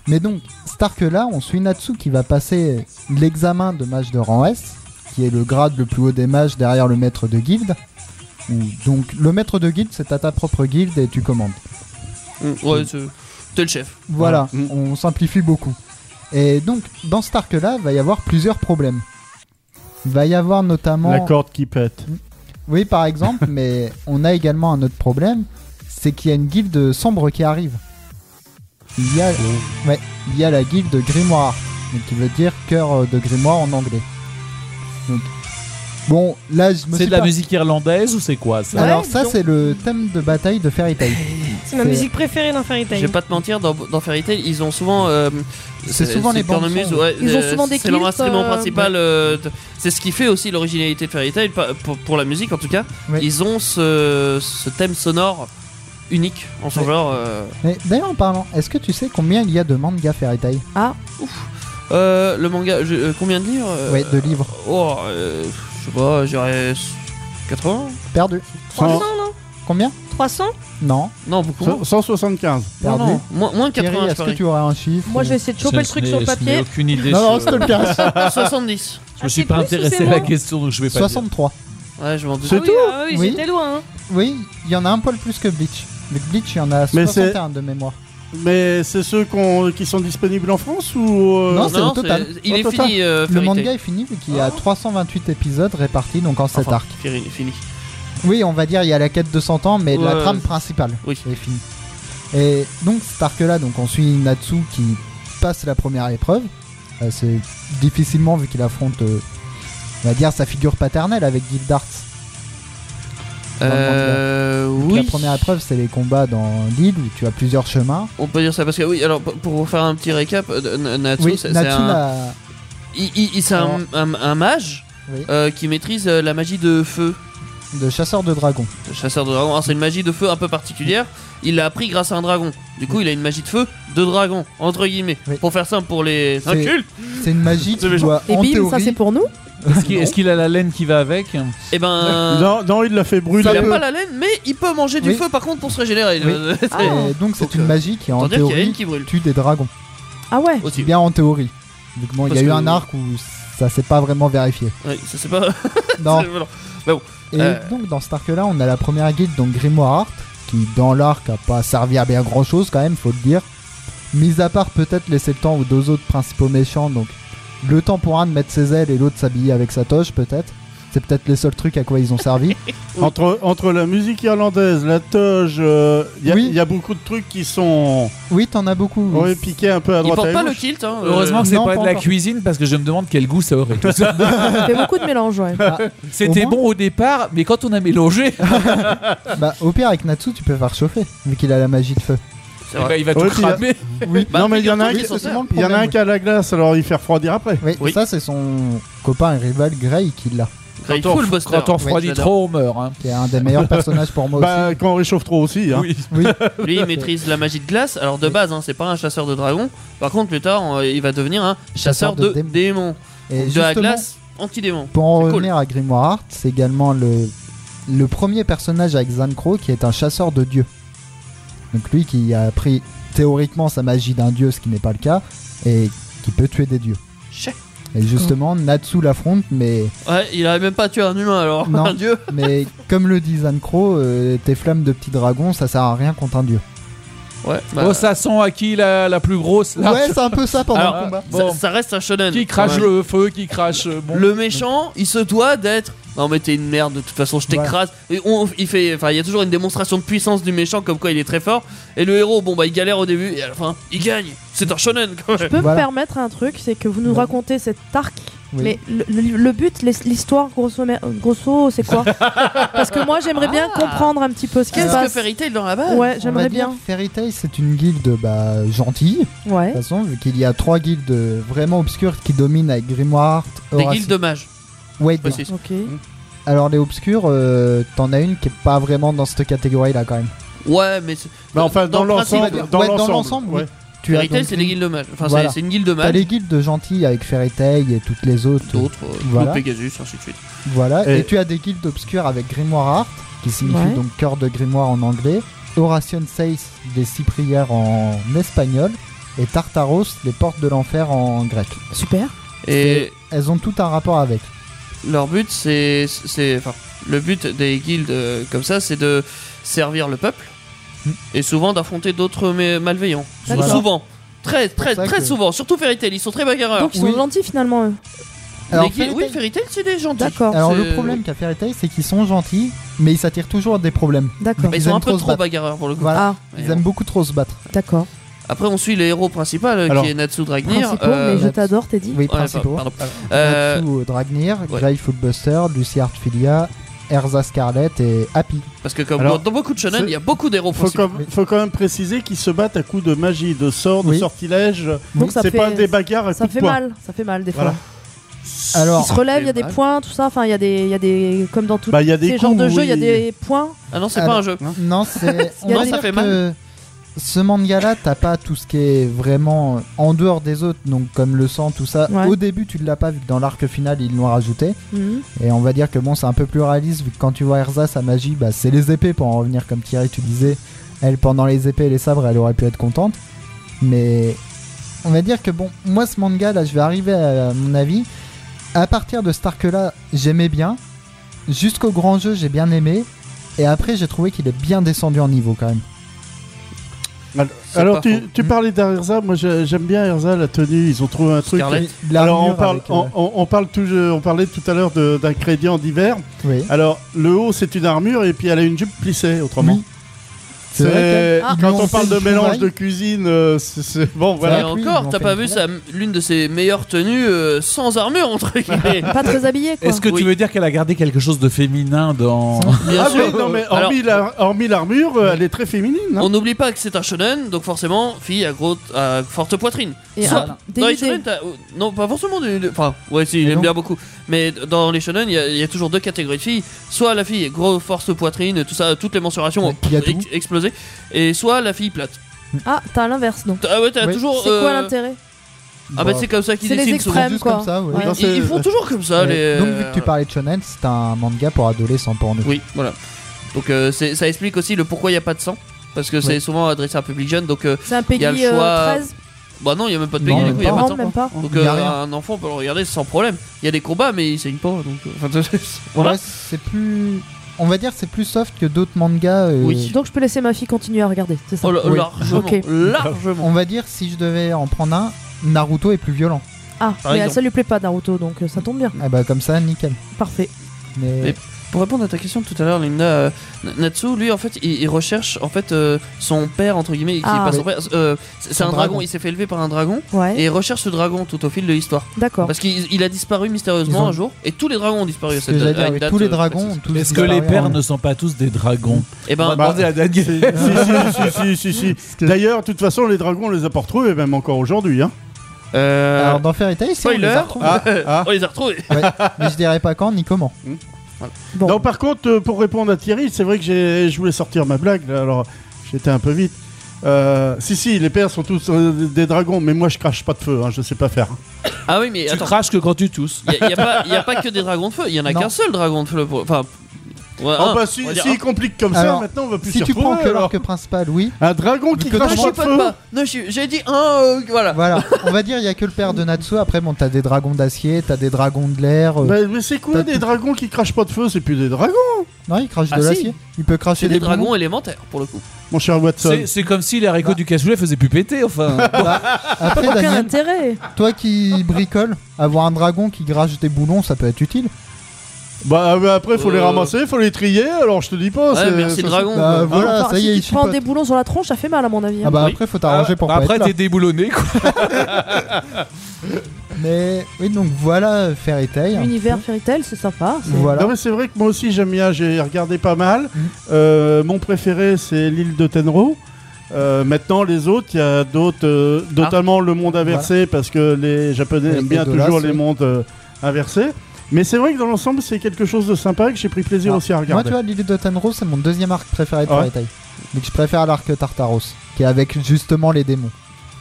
Mais donc, Stark là, on suit Natsu qui va passer l'examen de mage de rang S, qui est le grade le plus haut des mages derrière le maître de guilde. Où, donc, le maître de guilde, c'est à ta propre guilde et tu commandes.
Mm, Ouais, c'est- t'es le chef.
Voilà,
Mm.
on simplifie beaucoup. Et donc, dans cet arc-là, va y avoir plusieurs problèmes. Il va y avoir notamment.
La corde qui pète.
Oui, par exemple, mais on a également un autre problème, c'est qu'il y a une guilde sombre qui arrive. Il y a,
Oh.
ouais, il y a la guilde grimoire, donc qui veut dire cœur euh, de grimoire en anglais. Donc, bon, là je me
C'est
suis
de la
pas-
musique irlandaise ou c'est quoi ça
Alors
Ouais,
ça,
donc-
c'est le thème de bataille de Fairy Tail.
C'est ma
C'est-
musique préférée dans Fairy
Je vais
Tail.
pas te mentir, dans, dans Fairy Tail, ils ont souvent. euh,
C'est souvent les bandes
cornemuses,
son.
ouais,
Ils ont souvent des
C'est leur
clips,
instrument
euh,
principal. euh, de- c'est ce qui fait aussi l'originalité de Fairy Tail, pas- pour, pour la musique en tout cas.
Ouais.
Ils ont ce, ce thème sonore unique en son
Ouais.
genre. euh.
Mais d'ailleurs, en parlant, est-ce que tu sais combien il y a de manga Fairy Tail
Euh, le manga, je- euh, combien de livres euh,
Ouais, de livres.
Oh, euh, je sais pas, j'irais 80
Perdu.
300, non
Combien
300
Non,
Non, beaucoup.
Cent-
moins.
175.
Non,
perdu.
non, moins, moins de
Thierry,
80, je
est-ce que
parie.
tu aurais un chiffre
Moi, je vais essayer de choper le truc sur le papier. Ah
aucune idée.
Non, non, je te le cache.
70.
Je me suis
c'est
pas
plus ou
intéressé
c'est
à la
moins
question, donc je vais pas. dire.
63.
Ouais, je m'en doute.
C'est
Ah oui,
tout
ah oui,
Oui.
j'étais loin. hein.
Oui, il y en a un poil plus que Bleach. Mais Bleach, il y en a
Mais
61 de mémoire.
Mais c'est ceux qu'on- qui sont disponibles en France ou. euh,
Non, c'est le total.
Il
Au
est
total.
fini, euh,
Le
Fairy Tail.
manga est fini vu qu'il y a
Ah.
328 épisodes répartis donc en 7
Enfin,
arcs.
Fairy- fini.
Oui, on va dire il y a la quête de 100 ans, mais la
Ouais.
trame principale
Oui.
est finie. Et donc cet arc-là, donc on suit Natsu qui passe la première épreuve. Euh, c'est difficilement vu qu'il affronte, euh, on va dire sa figure paternelle avec Guildart. Dans le manga.
Euh,
Donc, La
oui.
première épreuve, c'est les combats dans l'île où tu as plusieurs chemins.
On peut dire ça parce que oui. Alors pour- pour vous faire un petit récap, euh, N- N- Natsu,
oui,
c'est c'est
Natsu
un,
l'a-
il- il- il- c'est un, un- un mage
Oui.
euh, qui maîtrise euh, la magie de feu,
de chasseur de dragons.
le chasseur de dragon. Alors, C'est une magie de feu un peu particulière. Il l'a appris grâce à un dragon. Du coup, il a une magie de feu de dragon entre guillemets.
Oui.
Pour faire simple pour les
C'est-
incultes,
C'est une magie
C'est
qui
méchant.
doit
Et
en
bim, ça
théorie
c'est pour nous.
Est-ce qu'il est-ce qu'il a la laine qui va avec
et ben
Non, non, il l'a fait
il
brûler.
a pas la laine, mais il peut manger du
Oui.
feu par contre pour se régénérer. Euh,
Oui.
C'est-
Et donc c'est
Donc,
une
euh,
magie qui en
Autant dire qu'il y a une
théorie
qui brûle
tue des dragons.
Ah ouais.
C'est
aussi.
bien en théorie. Donc bon, il y a
Parce
eu
que-
un arc où ça s'est pas vraiment vérifié.
Oui, ça c'est pas.
Non.
c'est- voilà.
Et
Euh.
donc dans cet arc-là, on a la première guide, donc Grimoire Art, qui dans l'arc a pas servi à bien grand-chose quand même, faut le dire. Mis à part peut-être les sept ans ou deux autres principaux méchants, donc le temps pour un de mettre ses ailes et l'autre s'habiller avec sa toche peut-être. C'est peut-être les seuls trucs à quoi ils ont servi.
Entre, entre la musique irlandaise, la toge, euh, il y a-
Oui.
il y a beaucoup de trucs qui sont
Oui, t'en as beaucoup.
ouais, piqués un peu à
Il
droite
porte
à
pas le
gauche.
kilt. Hein,
Heureusement que c'est
non,
pas
pas
de la
encore.
cuisine parce que je me demande quel goût ça aurait. tout ça.
Ça fait beaucoup de mélange, ouais.
C'était
moins-
bon au départ, mais quand on a mélangé,
Bah, au pire, avec Natsu, tu peux faire chauffer, vu qu'il a la magie de feu.
eh
C'est
ben,
vrai.
il va
Ouais,
tout
puis il y a-
cramer.
Bah,
non, mais il y en a un
figure-toi
qui
qu'ils sont
c'est souvent le
Il y en a
problème,
un qui a la glace, alors il fait refroidir après.
Oui,
Oui.
ça c'est son copain et rival Grey qui l'a,
Grey
Quand on-
Full Buster.
Quand on refroidit
Ouais,
trop, on meurt. hein.
qui est un des meilleurs personnages pour moi
Bah, quand on réchauffe trop aussi. Hein.
Oui.
aussi. Oui,
Lui, il maîtrise la magie de glace. Alors de base, hein, c'est pas un chasseur de dragons. Par contre, plus tard, on- il va devenir un chasseur,
Chasseur de
de,
démons.
démons.
et
de la
justement,
glace anti-démon.
Pour en
C'est cool.
revenir à Grimoire Art, c'est également le, le premier personnage avec Zankro qui est un chasseur de dieux. Donc lui qui a appris théoriquement sa magie d'un dieu, ce qui n'est pas le cas, et qui peut tuer des dieux.
Chais.
Et justement, Natsu l'affronte, mais,
Ouais, il a même pas tué un humain alors.
Non.
Un dieu.
mais comme le dit Zankro, euh, tes flammes de petit dragon, ça sert à rien contre un dieu.
Ouais. bah,
Oh, ça sent à qui la, la plus grosse là Hein
Ouais, c'est un peu ça pendant
Alors,
le combat.
ça, ça reste un shonen.
Qui
quand
crache
même.
le feu, qui crache. euh, bon.
Le méchant, il se doit d'être Non, mais t'es une merde, de toute façon, je t'écrase. Et on- il fait, enfin, il y a toujours une démonstration de puissance du méchant, comme quoi il est très fort. Et le héros, bon, bah, il galère au début, et à la fin, il gagne. C'est un shonen, quand même.
Je peux me permettre un truc, c'est que vous nous racontez cet arc,
Oui.
mais le, le- le but, l'his- l'histoire, grosso, mer- grosso c'est quoi Parce que moi, j'aimerais bien comprendre un petit peu ce qui se
Qu'est-ce que
passe.
Fairy Tail dans la base
Hein. Ouais,
On
j'aimerais
va dire,
bien.
Fairy Tail, c'est une guilde bah, gentille.
Ouais.
De toute façon, vu qu'il y a trois guildes euh, vraiment obscures qui dominent avec Grimoire.
Des
Horace-
guildes de mages.
Ouais,
Je
des-
précise.
Alors les obscurs, euh, t'en as une qui est pas vraiment dans cette catégorie là quand même.
Ouais, mais. c'est-
Bah, enfin, dans
le principe,
l'ensemble,
ouais.
dans Ouais, dans l'ensemble, l'ensemble, oui. ouais. Tu as
Fairy Tail,
donc
c'est des
une-
guildes de mages. Enfin, c'est-
Voilà.
c'est une guilde de
T'as
mages.
les guildes de gentils avec Fairy Tail et toutes les autres.
D'autres, euh,
voilà.
Pegasus, ainsi de suite.
Voilà. Et...
Et-
tu as des guildes obscures avec Grimoire Art, qui signifie
Ouais.
donc cœur de grimoire en anglais, Oration Seis, des six prières en espagnol, et Tartaros, les portes de l'enfer en grec.
Super.
Et
Elles ont tout un rapport avec.
leur but, c'est. c'est- Enfin, le but des guildes euh, comme ça, c'est de servir le peuple
Hmm.
et souvent d'affronter d'autres mais- malveillants.
D'accord.
Souvent. Très, très,
ça
très
que-
souvent. Surtout Fairy Tail, ils sont très bagarreurs.
Donc ils sont gentils finalement, eux.
Les guildes- oui, Fairy Tail, c'est euh, des gentils.
D'accord.
Alors le problème qu'a Fairy Tail, c'est qu'ils sont gentils, mais ils s'attirent toujours à des problèmes.
D'accord.
Ils sont un peu trop bagarreurs, pour le coup.
Voilà.
Ah.
Ils aiment beaucoup trop se battre.
D'accord.
Après, on suit le héros principal euh,
Alors,
qui est Natsu Dragnir.
Principaux, mais je t'adore, t'es dit.
Oui,
Ouais,
principaux.
pardon.
Euh... Dragnir, Grey Footbuster, Lucy Artfilia, Erza Scarlet et Happy.
Parce que comme
Alors,
dans beaucoup de shonen,
c'est-
il y a beaucoup d'héros
faut
Faut
principaux.
quand, faut quand même préciser qu'ils se battent à coups de magie, de sorts, de
Oui.
sortilèges.
Donc ça
c'est
fait-
pas des bagarres à
Ça
coups de
fait
poing.
mal, ça fait mal des fois.
Voilà.
Alors,
Ils se relèvent, il y a des points, tout ça. Enfin, il y a des, il y a des, comme dans tous
Bah, il y a des
ces
coups
genres de
où
jeux, il y a
ils-
des points.
Ah non, c'est
Alors,
pas un jeu.
Non, c'est.
Il y a
on va
des-
dire
ça fait
que
mal.
Ce manga-là, t'as pas tout ce qui est vraiment en dehors des autres, donc comme le sang, tout ça.
Ouais.
Au début, tu ne l'as pas vu que dans l'arc final, ils l'ont rajouté.
Mhm.
Et on va dire que bon, c'est un peu plus réaliste vu que quand tu vois Erza, sa magie, bah, c'est les épées pour en revenir comme Thierry, tu disais. Elle, pendant les épées et les sabres, elle aurait pu être contente. Mais on va dire que bon, moi, ce manga là, je vais arriver à, à mon avis. À partir de cet arc là, j'aimais bien. Jusqu'au grand jeu, j'ai bien aimé. Et après, j'ai trouvé qu'il est bien descendu en niveau quand même.
Al-
C'est pas
Alors,
faux. Mm.
tu, tu parlais d'Erza, moi j'ai- j'aime bien Erza, la tenue, ils ont trouvé un truc.
Scarlett.
La
Alors, on,
armure
parle,
avec, euh,
on, on- on parle tout, on parlait tout à l'heure de- d'ingrédients divers.
Oui.
Alors, le haut, c'est une armure et puis elle a une jupe plissée, autrement.
C'est vrai
C'est-
qu'elle-
Quand
ils
on
l'ont
parle
fait
de
une
mélange
trouvaille.
de cuisine, euh, c'est- c'est bon,
Et
voilà.
encore, t'as pas vu sa- l'une de ses meilleures tenues euh, sans armure, entre guillemets.
Pas très habillé quoi.
Est-ce que tu veux dire qu'elle a gardé quelque chose de féminin dans.
Bien
ah
sûr.
oui, non, mais
Alors-
hormis la- hormis l'armure, euh, elle est très féminine. hein.
On n'oublie pas que c'est un shonen, donc forcément, fille à, gros, à forte poitrine.
Et
Soit-
un-
dans les
dénudée.
shonen, t'as- oh, non, pas forcément. des- des- Enfin, ouais, si, il aime bien beaucoup. Mais dans les shonen, il y, a- il y a toujours deux catégories de filles. Soit la fille, gros, force poitrine, tout ça, toutes les mensurations ont ex- explosé. Et soit la fille plate.
Ah, t'as l'inverse donc.
Ah ouais, t'as toujours,
C'est quoi
euh,
l'intérêt
Ah bah, c'est comme ça qu'ils
C'est les
dessinent
extrêmes,
souvent.
quoi. Juste comme ça, ouais. Ouais.
Ils- Ils, font toujours comme ça,
Ouais.
les. euh,
Donc, vu que tu parlais de shonen, c'est un manga pour adolescents pour nous.
Oui, voilà. Donc euh, c'est- ça explique aussi le pourquoi il n'y a pas de sang. Parce que c'est
Ouais.
souvent adressé à un public jeune. Donc euh,
C'est un
il y a le
Peggy, euh,
choix.
13.
bah non, il n'y a même pas de
Non,
Peggy, du
même
coup, il n'y a
pas.
pas de
Non,
sang.
même pas.
Donc
Il y a
euh,
rien.
un enfant peut le regarder sans problème. Il y a des combats, mais il saigne pas. Donc, euh, enfin, voilà.
Ouais, c'est plus. On va dire c'est plus soft que d'autres mangas. euh,
Donc je peux laisser ma fille continuer à regarder, c'est ça
Oh là-
Oui.
Largement,
Ok.
largement.
On va dire si je devais en prendre un, Naruto est plus violent.
Ah,
Par
mais
exemple.
ça lui plaît pas Naruto, donc euh, ça tombe bien.
Ah bah comme ça, nickel.
Parfait.
Mais
Et pour répondre à ta question tout à l'heure, Linda, euh, N- Natsu, lui, en fait, il, il recherche en fait euh, son père entre guillemets, qui est
Ah.
pas son père. euh, c'est c'est
Son
un dragon.
dragon.
Il s'est fait élever par un dragon
Ouais.
et bah, il recherche ce dragon tout au fil de l'histoire.
D'accord.
Parce qu'il il a disparu
Ils
mystérieusement
ont-
un jour et tous les dragons ont disparu. à
que
cette
j'allais
date-
dire,
à une
oui,
date,
tous les
euh,
dragons
précise.
ont tous Est-ce que les pères ne sont pas tous des dragons
Eh ben,
On va demander à Daniel.
Bah, si, si, si, si, si, si. D'ailleurs, de toute façon, les dragons, on les a pas retrouvés, même encore aujourd'hui. Hein.
euh,
Euh,
Alors dans Fairy Tail, si, on les
Spoiler.
a retrouvés.
Ah, ah.
On les a retrouvés.
Ouais, mais je dirais pas quand ni comment.
Non, par contre, euh, pour répondre à Thierry, c'est vrai que j'ai- je voulais sortir ma blague, là, alors j'étais un peu vite. Euh, si, si, les pères sont tous euh, des dragons, mais moi je crache pas de feu, hein, je sais pas faire.
Ah oui, mais
Tu
attends.
craches que quand tu tousses.
Il n'y a, pas- y a pas que des dragons de feu, il y en a
Non.
qu'un seul dragon de feu. pour- Enfin, ouais,
Ah
un,
bah, si,
on va dire hein.
si
un.
il complique comme
Alors,
ça, maintenant on va plus
si
s'y
tu prends
retrouver,
que
alors.
l'arc principal, oui.
Un dragon qui
que
Ah,
crache
je
pas
sais
de
pas de
feu.
pas. Non, je- j'ai dit un. euh, voilà.
Voilà, on va dire il y a que le père de Natsu. Après bon, t'as des dragons d'acier, t'as des dragons de l'air. euh,
Bah, mais c'est quoi
T'as
des dragons qui crachent pas de feu C'est plus des dragons
Non, il crache
Ah,
de
si.
l'acier. Il peut cracher
C'est
des,
des
boulons.
dragons élémentaires pour le coup.
Mon cher Watson.
C'est c'est comme si les haricots du cassoulet faisaient plus péter, enfin.
Après,
Ah, Aucun
Daniel,
intérêt.
toi qui bricoles, avoir un dragon qui crache des boulons, ça peut être utile.
Bah, mais après, faut les
Euh.
ramasser, faut les trier, alors je te dis pas.
Ouais,
c'est-
merci
ça-
Dragon.
Bah, voilà,
Enfin,
ça
si
y est, il
tu te prends
chipote.
des boulons sur la tronche, ça fait mal à mon avis. hein.
Ah bah
Oui.
après, faut t'arranger pour pas
Après,
être là.
t'es déboulonné, quoi.
Mais oui, donc voilà Fairy Tail.
L'univers fairy tale, c'est sympa. c'est-
Voilà.
Non, mais c'est vrai que moi aussi j'aime bien, j'ai regardé pas mal.
Mhm.
Euh, mon préféré c'est l'île de Tenro. Euh, maintenant, les autres, il y a d'autres, euh, notamment le monde inversé, parce que les Japonais
Avec
aiment bien
Legolas,
toujours les
oui.
mondes euh, inversés. Mais c'est vrai que dans l'ensemble, c'est quelque chose de sympa et que j'ai pris plaisir
Ah.
aussi à
Moi,
regarder.
tu vois, l'île de Tenro, c'est mon deuxième arc préféré de
Ah ouais
Fairy Tail. Donc je préfère l'arc Tartaros, qui est avec justement les démons.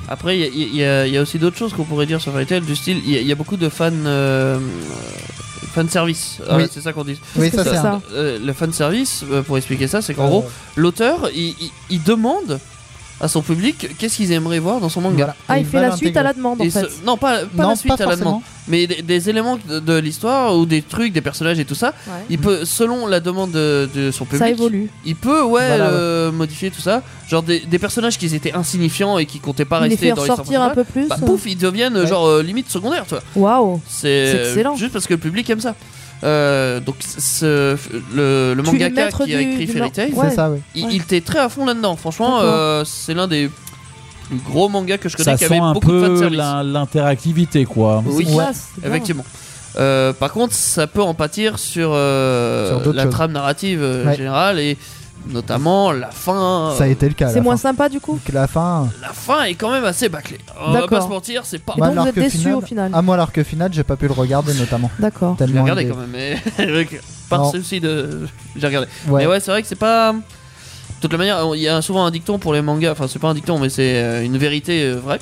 Après, il y a- il y, a- il y a aussi d'autres choses qu'on pourrait dire sur Fairy Tail, du style, il y, a- il y a beaucoup de fan. euh, fan service. Ah,
Oui.
c'est ça qu'on dit.
Oui,
que
ça
c'est
c'est
ça
un. Euh,
Euh, le fan service, euh, pour expliquer ça, c'est qu'en gros, l'auteur, il, il- il demande à son public qu'est-ce qu'ils aimeraient voir dans son manga.
Voilà.
Ah, il
Et
fait
va
la suite à la
l'intégrer.
demande
Et
en fait.
ce- non, pas, pas
Non,
la suite
pas
à la demande,
forcément.
mais des, des éléments de, de l'histoire ou des trucs, des personnages et tout ça.
Ouais.
Il peut, selon la demande de, de son public,
Mhm. Ça évolue.
il peut ouais,
Voilà,
euh, modifier tout ça. Genre des, des personnages qui étaient insignifiants et qui comptaient pas
Il les
rester
fait
dans l'histoire.
ressortir un
principale,
peu plus.
Bah, pouf, ils deviennent euh,
Ouais.
genre euh, limite secondaire, toi.
Waouh.
C'est
C'est excellent.
Juste parce que le public aime ça. Euh, donc c- ce- le, le
Tu es
mangaka
maître
qui a
du-
écrit
du
Fairy
man-
Tail,
Ouais.
C'est ça, oui.
il,
Ouais.
il était très à fond là-dedans. Franchement,
D'accord.
euh, c'est l'un des plus gros mangas que je connais
Ça
qui
sent
avait
un
beaucoup de
peu
fanservice.
l'in- l'interactivité, quoi.
Oui,
C'est classe, c'est bien.
effectivement. Euh, par contre, ça peut en pâtir sur, euh,
Sur d'autres
la
choses.
trame narrative euh,
Ouais.
générale et notamment la fin.
Ça a été le cas. à
C'est
la
moins
fin.
sympa du coup.
Que la fin.
La fin est quand même assez bâclée. On va
D'accord.
pas se mentir, c'est pas.
Et
Bah,
donc vous
l'arc
êtes déçu
final- ah.
au final.
À moi, l'arc final, j'ai pas pu le regarder notamment.
D'accord.
Je l'ai
Tellement
regardé
il est-
quand même, mais avec- par
Non.
souci de. J'ai regardé.
Ouais.
Mais ouais, c'est vrai que c'est pas. De toute la manière, il y a souvent un dicton pour les mangas. Enfin, c'est pas un dicton, mais c'est euh, une vérité euh, vraie.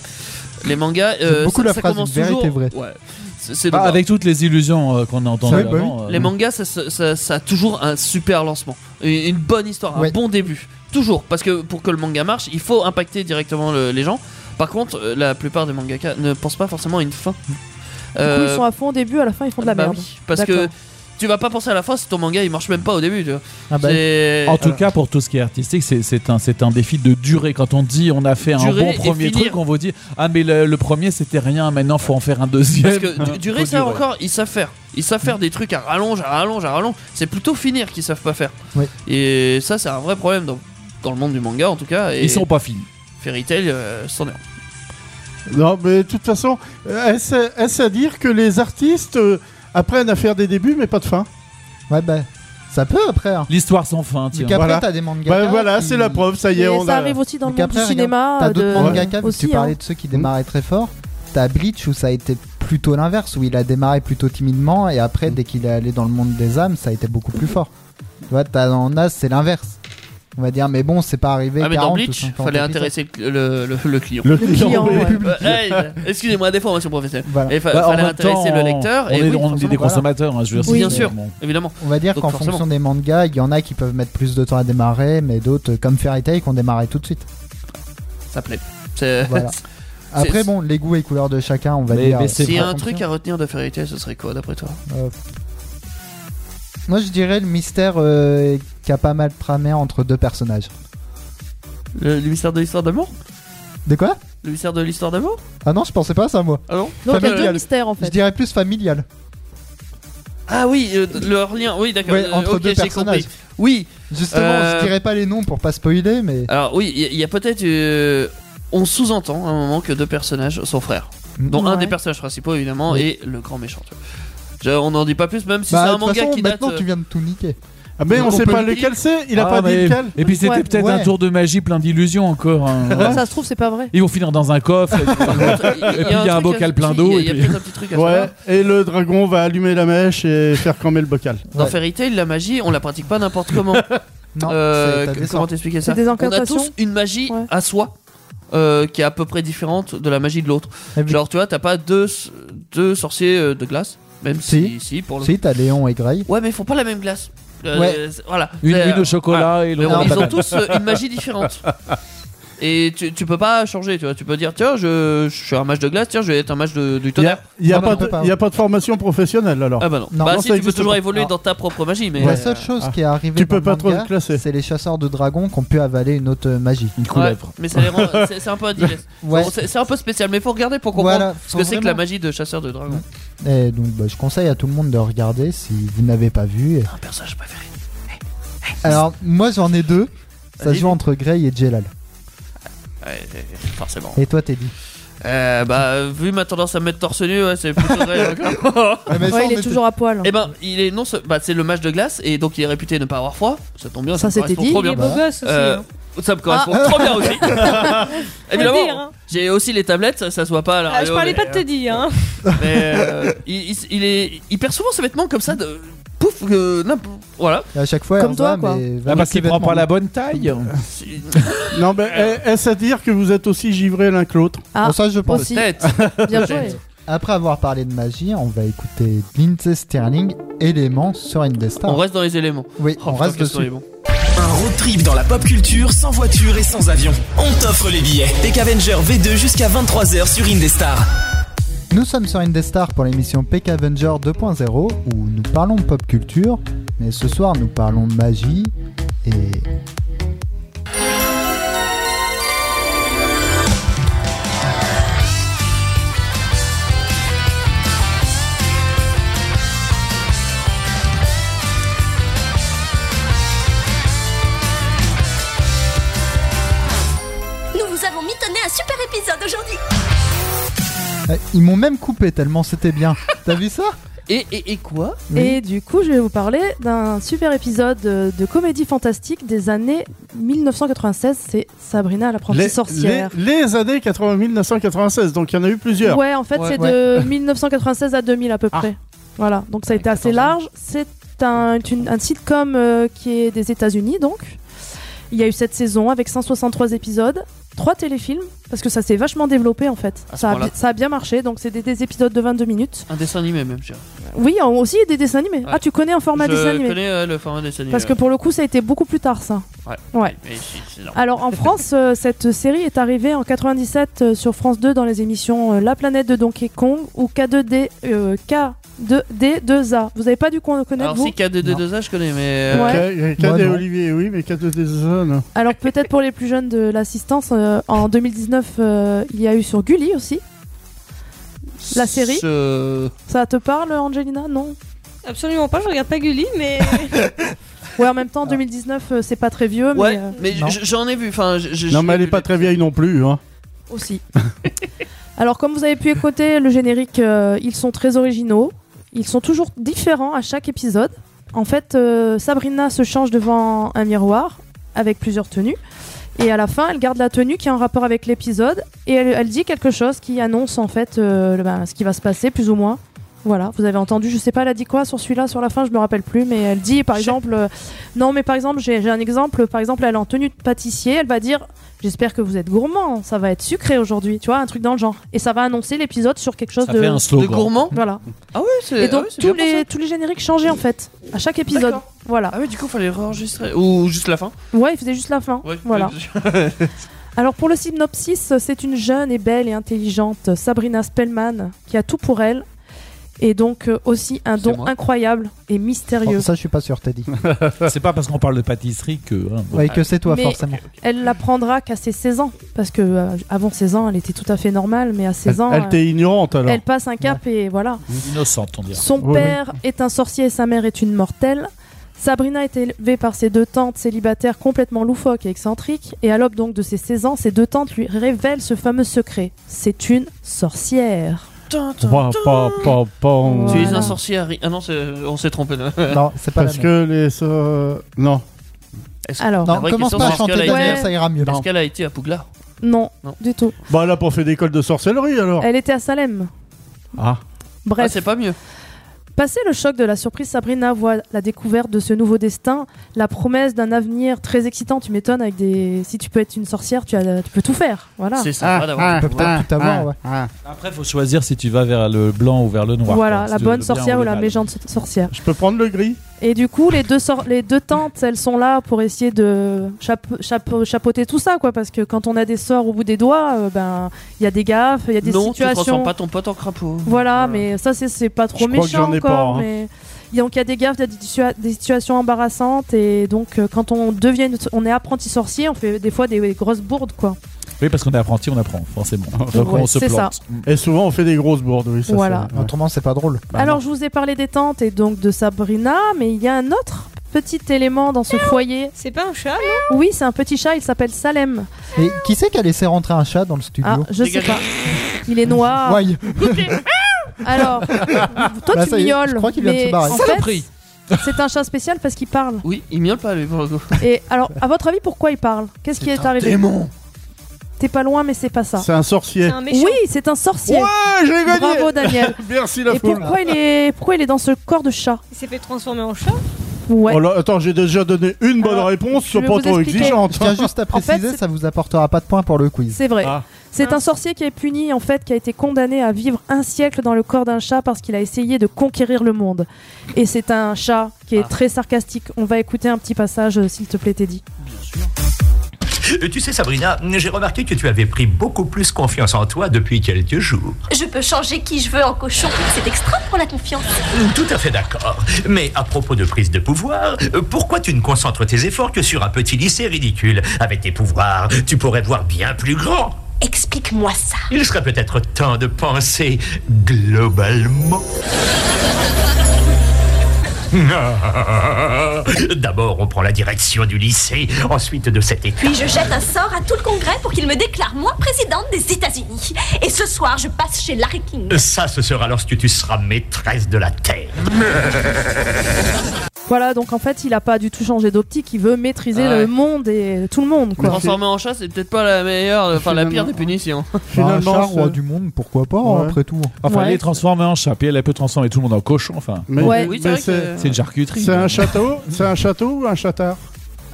Les mangas, euh,
J'aime beaucoup
ça,
la
ça
phrase,
commence
une vérité
toujours.
vraie.
Ouais. C'est c'est
Bah,
drôle.
avec toutes les illusions euh, qu'on a entendues
Oui, bah
avant, euh,
Les mangas, ça, se- ça- ça a toujours un super lancement, une une bonne histoire, un
Ouais.
bon début. Toujours, parce que pour que le manga marche, il faut impacter directement le- les gens. Par contre, euh, la plupart des mangakas ne pensent pas forcément à une fin. Euh,
Du coup, ils sont à fond au début, à la fin, ils font de la
bah
merde.
oui, parce que
D'accord.
tu vas pas penser à la fin si ton manga il marche même pas au début. Tu vois.
Ah bah,
C'est- euh,
En tout cas, pour tout ce qui est artistique, c'est- c'est un, c'est un défi de durée. Quand on dit on a fait un
Durer
bon
et
premier
finir.
truc, on vous dit ah mais le, le premier c'était rien, maintenant faut en faire un deuxième.
Parce que du- durer,
Faut
ça
durer.
encore, ils savent faire. Ils savent faire des trucs à rallonge, à rallonge, à rallonge. C'est plutôt finir qu'ils savent pas faire.
Ouais.
Et ça, c'est un vrai problème dans, dans le monde du manga en tout cas. Et
Ils sont pas finis.
Fairy Tail, euh, c'en est un.
Non, mais de toute façon, euh, est-ce est-ce à dire que les artistes euh, apprennent à faire des débuts mais pas de fin
ouais, bah, ça peut après. Hein.
L'histoire sans fin.
Donc
Tiens.
après,
Voilà.
t'as des mangakas.
Bah voilà,
qui-
c'est la preuve, ça y est,
Et
on
ça
a.
arrive aussi dans le
Donc
monde
après,
du
regarde,
cinéma.
T'as
euh,
d'autres
de-
mangakas, vu que tu
aussi,
parlais
hein.
de ceux qui démarraient très fort. T'as Bleach où ça a été plutôt l'inverse, où il a démarré plutôt timidement et après, dès qu'il est allé dans le monde des âmes, ça a été beaucoup plus fort. Tu vois, t'as dans Nas, c'est l'inverse. On va dire, mais bon, c'est pas arrivé.
Ah, mais
40
dans
ou
Bleach,
50
fallait
épisodes.
intéresser le, le, le- le client.
Le
Le client, ouais.
Euh, hey, Excusez-moi, des formations professionnelles.
Voilà.
Et fa-
Bah, en
fallait
même temps,
intéresser le lecteur.
On
et
est, on
oui,
est des
forcément,
voilà.
consommateurs, hein, je veux dire,
Oui,
c'est-
bien sûr.
bon.
évidemment.
On va dire
Donc
qu'en
forcément.
fonction des mangas, il y en a qui peuvent mettre plus de temps à démarrer, mais d'autres, comme Fairy Tail, qui ont démarré tout de suite.
Ça plaît. C'est-
Voilà.
c'est-
Après, bon, les goûts et couleurs de chacun, on va
Mais-
dire.
mais c'est
S'il y a
pas
un
fonction.
truc à retenir de Fairy Tail, ce serait quoi d'après toi
Moi, je dirais le mystère euh, qui a pas mal tramé entre deux personnages.
le, le mystère de l'histoire d'amour
De quoi
Le mystère de l'histoire d'amour
Ah non, je pensais pas à ça, moi.
Ah non
Donc il y a
Familial.
deux mystères en
Je
fait.
dirais plus familial.
Ah oui, euh, leur lien, oui, d'accord.
Ouais,
euh,
entre
ok,
deux
j'ai
personnages.
compris. Oui,
Justement,
Euh,
je dirais pas les noms pour pas spoiler, mais.
alors oui, il y a- il y, a peut-être. euh, on sous-entend à un moment que deux personnages sont frères. Dont un
Ouais.
des personnages principaux, évidemment,
Oui.
et le grand méchant. tu vois. Je- on n'en dit pas plus, même si
Bah,
c'est
de
un
toute
manga
façon,
qui date.
maintenant,
euh,
tu viens de tout niquer.
Ah, mais on
Donc on
sait
peut
pas
le dire.
lequel c'est, il a
Ah,
pas dit
mais-
lequel.
Et puis c'était
Ouais.
peut-être
Ouais.
un tour de magie plein d'illusions encore. hein.
Ça se trouve, c'est pas vrai.
Ils vont finir dans un coffre. euh,
par contre, il
Et puis, il y a un
truc à-
bocal plein
si,
d'eau,
Il y a,
et
il y a
puis-
peut-être un petit truc à
Ouais,
savoir.
et le dragon va allumer la mèche et faire cramer le bocal.
Dans
Ouais.
Fairy Tail, la magie, on la pratique pas n'importe comment.
Non,
Euh,
c'est- t'as
que-
des
comment
sorts.
t'expliquer ça
C'est des
On a
incantations
tous une magie
Ouais.
à soi euh, qui est à peu près différente de la magie de l'autre.
Eh
Et puis-
Genre, tu vois, t'as pas deux, deux sorciers euh, de glace, même si,
Si.
si, pour le
Si, t'as Léon et Grey.
Ouais, mais ils font pas la même glace. Euh,
Ouais.
c'est- Voilà.
Une,
C'est- euh, ah.
une au chocolat et
Mais
l'autre.
on-
à la
ils ont
patate.
tous euh, une magie différente. Et tu, tu peux pas changer, tu vois. Tu peux dire, tiens, je, je suis un match de glace, tiens, je vais être un match de, du
Il n'y
tonnerre.
a, y a
Non,
pas
non,
de-
on peut pas. hein.
y a pas de formation professionnelle alors.
Ah bah non.
Non,
bah
non,
si,
ça
tu peux
existe
toujours
pas.
évoluer
Non.
dans ta propre magie, mais.
La
euh,
seule chose
ah.
qui est arrivée.
Tu
dans
peux
le
pas trop
manga,
le classer.
C'est les chasseurs de dragons qui ont pu avaler une autre magie.
Une
ouais,
couleuvre.
mais ça les rend- c'est c'est un peu indigeste.
Ouais.
Bon, C'est c'est un peu spécial, mais faut regarder pour comprendre
Voilà,
ce
faut
que c'est que la
vraiment.
magie de chasseur de dragon.
Et donc, bah, je conseille à tout le monde de regarder si vous n'avez pas vu.
Un personnage préféré.
Alors, moi, j'en ai deux. Ça se
Ah, Vas-y.
joue entre Grey et Jelal.
Ouais, euh, forcément.
Et toi, Teddy
Euh, bah, vu ma tendance à me mettre torse nu, ouais, c'est plutôt vrai. hein.
Ah,
Ouais, il est toujours à poil.
Eh ben, il est non, ce- bah, c'est le match de glace et donc il est réputé ne pas avoir froid. Ça tombe bien, ça,
Ça,
me
c'était
correspond
dit.
trop
Il
bien.
est beau gosse aussi.
Euh,
hein.
Ça me correspond
Ah.
trop bien aussi. Évidemment,
dire, hein.
j'ai aussi les tablettes, ça, ça se voit pas. à la
Ah, je
radio,
parlais
mais,
pas de Teddy, hein.
mais, euh, il, il- il est, il perd souvent ses vêtements comme ça de pouf, euh, n'importe- voilà.
Ah,
À chaque fois,
Comme
on
toi,
va,
quoi.
mais
Ah,
va
parce
mettre
qu'il
ses
prend pas
vêtements.
la bonne taille.
C'est-
Non, mais est-ce à dire que vous êtes aussi givrés l'un que l'autre
Ah,
Bon, ça, je pense.
aussi.
Tête.
Bien joué.
Après avoir parlé de magie, on va écouter Lindsay Sterling, élément sur Indestar.
On reste dans les éléments.
Oui,
Oh,
on
putain,
reste
qu'est-ce qu'on est
dessus.
bon.
Un road trip dans la pop culture sans voiture et sans avion. On t'offre les billets. Peck Avenger V2 jusqu'à 23h sur Indestar.
Nous sommes sur Indestar pour l'émission Peck Avenger 2.0 où nous parlons pop culture, mais ce soir nous parlons magie et.
Nous vous avons mitonné un super épisode aujourd'hui.
Euh, Ils m'ont même coupé tellement c'était bien. T'as vu ça
Et, et, et quoi
Oui.
Et du coup, je vais vous parler d'un super épisode euh, de comédie fantastique des années 1996. C'est Sabrina l'apprentie sorcière.
les- les années 80 1996, donc il y en a eu plusieurs.
Ouais, en fait,
Ouais.
c'est
Ouais.
de 1996 à 2000 à peu
Ah.
près. Voilà, donc ça a été
14
assez
ans.
large. C'est un, une- un sitcom euh, qui est des États-Unis, donc. Il y a eu cette saison avec 163 épisodes, 3 téléfilms, parce que ça s'est vachement développé en fait.
À ce
Ça a,
point-là.
bi- ça a bien marché, donc c'est des, des épisodes de 22 minutes.
Un dessin animé même, je dirais.
Oui, en- aussi des dessins animés.
Ouais.
Ah, tu connais en format
je
dessin animé
connais euh, le format dessin animé.
Parce que pour le coup, ça a été beaucoup plus tard, ça.
Ouais.
Ouais. Ah,
Mais c'est- c'est énorme.
Alors en France, euh, cette série est arrivée en 97 euh, sur France 2 dans les émissions euh, La planète de Donkey Kong ou K2D euh, K2D2A. Vous avez pas dû con- connaître
Alors
vous
si K2D2A, je connais, mais. euh,
Ouais.
K- K-
Moi,
K- et
non.
Olivier, oui, mais K de Desonne.
Alors peut-être pour les plus jeunes de l'assistance, euh, en 2019, euh, il y a eu sur Gulli aussi. La série
je-
Ça te parle, Angelina Non.
Absolument pas, je regarde pas Gulli, mais.
Ouais, en même temps, 2019, euh, c'est pas très vieux,
Ouais,
mais euh,
mais
non.
j- j'en ai vu. Enfin, j- j-
Non,
j'ai
mais elle est
vu
pas
les-
très vieille non plus. Hein.
aussi. Alors, comme vous avez pu écouter le générique, euh, ils sont très originaux. Ils sont toujours différents à chaque épisode. En fait, euh, Sabrina se change devant un miroir avec plusieurs tenues. Et à la fin, elle garde la tenue qui est en rapport avec l'épisode. Et elle, elle dit quelque chose qui annonce en fait euh, le- ben, ce qui va se passer, plus ou moins. Voilà, vous avez entendu, je sais pas, elle a dit quoi sur celui-là, sur la fin, je me rappelle plus, mais elle dit par exemple, euh, non, mais par exemple, j'ai j'ai un exemple, par exemple, elle est en tenue de pâtissier, elle va dire, j'espère que vous êtes gourmand, ça va être sucré aujourd'hui, tu vois, un truc dans le genre. Et ça va annoncer l'épisode sur quelque chose
Ça
de.
fait un
De
slogan.
gourmand
Voilà.
Ah ouais, c'est.
Et
ah
donc
ouais, c'est
tous,
bien pensé.
les, tous les génériques changeaient en fait, à chaque épisode.
D'accord.
Voilà.
Ah ouais, du coup, fallait réenregistrer. Ou juste la fin
Ouais, il faisait juste la fin.
Ouais,
Voilà.
ouais,
Alors pour le synopsis, c'est une jeune et belle et intelligente Sabrina Spellman qui a tout pour elle et donc euh, aussi un
C'est
don
moi.
incroyable et mystérieux.
Oh, ça, je suis pas sûr, Teddy.
C'est pas parce qu'on parle de pâtisserie que. hein, bon.
Ouais, que c'est toi,
Mais-
forcément.
Elle l'apprendra qu'à ses 16 ans parce que euh, avant 16 ans, elle était tout à fait normale mais à 16 ans,
elle
euh,
t'est ignorante alors.
elle passe un cap et voilà.
Innocente, on dirait.
Son
Oui, oui.
père est un sorcier et sa mère est une mortelle. Sabrina est élevée par ses deux tantes célibataires complètement loufoques et excentriques, et à l'aube donc de ses 16 ans, ses deux tantes lui révèlent ce fameux secret. C'est une sorcière.
Pas- pas- pas- pas-
Tu es
Voilà.
un sorcier Harry. Ah non, c'est- on s'est trompé. là.
Non, c'est pas
Parce
la même.
que les. so- Non.
Alors,
La
Non,
vraie
commence
question,
pas à
c'est est-ce
chanter
qu'elle a
derrière,
été-
ça ira mieux.
Est-ce qu'elle a été à Pougla
non,
Non.
du tout.
Bah, elle a pas fait d'école de sorcellerie alors.
Elle était à Salem.
Ah.
Ah,
Bref,
c'est pas mieux.
passé le choc de la surprise, Sabrina voit la découverte de ce nouveau destin, la promesse d'un avenir très excitant. Tu m'étonnes avec des. Si tu peux être une sorcière, tu, as- tu peux tout faire. Voilà.
C'est
Ah,
Ah,
sympa d'avoir.
Ils peuvent peut-être tout avoir, ouais.
Après, faut choisir si tu vas vers le blanc ou vers le noir.
Voilà,
quoi.
la
Si
bonne
tu veux le
sorcière
bien
ou la
le mal.
méchante sorcière.
Je peux prendre le gris
Et du coup, les deux, sor- les deux tantes, elles sont là pour essayer de chape- chape- chapeauter tout ça, quoi. Parce que quand on a des sorts au bout des doigts, euh, ben, il y a des gaffes, il y a des
non, tu
situations.
transformes pas ton pote en crapaud.
Voilà, mais ça, c'est- c'est pas trop
Je crois que
méchant,
j'en ai
quoi.
pas, hein.
Mais il y a- donc il y a des gaffes, il y a des, situa- des situations embarrassantes, et donc euh, quand on devient, une- on est apprenti sorcier, on fait des fois des, des grosses bourdes, quoi.
Oui, parce qu'on est apprenti, on apprend, forcément. Donc
Ouais,
on se
c'est
plante.
Et souvent, on fait des grosses bourdes, oui. Ça,
Voilà.
c'est- ouais.
Autrement, c'est pas drôle.
Bah
Bah.
Alors, je vous ai parlé des tentes et donc de Sabrina, mais il y a un autre petit élément dans ce foyer.
C'est pas un chat,
Oui, c'est un petit chat, il s'appelle Salem.
Et qui c'est qui a laissé rentrer un chat dans le
Ah,
studio
je sais pas. Il est noir.
Ouais,
Alors, toi,
Bah,
tu
ça y est,
miaules.
je crois qu'il vient de
mais
se barrer.
en fait,
Saloperie
c'est un chat spécial parce qu'il parle.
Oui, il miaule pas, mais bon.
Et alors, à votre avis, pourquoi il parle Qu'est-ce qui est, arrivé
Démon
T'es pas loin, mais c'est pas ça.
C'est un sorcier.
c'est un méchant.
Oui, c'est un sorcier.
Ouais, je l'ai gagné
Bravo, Daniel.
Merci la
Et
foule.
pourquoi il est pourquoi il est dans ce corps de chat
Il s'est fait transformer en chat.
Ouais.
Oh là, attends, j'ai déjà donné une bonne
Alors,
réponse,
je
c'est
vais
pas
vous
trop
expliquer.
exigeante.
je tiens juste à
fait,
préciser,
c'est-
ça vous apportera pas de points pour le quiz.
C'est vrai.
Ah.
C'est un sorcier qui est puni en fait, qui a été condamné à vivre un siècle dans le corps d'un chat parce qu'il a essayé de conquérir le monde. Et c'est un chat qui est
Ah.
très sarcastique. On va écouter un petit passage, euh, s'il te plaît, Teddy.
Euh, Tu sais, Sabrina, j'ai remarqué que tu avais pris beaucoup plus confiance en toi depuis quelques jours.
Je peux changer qui je veux en cochon. C'est extra pour la confiance.
Euh, Tout à fait d'accord. Mais à propos de prise de pouvoir, euh, pourquoi tu ne concentres tes efforts que sur un petit lycée ridicule Avec tes pouvoirs, tu pourrais voir bien plus grand.
Explique-moi ça.
Il serait peut-être temps de penser globalement. Ah. D'abord, on prend la direction du lycée, ensuite de cette école.
Puis je jette un sort à tout le congrès pour qu'il me déclare moi présidente des États-Unis. Et ce soir, je passe chez Larry King.
Ça, ce sera lorsque tu seras maîtresse de la Terre.
Voilà, donc en fait, il a pas du tout changé d'optique. Il veut maîtriser
Ah ouais.
le monde et tout le monde, quoi.
Transformer en chat, c'est peut-être pas la meilleure, euh, enfin la pire des punitions.
Un
Finalement,
chat
c'est-
roi du monde, pourquoi pas, hein,
Ouais.
après tout.
Enfin,
Ouais.
elle est transformée en chat, puis elle, elle peut transformer tout le monde en cochon, enfin.
Mais,
Ouais.
Oui, c'est
mais
vrai
c'est
que-
C'est une charcuterie.
c'est un château, c'est un château ou un chatard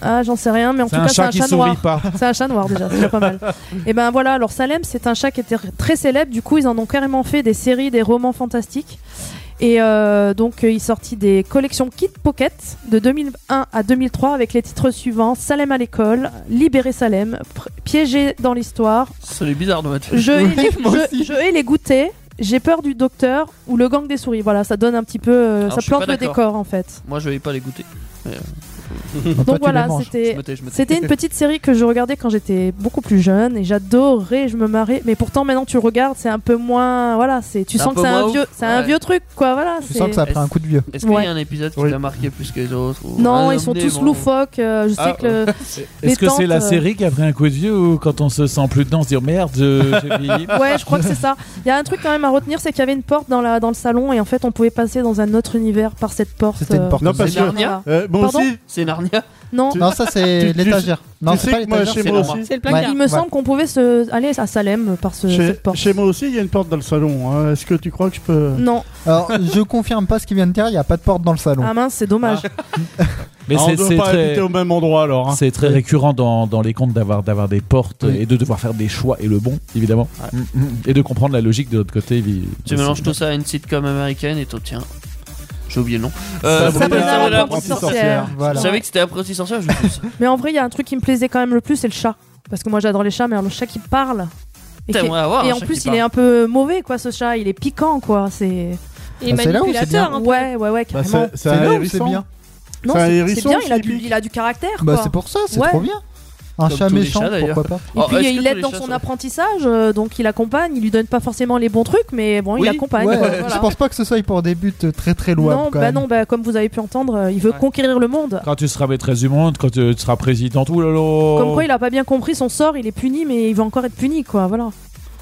Ah, j'en sais rien, mais en tout
C'est un
cas, c'est
chat
un
qui
chat
sourit
noir.
pas.
C'est un chat noir déjà, c'est déjà pas mal. Et ben voilà, alors Salem, c'est un chat qui était très célèbre, du coup ils en ont carrément fait des séries, des romans fantastiques. Et euh, donc euh, il sortit des collections Kid Pocket de 2001 à 2003 avec les titres suivants Salem à l'école, Libérer Salem, Pr- Piégé dans l'histoire,
C'est bizarre de mettre.
Je,
Ouais,
et, les-
moi
je,
aussi.
Je et les goûters, J'ai peur du docteur ou le gang des souris. Voilà, ça donne un petit peu, euh,
Alors,
ça
je suis pas
plante le
d'accord.
décor en fait.
Moi, je vais pas les goûter.
Toi, tu
Donc
les
voilà,
manges.
Je
c'était
me tais, je me tais.
C'était une petite série que je regardais quand j'étais beaucoup plus jeune et j'adorais, je me marrais. Mais pourtant maintenant tu le regardes, c'est un peu moins, voilà, c'est tu
C'est
sens
un
que
peu
c'est un
moins
vieux,
ouf,
c'est un
ouais.
vieux truc quoi, voilà.
Tu
c'est-
sens que ça a pris un coup de vieux.
Est-ce qu'il
Ouais.
y a un épisode qui
Oui.
t'a marqué plus que les autres ou-
Non,
Ah,
ils sont
mais
tous
bon.
loufoques. euh, je sais
Ah,
que le- les
Est-ce que c'est
tantes,
la
euh,
série qui a pris un coup de vieux ou quand on se sent plus dedans, on se dit merde, euh, j'ai vieilli
Ouais, je crois que c'est ça. Il y a un truc quand même à retenir, c'est qu'il y avait une porte dans la dans le salon et en fait on pouvait passer dans un autre univers par cette porte.
C'était une
euh,
porte.
Non,
ouverte.
parce que.
Narnia.
voilà.
euh, moi
Pardon
aussi,
C'est Narnia.
Non,
Tu-
Non, ça c'est
tu- tu-
l'étagère. Non,
tu
c'est
sais
pas
que moi,
l'étagère.
chez
c'est
moi
la
aussi,
C'est le placard.
il me
Ouais.
semble qu'on pouvait se aller à Salem par ce,
chez,
cette porte.
chez moi aussi, il y a une porte dans le salon. hein. Est-ce que tu crois que je peux.
Non,
Alors, je confirme pas ce qu'il vient de dire, il n'y a pas de porte dans le salon.
ah mince, c'est dommage.
Mais
Ah, on
c'est
doit
c'est
pas
très,
habiter au même endroit alors. hein.
c'est très récurrent dans, dans les contes d'avoir d'avoir des portes
Oui.
et de devoir faire des choix et le bon, évidemment. Mm, mm. Et de comprendre la logique de l'autre côté. évi-
Tu
aussi.
mélanges tout ça à une sitcom américaine et toi, tiens. J'ai oublié le nom. Euh,
Sabrina,
Sabrina,
la
apprentie
apprentie
sorcière.
sorcière.
Je
Voilà.
savais que c'était Apprenti Sorcière, je me suis dit,
Mais en vrai, il y a un truc qui me plaisait quand même le plus, c'est le chat. Parce que moi, j'adore les chats, mais alors, le chat qui parle. Et, qui-
T'aimerais avoir
et
un
en
chat
plus,
qui
il est
parle.
un peu mauvais, quoi, ce chat. Il est piquant, quoi. C'est.
Il est
Bah, c'est là où c'est
manipulateur.
bien.
un peu.
Ouais, ouais, ouais,
Bah,
carrément.
c'est c'est
C'est là
un
où c'est
hérisson.
bien.
non,
c'est un
c'est- c'est
hérisson
bien, il a,
qui
du,
pique.
il a du caractère,
Bah,
quoi.
c'est pour ça, c'est
Ouais.
trop bien. Un
Comme
chat
tous les
méchant,
chats, d'ailleurs.
pourquoi pas
Et
Oh,
puis,
est-ce que
il
tous
l'aide
les
dans
chats
son
sont-
apprentissage, euh, donc il accompagne. Il lui donne pas forcément les bons trucs, mais bon, il
Oui.
accompagne.
Ouais,
quoi, voilà.
je pense pas que ce soit pour des buts très très louables
Non,
quand
bah
même.
non, bah, comme vous avez pu entendre, euh, il veut
Ouais.
conquérir le monde.
Quand tu seras maîtresse du monde, quand tu tu seras présidente,
Oh.
oulala.
Comme quoi, il a pas bien compris son sort, il est puni, mais il va encore être puni, quoi. Voilà.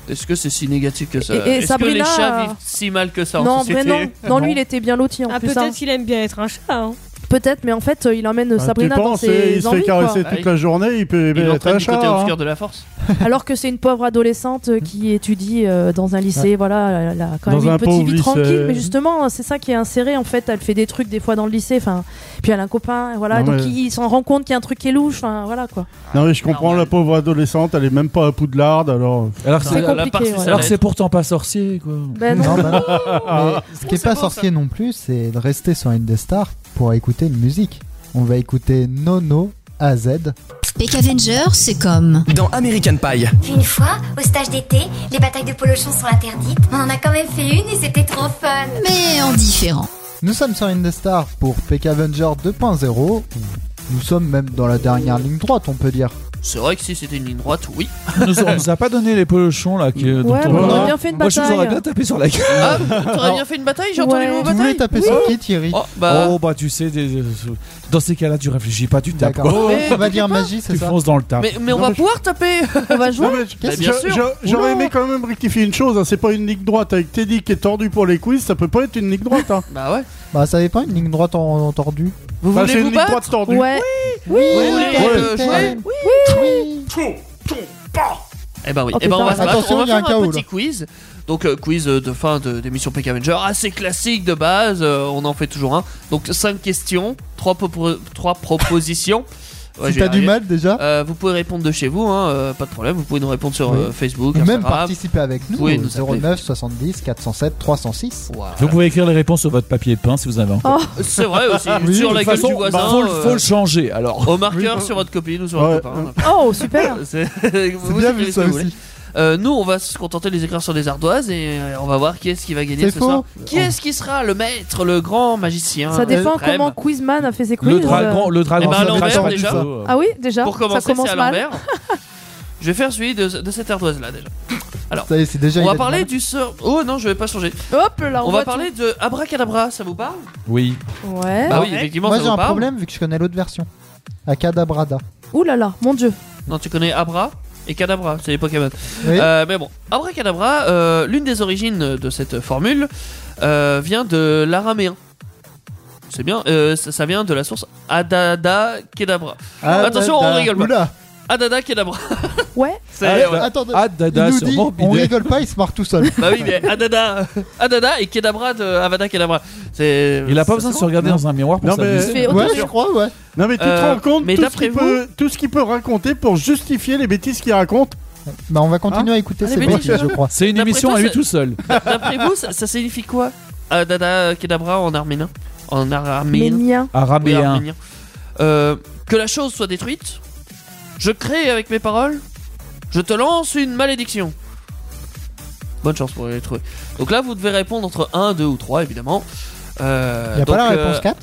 Est-ce que c'est si négatif que ça
Et- et
Est-ce que
Sabrina-
les chats vivent si mal que ça en
non,
société
vraiment. Non, lui, il était bien loti en
Ah,
plus. hein.
peut-être qu'il aime bien être un chat. hein.
Peut-être, mais en fait, euh, il emmène
Ah,
Sabrina
tu
dans
penses,
ses
il se
envies,
fait caresser
quoi.
toute la journée, il peut
Ah, Il est en
être
train
Eh un
du côté
chat. hein.
obscur de la force.
quoi. Alors que c'est une pauvre adolescente euh, qui étudie euh, dans un lycée, voilà, elle a quand
Mm. Dans
même
un
une petite
pauvre
vie
lycée.
tranquille. Mais justement, hein, c'est ça qui est inséré. En fait, elle fait des trucs des fois dans le lycée. Enfin, puis elle a un copain, et voilà.
Non,
donc
mais-
il, il s'en rend compte qu'il y a un truc qui est louche. Enfin, voilà quoi.
Non, mais je comprends,
Normal.
la pauvre adolescente, elle est même pas à Poudlard alors.
Alors que
C'est
c'est-
Ah, la
compliqué,
part,
ouais.
ça
alors
va
que
être-
c'est pourtant pas sorcier, quoi.
Ben non.
Non, bah non. Mais ce qui est
Ah. c'est
pas
bon,
sorcier non plus, c'est de rester sur Indestar pour écouter une musique. On va écouter Nono AZ.
Peck Avenger, c'est comme.
Dans American Pie,
Puis une fois, au stage d'été, les batailles de polochon sont interdites. On en a quand même fait une et c'était trop fun.
Mais en différent.
Nous sommes sur Indestar pour Peck Avenger 2.0. Nous sommes même dans la dernière ligne droite, on peut dire.
C'est vrai que si c'était une ligne droite, oui.
On nous, on nous a pas donné les peluchons là. Qui, euh, ouais,
Ouais, mais on aurait bien fait une
Moi, je vous
bataille.
aurais bien tapé sur la gueule.
Ah, t'aurais bien fait une bataille, j'ai entendu
Ouais.
le mot
Tu voulais
bataille.
taper sur qui, Thierry
Oh, bah,
Oh, bah, tu sais, des- dans ces cas-là, tu réfléchis pas, tu tapes.
D'accord.
quoi.
on va dire magie, c'est
Tu
ça
fonces dans le tas.
mais, mais on
Non,
va
mais je-
pouvoir taper
On va jouer
Non, mais je-
Bah,
je-
bien sûr.
je- J'aurais aimé quand même rectifier une chose, hein, c'est pas une ligne droite avec Teddy qui est tordu pour les quiz, ça peut pas être une ligne droite. Hein.
Bah ouais.
Bah, ça dépend, une ligne droite en, en tordue.
Vous
Enfin, Bah, c'est
voulez
une
vous
ligne
battre
droite tordue.
Ouais.
Vous voulez euh, jouer
Oui, oui.
Eh ben oui,
Oh,
eh ben on va
putain.
se battre.
Attention,
on va
il y a
faire
un
un,
chaos,
petit
là.
quiz. Donc euh, quiz euh, de fin de- d'émission PK Avenger, assez classique de base, euh, on en fait toujours un. Donc 5 questions, 3, propositions. Ouais, je
Si
vais y
t'as du
arriver.
mal déjà,
Euh, vous pouvez répondre de chez vous, hein, euh, pas de problème, vous pouvez nous répondre sur
Oui.
euh, Facebook,
ou même
Instagram.
participer avec nous,
Oui,
au
nous appeler.
09 70 407 306.
Voilà.
Vous pouvez écrire les réponses sur votre papier de pain si vous avez un.
C'est vrai aussi, Ah, sur la
de toute
gueule
façon,
du voisin.
bah, faut, le-
euh,
faut le changer alors.
au marqueur sur votre copine ou sur
Ouais.
votre copain.
Oh, super.
C'est
C'est
vous
bien
écrivez
vu
ce que
ça
vous voulez.
aussi.
Euh, nous, on va se contenter de les écrire sur des ardoises et euh, on va voir qui est-ce qui va gagner
C'est
ce
faux.
soir. Qui est-ce qui sera le maître, le grand magicien euh,
Ça dépend
suprême
comment Quizman a fait ses quiz. euh.
Le dragon, le
Eh
dragon,
ben, à
ça
l'envers,
crache pas du
déjà.
feu, euh.
Ah oui, déjà.
Pour commencer,
ça commence
c'est à
mal.
l'envers. Je vais faire celui de, de cette ardoise-là déjà.
Ça y est, c'est déjà
On
il a
va
du
parler
mal.
du sort. Oh non, je vais pas changer.
Hop là, on,
On va
voit
parler de Abracadabra, ça vous parle
Oui.
tout. Ouais.
Bah oui, effectivement,
Moi
ça
j'ai
vous
un
parle.
problème vu que je connais l'autre version. Acadabrada.
Ouh là là, mon dieu.
Non, tu connais Abra et Cadabra, c'est les Pokémon.
Oui.
Euh, mais bon, Abracadabra, euh, l'une des origines de cette formule euh, vient de l'araméen. C'est bien, euh, ça, ça vient de la source Adada Kedabra.
Ah,
Attention,
bah,
on rigole pas.
Oula.
Adada Kedabra.
Ouais.
C'est-
Allez,
ouais.
Bah, Attendez.
Ah,
Il
dada,
nous
sur
dit, on
Morbidé.
rigole pas, il se marre tout seul.
Bah oui, mais Adada, Adada et Kedabra de Avada Kedabra. C'est.
Il a pas
c'est
besoin de
bon.
se regarder dans un miroir pour
Non, mais-
s'amuser.
Fait autant
Ouais,
de-
je crois, ouais.
Non mais tu te
Euh,
rends compte
mais
tout, ce
d'après
qu'il
vous-
peut, tout ce qu'il peut raconter pour justifier les bêtises qu'il raconte.
Bah, on va continuer à écouter
Hein Allez,
ces
mais dis-
bêtises, je crois.
C'est une
D'après
émission
toi,
à lui
c'est-
tout seul.
D'après vous, ça, ça signifie quoi Adada Kedabra en arménien En
Mais
araméen
nien.
Oui,
Arabéen.
arménien. Euh, que la chose soit détruite. Je crée avec mes paroles. Je te lance une malédiction. Bonne chance pour les trouver. Donc là, vous devez répondre entre 1, 2 ou 3, évidemment. Euh,
Il y a
donc,
pas la
euh,
réponse 4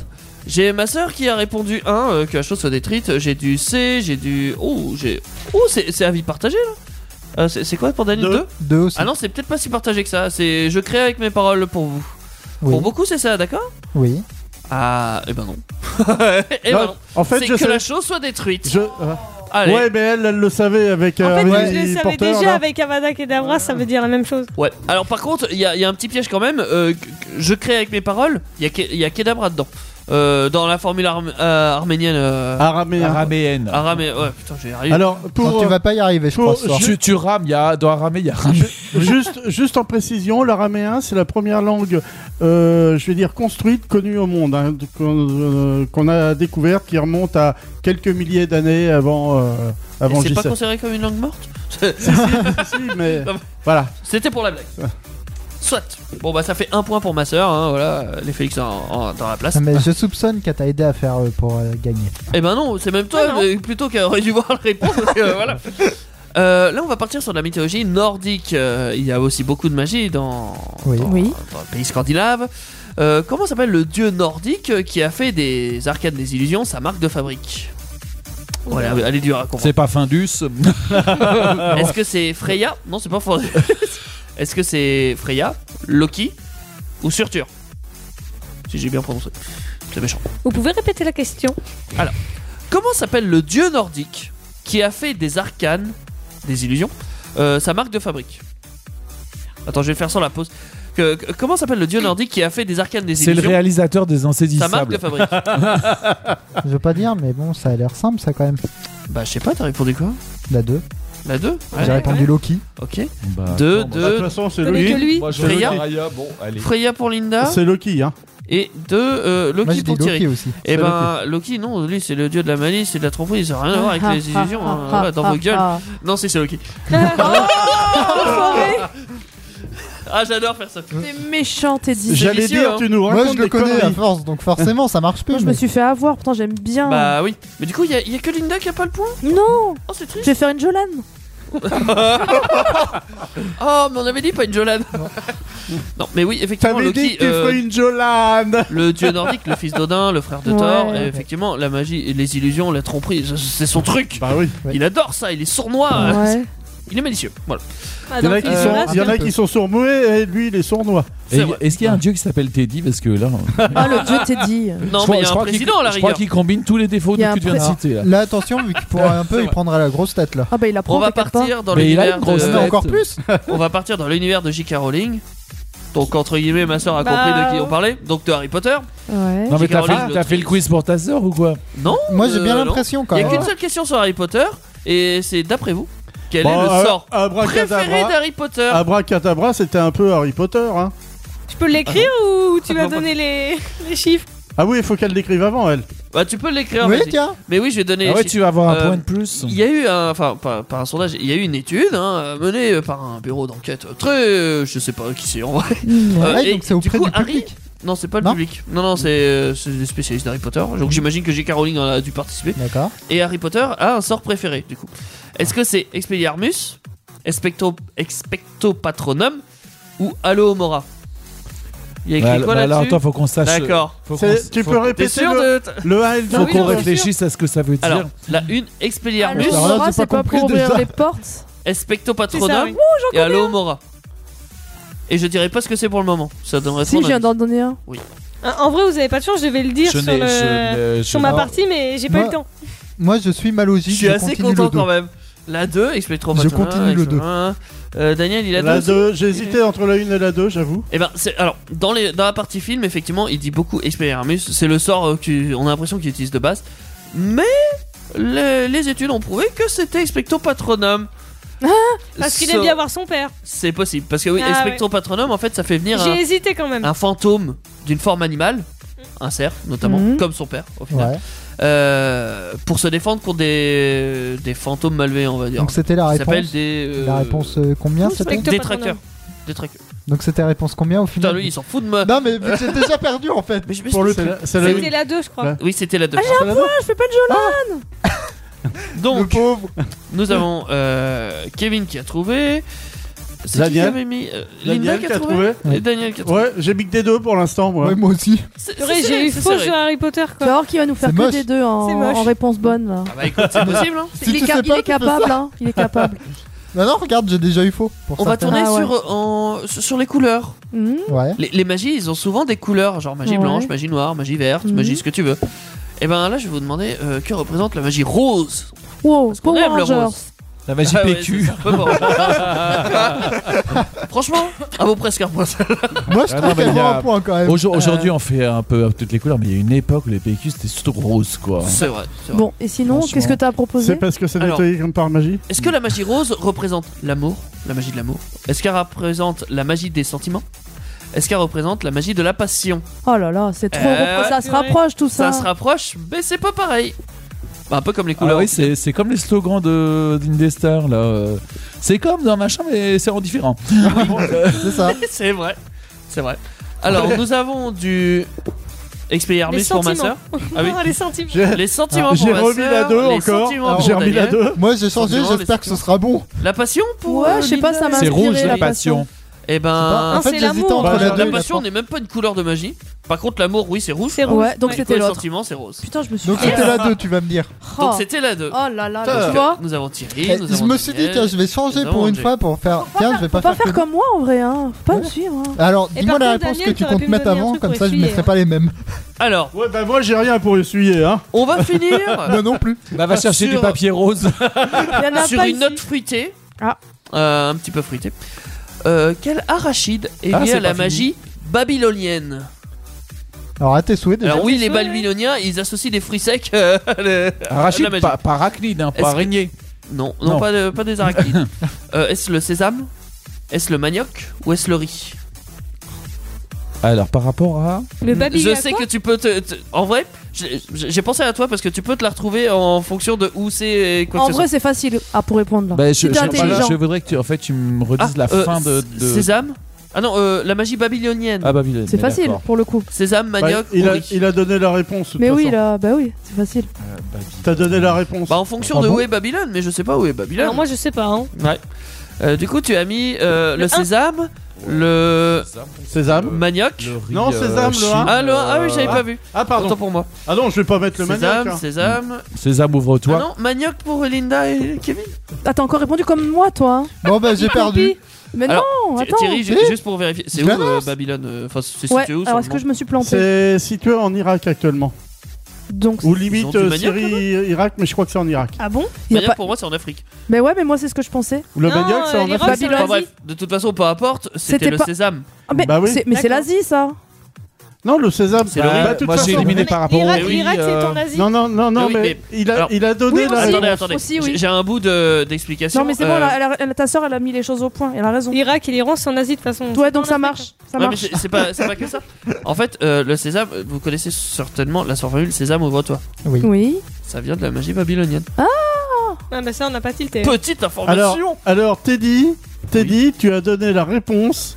J'ai ma sœur qui a répondu 1, euh, que la chose soit détruite. J'ai du C, j'ai du. Oh, j'ai. Oh, c'est c'est avis partagé là Euh, C'est c'est quoi pour Daniel
Deux.
2
2
aussi.
Ah non, c'est peut-être pas si partagé que ça. C'est je crée avec mes paroles pour vous.
Oui.
Pour beaucoup, c'est ça, d'accord
Oui.
Ah, eh ben non. eh ben
Non,
non.
En fait,
C'est
je
que
sais.
la chose soit détruite.
je- euh,
Allez.
Ouais, mais elle, elle le savait avec.
En
euh,
fait,
Harry
je le savais
Potter,
déjà
là.
avec Avada Kedavra, ça veut dire la même chose.
Ouais. Alors par contre, il y, a- il y a un petit piège quand même. euh, que- que je crée avec mes paroles. Il y a, Ke- il y a Kedabra dedans. Euh, dans la formule arm- euh, arménienne. Euh,
Araméen.
Araméenne.
Ah.
aramé- Ouais, putain, j'ai arrivé.
hein. Alors, pour,
Non, tu vas pas y arriver, je
pour-
crois, ce soir.
Tu, tu rames, il y a, dans Aramé, il y a ramé.
Juste, juste en précision, l'araméen, c'est la première langue, euh, je vais dire, construite, connue au monde, hein, de- qu'on euh, qu'on a découverte, qui remonte à quelques milliers d'années avant, euh,
Et
avant
c'est pas
J7.
considéré comme une langue morte
Si, mais
Non, mais-
voilà.
C'était pour la blague. Soit. Bon bah ça fait un point pour ma sœur. hein, voilà, euh, les Félix en- en- dans la place.
Non, Mais je soupçonne qu'elle t'a aidé à faire euh, pour euh, gagner.
Eh ben non, c'est même toi
Ah non.
euh, plutôt qui aurait dû voir la réponse. parce que, euh, voilà. Euh, là, on va partir sur de la mythologie nordique. Euh, il y a aussi beaucoup de magie dans,
Oui.
dans,
Oui.
dans le pays scandinave. Euh, comment s'appelle le dieu nordique qui a fait des arcades des illusions sa marque de fabrique Voilà, elle est dure à comprendre.
C'est pas Findus.
Est-ce que c'est Freya Non, c'est pas Freya. Est-ce que c'est Freya, Loki ou Surtur Si j'ai bien prononcé. C'est méchant.
Vous pouvez répéter la question
Comment s'appelle le dieu nordique qui a fait des arcanes, des illusions, euh, sa marque de fabrique Attends, je vais faire sans la pause. Que- que- comment s'appelle le dieu nordique qui a fait des arcanes, des
C'est le
illusions,
réalisateur des
sa marque de
Insaisissables.
fabrique Ah.
Je veux pas dire, mais bon, ça a l'air simple, ça quand même.
Bah, je sais pas, t'as répondu quoi
La 2.
La 2
J'ai répondu Loki.
Ok.
Bah,
2,
attends,
Bah, De toute
2.
façon, c'est
Connais Ah, que
Loki.
lui.
Moi, je
Freya.
veux dire, bon, allez.
Freya pour Linda
C'est Loki, hein.
et 2
Moi
Loki
j'ai dit
pour
Loki
Thierry.
aussi.
Et
C'est
ben Loki, non, lui c'est le dieu de la malice et de la tromperie, ça n'a rien à voir avec
Ah,
les illusions hein, voilà, dans vos gueules.
Oh,
Non, si c'est Loki. Ah, j'adore faire ça.
Ah. T'es méchant, Teddy.
J'ai-
J'allais
vicieux,
dire,
hein.
tu nous racontes
Moi je le
des
connais à
conneries.
force, donc forcément ça marche plus.
Moi, je me suis fait avoir, pourtant j'aime bien.
Bah oui, mais du coup, il y, a- il y a que Linda qui a pas le point
Non
Oh, c'est triste.
Je vais faire une Jolane.
oh, mais on avait dit pas une Jolane. Non, mais oui, effectivement,
T'avais dit
Loki.
que tu
euh,
ferais une Jolane
Le dieu nordique, le fils d'Odin, le frère de Thor,
Ouais.
et effectivement, la magie, et les illusions, la tromperie, ça, c'est son truc.
Bah oui.
Il adore ça, il est sournois.
Ouais.
euh, Il est malicieux. Voilà.
Il y en a qui sont,
Ah,
il y en a qui sont sourds-muets et lui il est sournois.
Et Est-ce qu'il y a un dieu qui s'appelle Teddy Parce que là.
Ah, le dieu Teddy.
Je
Non, mais
crois-
il y
je
a un
crois qu'il-
président, à la
Je crois
rigueur.
qu'il combine tous les défauts
Il y
que
a
tu
un
viens de
pré-
citer.
Là, attention, vu qu'il pourra un peu, il prendra la grosse tête là.
Ah bah il apprend.
On va
t'inquiète
partir
pas.
dans
Mais il a
l'univers
une grosse
de-
tête. Encore plus
On va partir dans l'univers de J.K. Rowling. Donc entre guillemets, ma soeur a
Bah,
compris de qui on
ouais.
parlait. Donc de Harry Potter.
Ouais.
Non, mais
J.K.
t'as
Rowling,
fait,
le
t'as fait le quiz pour ta sœur ou quoi
Non. euh,
Moi, j'ai bien
non.
l'impression, quand
Il y a
même.
qu'une seule question sur Harry Potter et c'est d'après vous quel est
Bah,
le sort
euh, Ah. abracadabra.
préféré d'Harry Potter
Abracadabra, c'était un peu Harry Potter. Hein.
Tu peux l'écrire
Ah,
ou tu vas donner les, les chiffres
Ah oui, il faut qu'elle l'écrive avant, elle.
Bah tu peux l'écrire.
Oui,
vas-y.
tiens.
Mais oui, je vais donner.
Ah
les
ouais,
chiffres.
tu vas avoir un
Euh,
point de plus.
Il y a eu un, enfin pas- par, un sondage, il y a eu une étude hein, menée par un bureau d'enquête très, euh, je sais pas qui c'est en vrai. Euh,
Ouais,
et
donc c'est auprès
coup,
du
Harry-
public.
Non, c'est pas le
Non
public. Non, non, c'est euh, c'est des spécialistes d'Harry Potter. Donc j'imagine que J.K. Rowling en a dû participer.
D'accord.
Et Harry Potter a un sort préféré du coup. Est-ce que c'est Expelliarmus, Expecto, Expecto Patronum ou Alohomora Il y a écrit
Bah,
quoi
bah, alors
là-dessus
attends, faut qu'on sache.
D'accord.
faut qu'on-
C'est- Tu
faut-
peux Ah
T'es
répéter
sûr
le,
de
le A et le
Faut
Ah
B
oui,
qu'on
non, bien
réfléchisse à ce que ça veut dire.
Alors, la une Expelliarmus,
Allô,
Sarah,
Sarah,
j'ai
c'est
pas
Ah, pas
compris
pour ouvrir
déjà.
les portes.
Expecto
C'est ça, oui.
Patronum et Alohomora. Et je dirais pas ce que c'est pour le moment. Ça donnerait
Si,
trop
je viens d'en donner un.
Ah, En vrai, vous avez pas de chance, je vais le dire
Je
sur,
n'ai-
le-
je n'ai- je-
sur ma
non.
partie, mais j'ai pas eu
Moi-
le temps.
Moi, je suis ma
Je
logique.
suis assez
continue le
content
dos.
quand même. La 2, Expecto
Je
Patronum.
continue le
Expecto- Euh, Daniel, il a
La
deux,
2, j'ai hésité entre la 1 et la 2, j'avoue.
Eh ben, c'est- alors dans, les, dans la partie film, effectivement, il dit beaucoup Expelliarmus. C'est le sort euh, qu'on a l'impression qu'il utilise de base. Mais les, les études ont prouvé que c'était Expecto Patronum.
Ah, Parce qu'il
So-
aime bien voir son père.
C'est possible parce que oui,
Ah,
Expecto Patronum, en fait, ça fait venir
J'ai
un,
hésité quand même.
un fantôme d'une forme animale,
Mm.
un cerf notamment,
Mhm.
comme son père au final,
Mm. Ouais.
euh, pour se défendre contre des, des fantômes malveillants, on va dire.
Donc, c'était la
Ils s'appellent
réponse.
des euh,
La réponse euh, combien
Tout
c'était
Expecto
des
Patronum.
traqueurs. Des traqueurs.
Donc, c'était la réponse combien au
Putain,
final
lui, il s'en fout de moi.
Non, mais vu que j'ai déjà perdu en fait.
Mais je me
Pour
suis-
le C'est la- c'est la
C'était
une.
la 2, je crois.
Ouais.
Oui, c'était
Ah,
la 2.
C'est la deux.
Ah, Je fais pas de jeu là.
Le
Donc,
pauvre.
Nous avons euh, Kevin qui a trouvé. C'est qui qui
Daniel.
avait mis, euh,
Daniel
Linda qui a trouvé. Et Daniel qui a trouvé.
Ouais, j'ai mis que des deux pour l'instant, moi.
Ouais, moi aussi.
C'est-
Purée,
c'est
J'ai
serré,
eu
c'est
faux
serré.
sur Harry Potter
Tu
quoi.
vas voir qu'il va nous faire
C'est
que
moche.
des deux en,
C'est moche.
en réponse bonne là.
Ah bah écoute, c'est possible. hein.
Si
il, est
tu
ca-
sais
il
pas,
est capable, hein. Il est capable.
Non, non, regarde, j'ai déjà eu faux. Pour
On va
certains.
tourner
Ah ouais.
sur, euh, en- sur sur les couleurs.
Mhm.
Ouais.
Les, les magies, ils ont souvent des couleurs, genre magie
Ouais.
blanche, magie noire, magie verte,
Mhm.
magie ce que tu veux. Et ben là, je vais vous demander euh, que représente la magie rose.
Wow,
qu'on
Power
aime le
Rangers.
rose.
La magie
Ah ouais,
PQ.
c'est un peu bon. Franchement, à vos presque un point.
Moi, je
Ah,
trouve
non, mais
qu'elle
il y
vaut
a-
un point quand même.
Aujourd- Aujourd'hui, on fait un peu toutes les couleurs, mais il y a une époque où les PQ c'était surtout rose quoi.
C'est vrai. c'est vrai.
Bon, et sinon,
Franchement.
qu'est-ce que t'as
C'est
proposé
parce que c'est
Alors.
nettoyé comme par magie
Est-ce que la magie rose représente l'amour, la magie de l'amour Est-ce qu'elle représente la magie des sentiments Est-ce qu'elle représente la magie de la passion
Oh là là, c'est trop.
Euh,
repro- ça se
purée.
rapproche tout
Ça
ça.
se rapproche, mais c'est pas pareil. Bah, un peu comme les
Ah
couleurs.
oui, c'est c'est comme les slogans de d'Indestar là. euh. C'est comme dans machin, mais c'est en différent.
C'est ça.
c'est vrai, c'est vrai. Alors nous avons du
Les
Expelliarmus pour ma
sentiments.
sœur. Ah oui.
Ah, les sentiments.
J'ai
Les sentiments pour
Ah, j'ai
ma
remis
sœur,
la 2
les sentiments
encore. Ah,
pour
J'ai remis la
Daniel.
2.
Moi, j'ai changé,
Sentiment,
j'espère que
déception.
ce sera bon.
La passion pour.
Ouais,
euh,
je sais pas,
Linda
ça m'a
C'est
inspiré
rouge
la
la passion.
Eh ben,
en fait,
c'est
j'hésitais
l'amour.
entre
Bah,
la
la
deux et la
la passion
trois.
n'est même pas une couleur de magie. Par contre, l'amour, oui, c'est rouge.
C'est rouge.
Ouais, donc
Et
c'était
le
l'autre.
sentiment, c'est rose.
Putain, je me suis.
Donc, c'était la 2, tu vas me dire.
Oh.
Donc c'était la 2.
Oh là là,
Putain.
tu vois
Nous avons Thierry.
Eh,
nous
Je
avons
me suis dit,
Daniel.
tiens, je vais changer
Nous
pour
avons
une
Jay.
fois pour faire. Tiens, je vais
Faut
pas
pas
faire.
faire comme moi en vrai, hein. Faut pas me suivre. hein.
que- Alors,
Et
dis-moi
par
la
contre,
réponse que
Daniel,
tu
t'aurais
comptes
pu me
mettre
donner un
avant,
truc
comme
pour
ça je
essuyer,
mettrai
hein.
pas les mêmes.
Alors,
Ouais, bah moi j'ai rien pour essuyer, hein.
on va finir
Moi non plus.
Bah va chercher
Sur-
du papier rose.
Il y en a
euh, sur
pas
une
ici.
note fruitée.
Ah.
Euh, un petit peu fruitée. Euh, quel arachide est
Ah,
lié
c'est
à la
pas fini.
magie babylonienne
Alors, à tes souhaits déjà.
Alors oui, les
Ouais, ouais.
babyloniens, ils associent des fruits secs. euh, à le-
Arachide,
La magie.
pas, pas arachnide, hein,
Est-ce
pas
que-
araignée.
Non, non,
Non.
Pas, de- pas des arachides. Euh, est-ce le sésame Est-ce le manioc ou est-ce le riz
Alors par rapport à.
Le baby
Je sais que tu peux te, te- En vrai, j'ai- j'ai pensé à toi parce que tu peux te la retrouver en fonction de où c'est et quoi
En
que ce
vrai, c'est facile à pour répondre là.
Bah, je,
Si t'es
je-
intelligent.
je voudrais que tu, en fait, tu me
soit.
redises
Ah,
la
euh,
fin de.
s-
de-
Sésame, Ah non, euh, la magie babylonienne.
Ah, babylonienne.
C'est facile pour le coup.
Sésame,
Bah,
manioc,
Bah, il, a,
pourri.
il a donné la réponse. de toute
Mais oui,
façon.
là, bah oui, c'est facile.
Ah,
T'as donné la réponse.
Bah en fonction
Ah
de
bon
où est Babylone, mais je sais pas où est Babylone.
Alors moi je sais pas. Hein.
Ouais. Euh, du coup, tu as mis euh, le, sésame, le
sésame,
manioc.
Non, sésame, le un.
Ah, le un, ah oui, j'avais
Ah.
pas vu.
Ah, pardon.
Autant pour moi.
Ah non, je vais pas mettre le manioc.
Sésame,
hein.
sésame.
Sésame,
Ah
ouvre-toi.
non, manioc pour Linda et Kevin.
Ah, t'as encore répondu comme moi, toi. hein.
Bon, bah, j'ai perdu.
Mais
Alors,
non,
Ti-
attends.
Thierry, ju-
Eh
juste pour vérifier, c'est
Je
où euh,
l'annonce.
Babylone euh, Enfin, c'est
ouais,
situé où
alors
sur
est-ce
le
que je me suis planté
C'est situé en Irak actuellement.
Donc,
Ou
ont
limite
du
euh,
manioc,
Syrie, Irak, mais je crois que c'est en Irak.
Ah bon
y a
Manioc,
pas-
pour moi, c'est en Afrique.
Mais ouais, mais moi, c'est ce que je pensais.
Ou le
Non,
manioc, c'est
euh,
en
les
Afrique.
Russes,
Babylone.
c'est en
Enfin
Vas-y.
bref, de toute façon, peu importe, c'était
C'était
le
pas-
sésame.
Ah, mais
Bah oui.
c'est- mais c'est
D'accord.
l'Asie, ça.
Non, le sésame.
C'est le riz.
Bah, de toute
Moi, j'ai
façon-
éliminé
Mais
par rapport au
Oh,
Irak,
riz,
Irak, c'est
euh,
en Asie.
Non, non, non, non,
Oui,
mais,
mais-
il, a,
alors-
il a donné
Oui,
la
aussi.
attendez,
réponse.
attendez.
aussi, oui.
J'ai- J'ai un bout de- d'explication.
Non, mais c'est
euh,
bon, là, elle a- elle a- ta soeur, elle a mis les choses au point. Elle a raison.
L'Irak et l'Iran c'est en Asie de toute façon.
Ouais, donc ça marche.
Ouais,
Ça
mais
marche.
c'est c'est pas, c'est pas que ça. En fait, euh, le sésame, vous connaissez certainement la formule sésame ouvre-toi.
Oui.
Ça vient de la magie babylonienne.
Ah bah ça on n'a pas tilté.
Petite
Alors,
information.
alors Teddy, Teddy tu as donné la réponse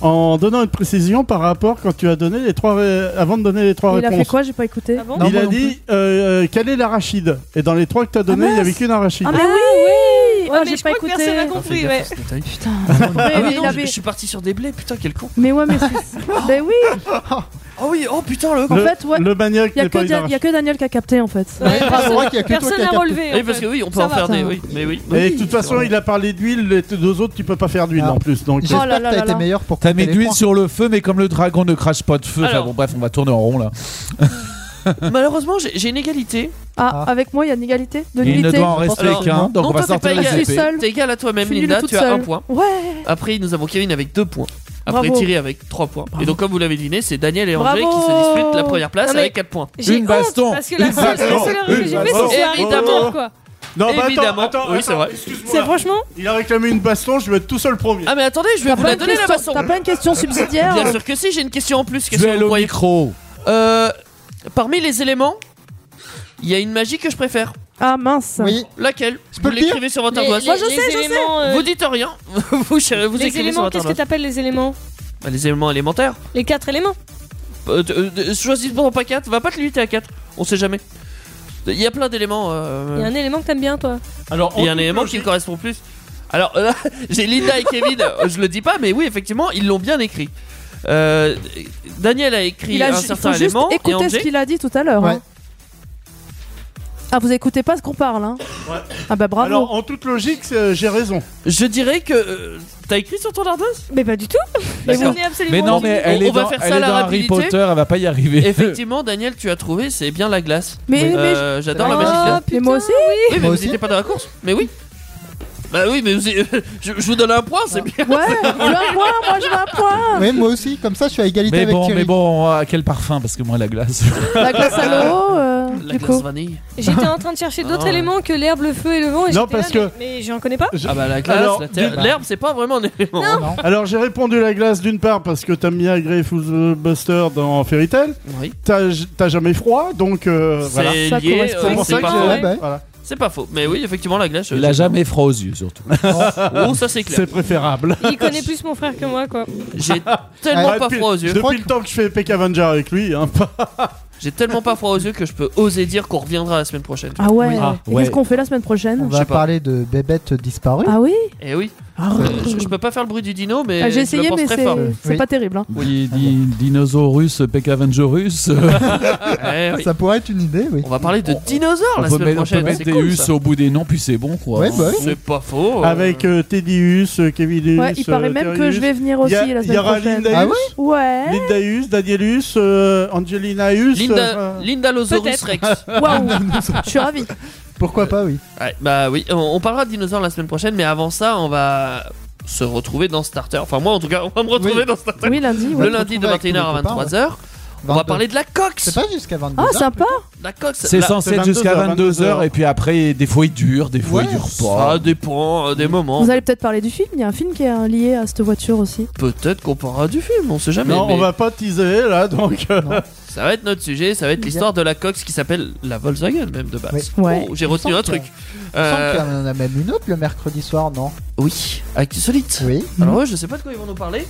en donnant une précision par rapport quand tu as donné les trois ré- avant de donner les trois
Il a fait
réponses.
quoi J'ai pas écouté.
Ah bon
Non,
il
moi
a
non
dit euh, euh, quelle est l'arachide Et dans les trois que tu as donné, il n'y avait
mince.
qu'une arachide.
Ah, mais
Ah
oui
Ouais,
Ah,
mais
J'ai
je
pas
crois que personne n'a
écouté.
Ah, fais
compris,
gaffe
ouais.
à ce détail.
Putain.
Ah
Ouais,
oui,
mais
non,
il
je-
avait-
je suis parti sur des blés, putain, quel con.
Mais ouais, mais c'est. Ben oui
Oh oui, oh putain, le con.
En
Le-
fait, ouais.
Le manioc
Il y, a
n'est
que
pas une
Da- y a
arachide.
que Daniel qui a capté en fait.
Ouais,
Je
personne
crois qu'il y a que toi
personne
qui as
n'a
capté.
relevé.
Oui,
en
parce
fait.
que oui, on peut
Ça
en
va,
faire
ça
des.
va.
Oui, mais oui.
Et de toute façon, il a parlé d'huile, les t- deux autres, tu peux pas faire d'huile
Ah.
en plus. Donc,
J'espère
Oh là
que
là
t'as
là
été
là.
meilleur pour
T'as
compter
mis
les
d'huile
points.
sur le feu, mais comme le dragon ne crache pas de feu, enfin
Alors.
bon, bref, on va tourner en rond là.
Malheureusement, j'ai j'ai une égalité.
Ah, avec moi, il y a une égalité de
Il ne
nullité.
doit en rester
Alors,
qu'un, donc
non,
on va
toi, t'es
sortir
pas
les
égal.
Je suis
épées.
seule.
T'es égal à
Je
toi-même,
suis nulle
Linda,
toute
tu as
seule.
un point.
Ouais
Après, nous avons Kevin avec deux points. Après,
Bravo.
Thierry avec trois points. Et donc, comme vous l'avez deviné, c'est Daniel et André
Bravo.
qui se disputent la première place
Non, mais-
avec quatre points.
J'ai
Une
honte,
baston.
Parce que la
Une
seule, la
baston.
seule erreur que
Une
j'ai fait,
baston.
c'est
Évidemment.
Évidemment quoi.
Non, bah, attends,
Évidemment.
attends,
Oui, c'est
attends,
vrai.
C'est
excuse-moi.
franchement.
Il a réclamé une baston, je vais être tout seul premier.
Ah, mais attendez, je vais
T'as
vous
pas,
la
une
donner la
question-
baston.
t'as pas une question subsidiaire
Bien sûr que si, j'ai une question en plus. Qu'est-ce que
Duel
vous
au
croyez
micro.
Euh, Parmi les éléments, il y a une magie que je préfère.
Ah mince
Oui,
Laquelle Vous
peux le dire
l'écrivez sur votre
Les-
boîte.
les- les éléments, euh,
Vous dites rien. vous cher- vous
Les
écrivez sur
éléments,
votre
qu'est-ce que
boîte.
t'appelles les éléments
Bah, Les éléments élémentaires.
Les quatre éléments
Euh, euh, euh, choisis bon pas 4, va pas te limiter à 4, on sait jamais. Il y a plein d'éléments. euh,
Il y a un élément que t'aimes bien toi.
Alors, il y a un élément qui me correspond plus. Alors là, j'ai Linda et Kevin, euh, je le dis pas, mais oui, effectivement, ils l'ont bien écrit. Euh, Daniel a écrit
Il
un
a ju-
certain
faut juste
élément et
écouter
André.
ce qu'il a dit tout à l'heure.
Ouais.
hein. Ah, vous écoutez pas ce qu'on parle, hein
Ouais.
Ah bah bravo.
Alors, en toute logique, c'est- j'ai raison.
Je dirais que euh, t'as écrit sur ton ardoise.
Mais pas du tout.
D'accord.
J'en ai absolument
Mais non,
aucune
mais elle
on
est
va
dans,
faire ça
elle
à
est
la
dans Harry
rapidité.
Potter, elle va pas y arriver.
Effectivement, Daniel, tu as trouvé, c'est bien la glace.
mais, mais, je-
Euh, J'adore la
Ah,
magie de glace.
mais moi aussi
Oui, mais
Moi
vous
aussi.
n'étiez pas dans la course. Mais oui. Bah oui, mais vous- je, je vous donne un point, c'est bien.
Ouais, je veux un point, moi je veux un point
oui, moi aussi, comme ça je suis à égalité
Mais
avec
bon,
Thierry.
mais bon, ah, quel parfum, parce que moi la glace.
La glace à l'eau, euh,
La
du
glace
coup.
vanille.
J'étais en train de chercher d'autres
Ah.
éléments que l'herbe, le feu et le vent. et
Non,
j'étais
parce
là,
que-
Mais mais j'en connais pas.
Je-
Ah bah la glace,
Alors,
la terre-
d'une-
l'herbe, c'est pas vraiment un élément. hein.
Alors, j'ai répondu la glace d'une part parce que t'as mis agré euh, Buster dans Fairy Tail.
Oui.
T'as t'as jamais froid, donc euh,
C'est
voilà.
Ça
lié,
correspond.
euh,
C'est pour
c'est
ça que
pas,
j'ai-
faux.
Ouais, bah ouais.
voilà.
C'est pas faux. Mais oui, effectivement, la glace.
Il a jamais froid aux yeux, surtout.
Oh, ça c'est clair.
C'est préférable.
Il connaît plus mon frère que moi quoi.
J'ai tellement
Ah,
pas
depuis-
froid aux yeux.
Depuis le temps que je fais Peck Avenger avec lui, hein, pas-
J'ai tellement pas froid aux yeux que je peux oser dire qu'on reviendra la semaine prochaine.
Ah ouais,
Oui.
Ah,
Et
ouais.
qu'est-ce qu'on fait la semaine
On
prochaine
Je sais
va
pas.
parler de bébête disparue.
Ah oui
Eh oui. Euh, je, je peux pas faire le bruit du dino, mais
Ah, J'ai
je le
essayé,
pense
mais
très
c'est
fort.
c'est
Oui.
pas terrible. hein.
Di- di- Dinosaurus, Pecavengerus. euh,
Eh oui.
Ça pourrait être une idée, oui.
On va parler de
On-
dinosaures
on
la
peut
semaine
mettre, on peut
prochaine.
mettre
C'est
des
cool,
us
ça.
au bout des noms, puis c'est bon quoi.
Ouais, bah oui.
C'est pas faux. euh.
avec euh, Teddy Hus, euh, Kevin Hus,
Ouais, il paraît
euh,
même
Terry
que
Hus.
je vais venir
Il y
aussi
a-
la
il y
semaine
aura
prochaine.
Linda
Ah
Hus,
Ouais
Linda Hus, Daniel Hus, euh, Angelina Hus.
Linda,
euh,
Linda Losaurus
Peut-être.
Rex.
Waouh Je suis ravie.
Pourquoi pas, oui.
Ouais, bah oui, on, on parlera de dinosaures la semaine prochaine, mais avant ça, on va se retrouver dans Starter. Enfin, moi en tout cas, on va me retrouver
Oui.
dans Starter.
Oui, lundi,
Le
ouais.
te
lundi de
retrouver avec
21h à
tous les copains,
23h. On va
22.
parler de la cox.
C'est pas jusqu'à 22
Ah,
heures.
sympa
La cox.
C'est
la-
censé être
c'est
jusqu'à
22
22h, et puis après, des fois il dure, des fois il
Ouais.
dure
Ça
pas.
dépend euh, des moments.
Vous allez peut-être parler du film, il y a un film qui est euh, lié à cette voiture aussi.
Peut-être qu'on parlera du film, on sait jamais.
non,
mais
on va pas teaser là, donc. euh,
Ça va être notre sujet, ça va être l'histoire de la cox qui s'appelle la Volkswagen même de base.
Oui. Ouais.
Oh, J'ai retenu
semble
un truc.
Il me semble
Euh,
qu'il y en a même une autre le mercredi soir, non
oui, Actu Solite.
Oui.
Alors, ouais, je sais pas de quoi ils vont nous parler.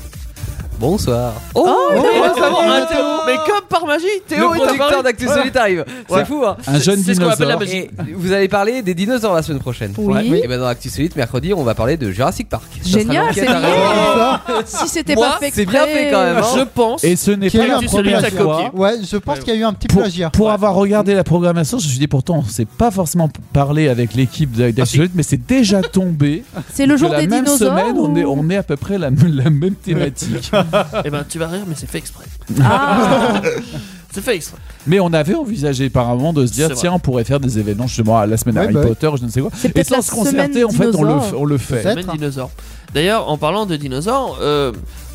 Bonsoir.
Oh,
Oh,
Théo,
oh,
vraiment,
salut,
un
Théo.
Théo. Mais comme par magie, Théo
le
est apparu.
producteur d'Actu
Voilà.
Solid arrive.
Voilà.
C'est fou, hein.
Un jeune
C'est ce qu'on appelle la
hein.
dinosaure.
magie. Et vous allez parler des dinosaures la semaine prochaine.
Oui.
Ouais. Et ben dans Actu Solid, mercredi, on va parler de Jurassic Park. Ça sera
Génial,
l'enquête
c'est
à
bien.
résoudre.
Si c'était
Oh Moi,
pas fait
c'est bien
exprès.
fait quand même. hein.
Je pense.
Et ce n'est
Qu'il y
pas
a eu un
la
problème
première
à
fois.
copier.
Ouais, je pense qu'il y a eu un petit
Pour,
plagiat.
pour avoir regardé la programmation, je me suis dit pourtant, on s'est pas forcément parlé avec l'équipe
Ah,
d'Actualité, mais c'est déjà tombé.
C'est le
que
jour
la
des
même
dinosaures
semaine, on, est,
ou-
on est à peu près la, la même thématique.
Eh ben, tu vas rire, mais c'est fait exprès.
Ah,
c'est fait exprès.
mais on avait envisagé apparemment de se dire
C'est vrai.
tiens, on pourrait faire des événements justement à la semaine
Ouais,
Harry
bah oui.
Potter, je ne sais quoi.
C'est
Et
peut-être
sans
la
se concerter,
semaine
en fait, on le,
dinosaure.
on le fait.
Semaine dinosaure. D'ailleurs, en parlant de dinosaures, euh,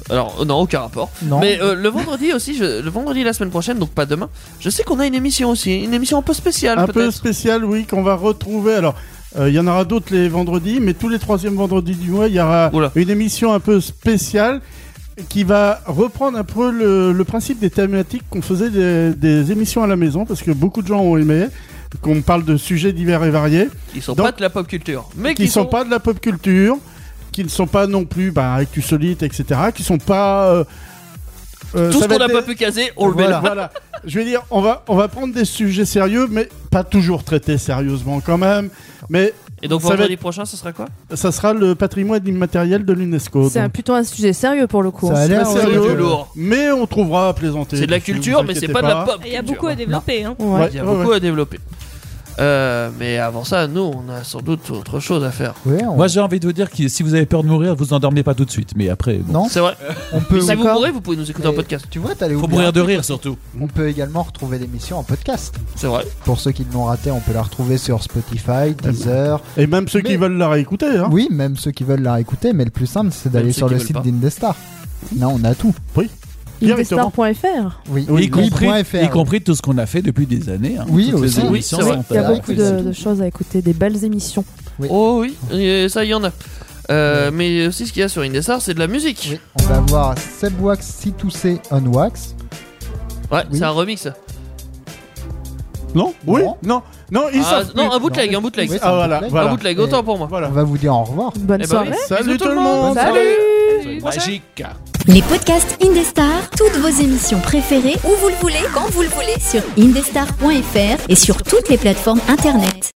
alors euh, non, aucun rapport.
Non.
Mais euh, le vendredi aussi, je- le vendredi la semaine prochaine, donc pas demain. Je sais qu'on a une émission aussi, une émission un peu spéciale.
Un peu
peut-être.
spécial, oui, qu'on va retrouver. Alors, euh, il y en aura d'autres les vendredis, mais tous les troisièmes vendredis du mois, il y aura une émission un peu spéciale qui va reprendre un peu le, le principe des thématiques qu'on faisait des, des émissions à la maison, parce que beaucoup de gens ont aimé qu'on parle de sujets divers et variés.
Ils sont
Donc,
pas de la pop culture, mais
qui
qui
sont pas de la pop culture, qui ne sont pas non plus bah, avec du solide, etc., qui sont pas... euh, euh,
tout
ça
ce
va
qu'on n'a
être
pas
des-
pu caser, on le met
voilà,
là.
voilà. Je veux dire, on va, on va prendre des sujets sérieux, mais pas toujours traités sérieusement quand même. Mais
Et donc
ça, va
vendredi
être-
prochain, ce sera quoi
ça sera le patrimoine immatériel de l'UNESCO.
C'est un-
donc.
plutôt un sujet sérieux pour le coup. hein.
Ça a l'air
Très
sérieux,
du lourd.
mais on trouvera à plaisanter.
C'est de la
dessus,
culture,
vous
mais c'est
inquiétez
pas de la pop.
Il y a
culture.
beaucoup à développer. Hein.
Ouais, Il y a beaucoup à développer. Euh, mais avant ça, nous, on a sans doute autre chose à faire.
Moi, j'ai envie de vous dire que si vous avez peur de mourir, vous endormez pas tout de suite. Mais après, bon.
Non.
C'est vrai.
On peut-
Mais si vous
D'accord.
mourrez, vous pouvez nous écouter en
Mais
podcast.
Tu vois, t'allais
Faut
oublier un
mourir de
truc.
rire surtout.
On peut également retrouver l'émission en podcast.
C'est vrai.
Pour ceux qui l'ont raté, on peut la retrouver sur Spotify, Deezer.
Et même ceux qui veulent la réécouter. hein.
Oui, même ceux qui veulent la réécouter, mais le plus simple, c'est d'aller
Ah. Même
sur
ceux
le
qui
site
veulent
d'Indestar. Là, on a tout.
Oui.
Directement.
Indestar.fr.
Oui,
y, compris,
oui.fr,
y compris tout ce qu'on a fait depuis des années. hein.
Oui,
Toutes les émissions
aussi.
hein.
Oui, c'est
sont
vrai.
Il y a
faites.
beaucoup de, de choses à écouter, des belles émissions.
Oh oui, et ça, il y en a. Euh, Mais aussi, ce qu'il y a sur Indestar, c'est de la musique.
On va voir Seb Wax, C2C, On Wax.
Ouais, c'est un remix.
Non Oui Non Non, ils
Ah,
savent
non,
plus.
un bootleg, un bootleg.
Oui, c'est un
Ah, voilà,
bootleg.
Un bootleg, autant pour moi.
On va vous dire au revoir.
Bonne
Eh ben oui. Bisous
Salut tout le monde
Salut
Magique
Les podcasts Indestar, toutes vos émissions préférées, où vous le voulez, quand vous le voulez, sur indestar.fr et sur toutes les plateformes internet.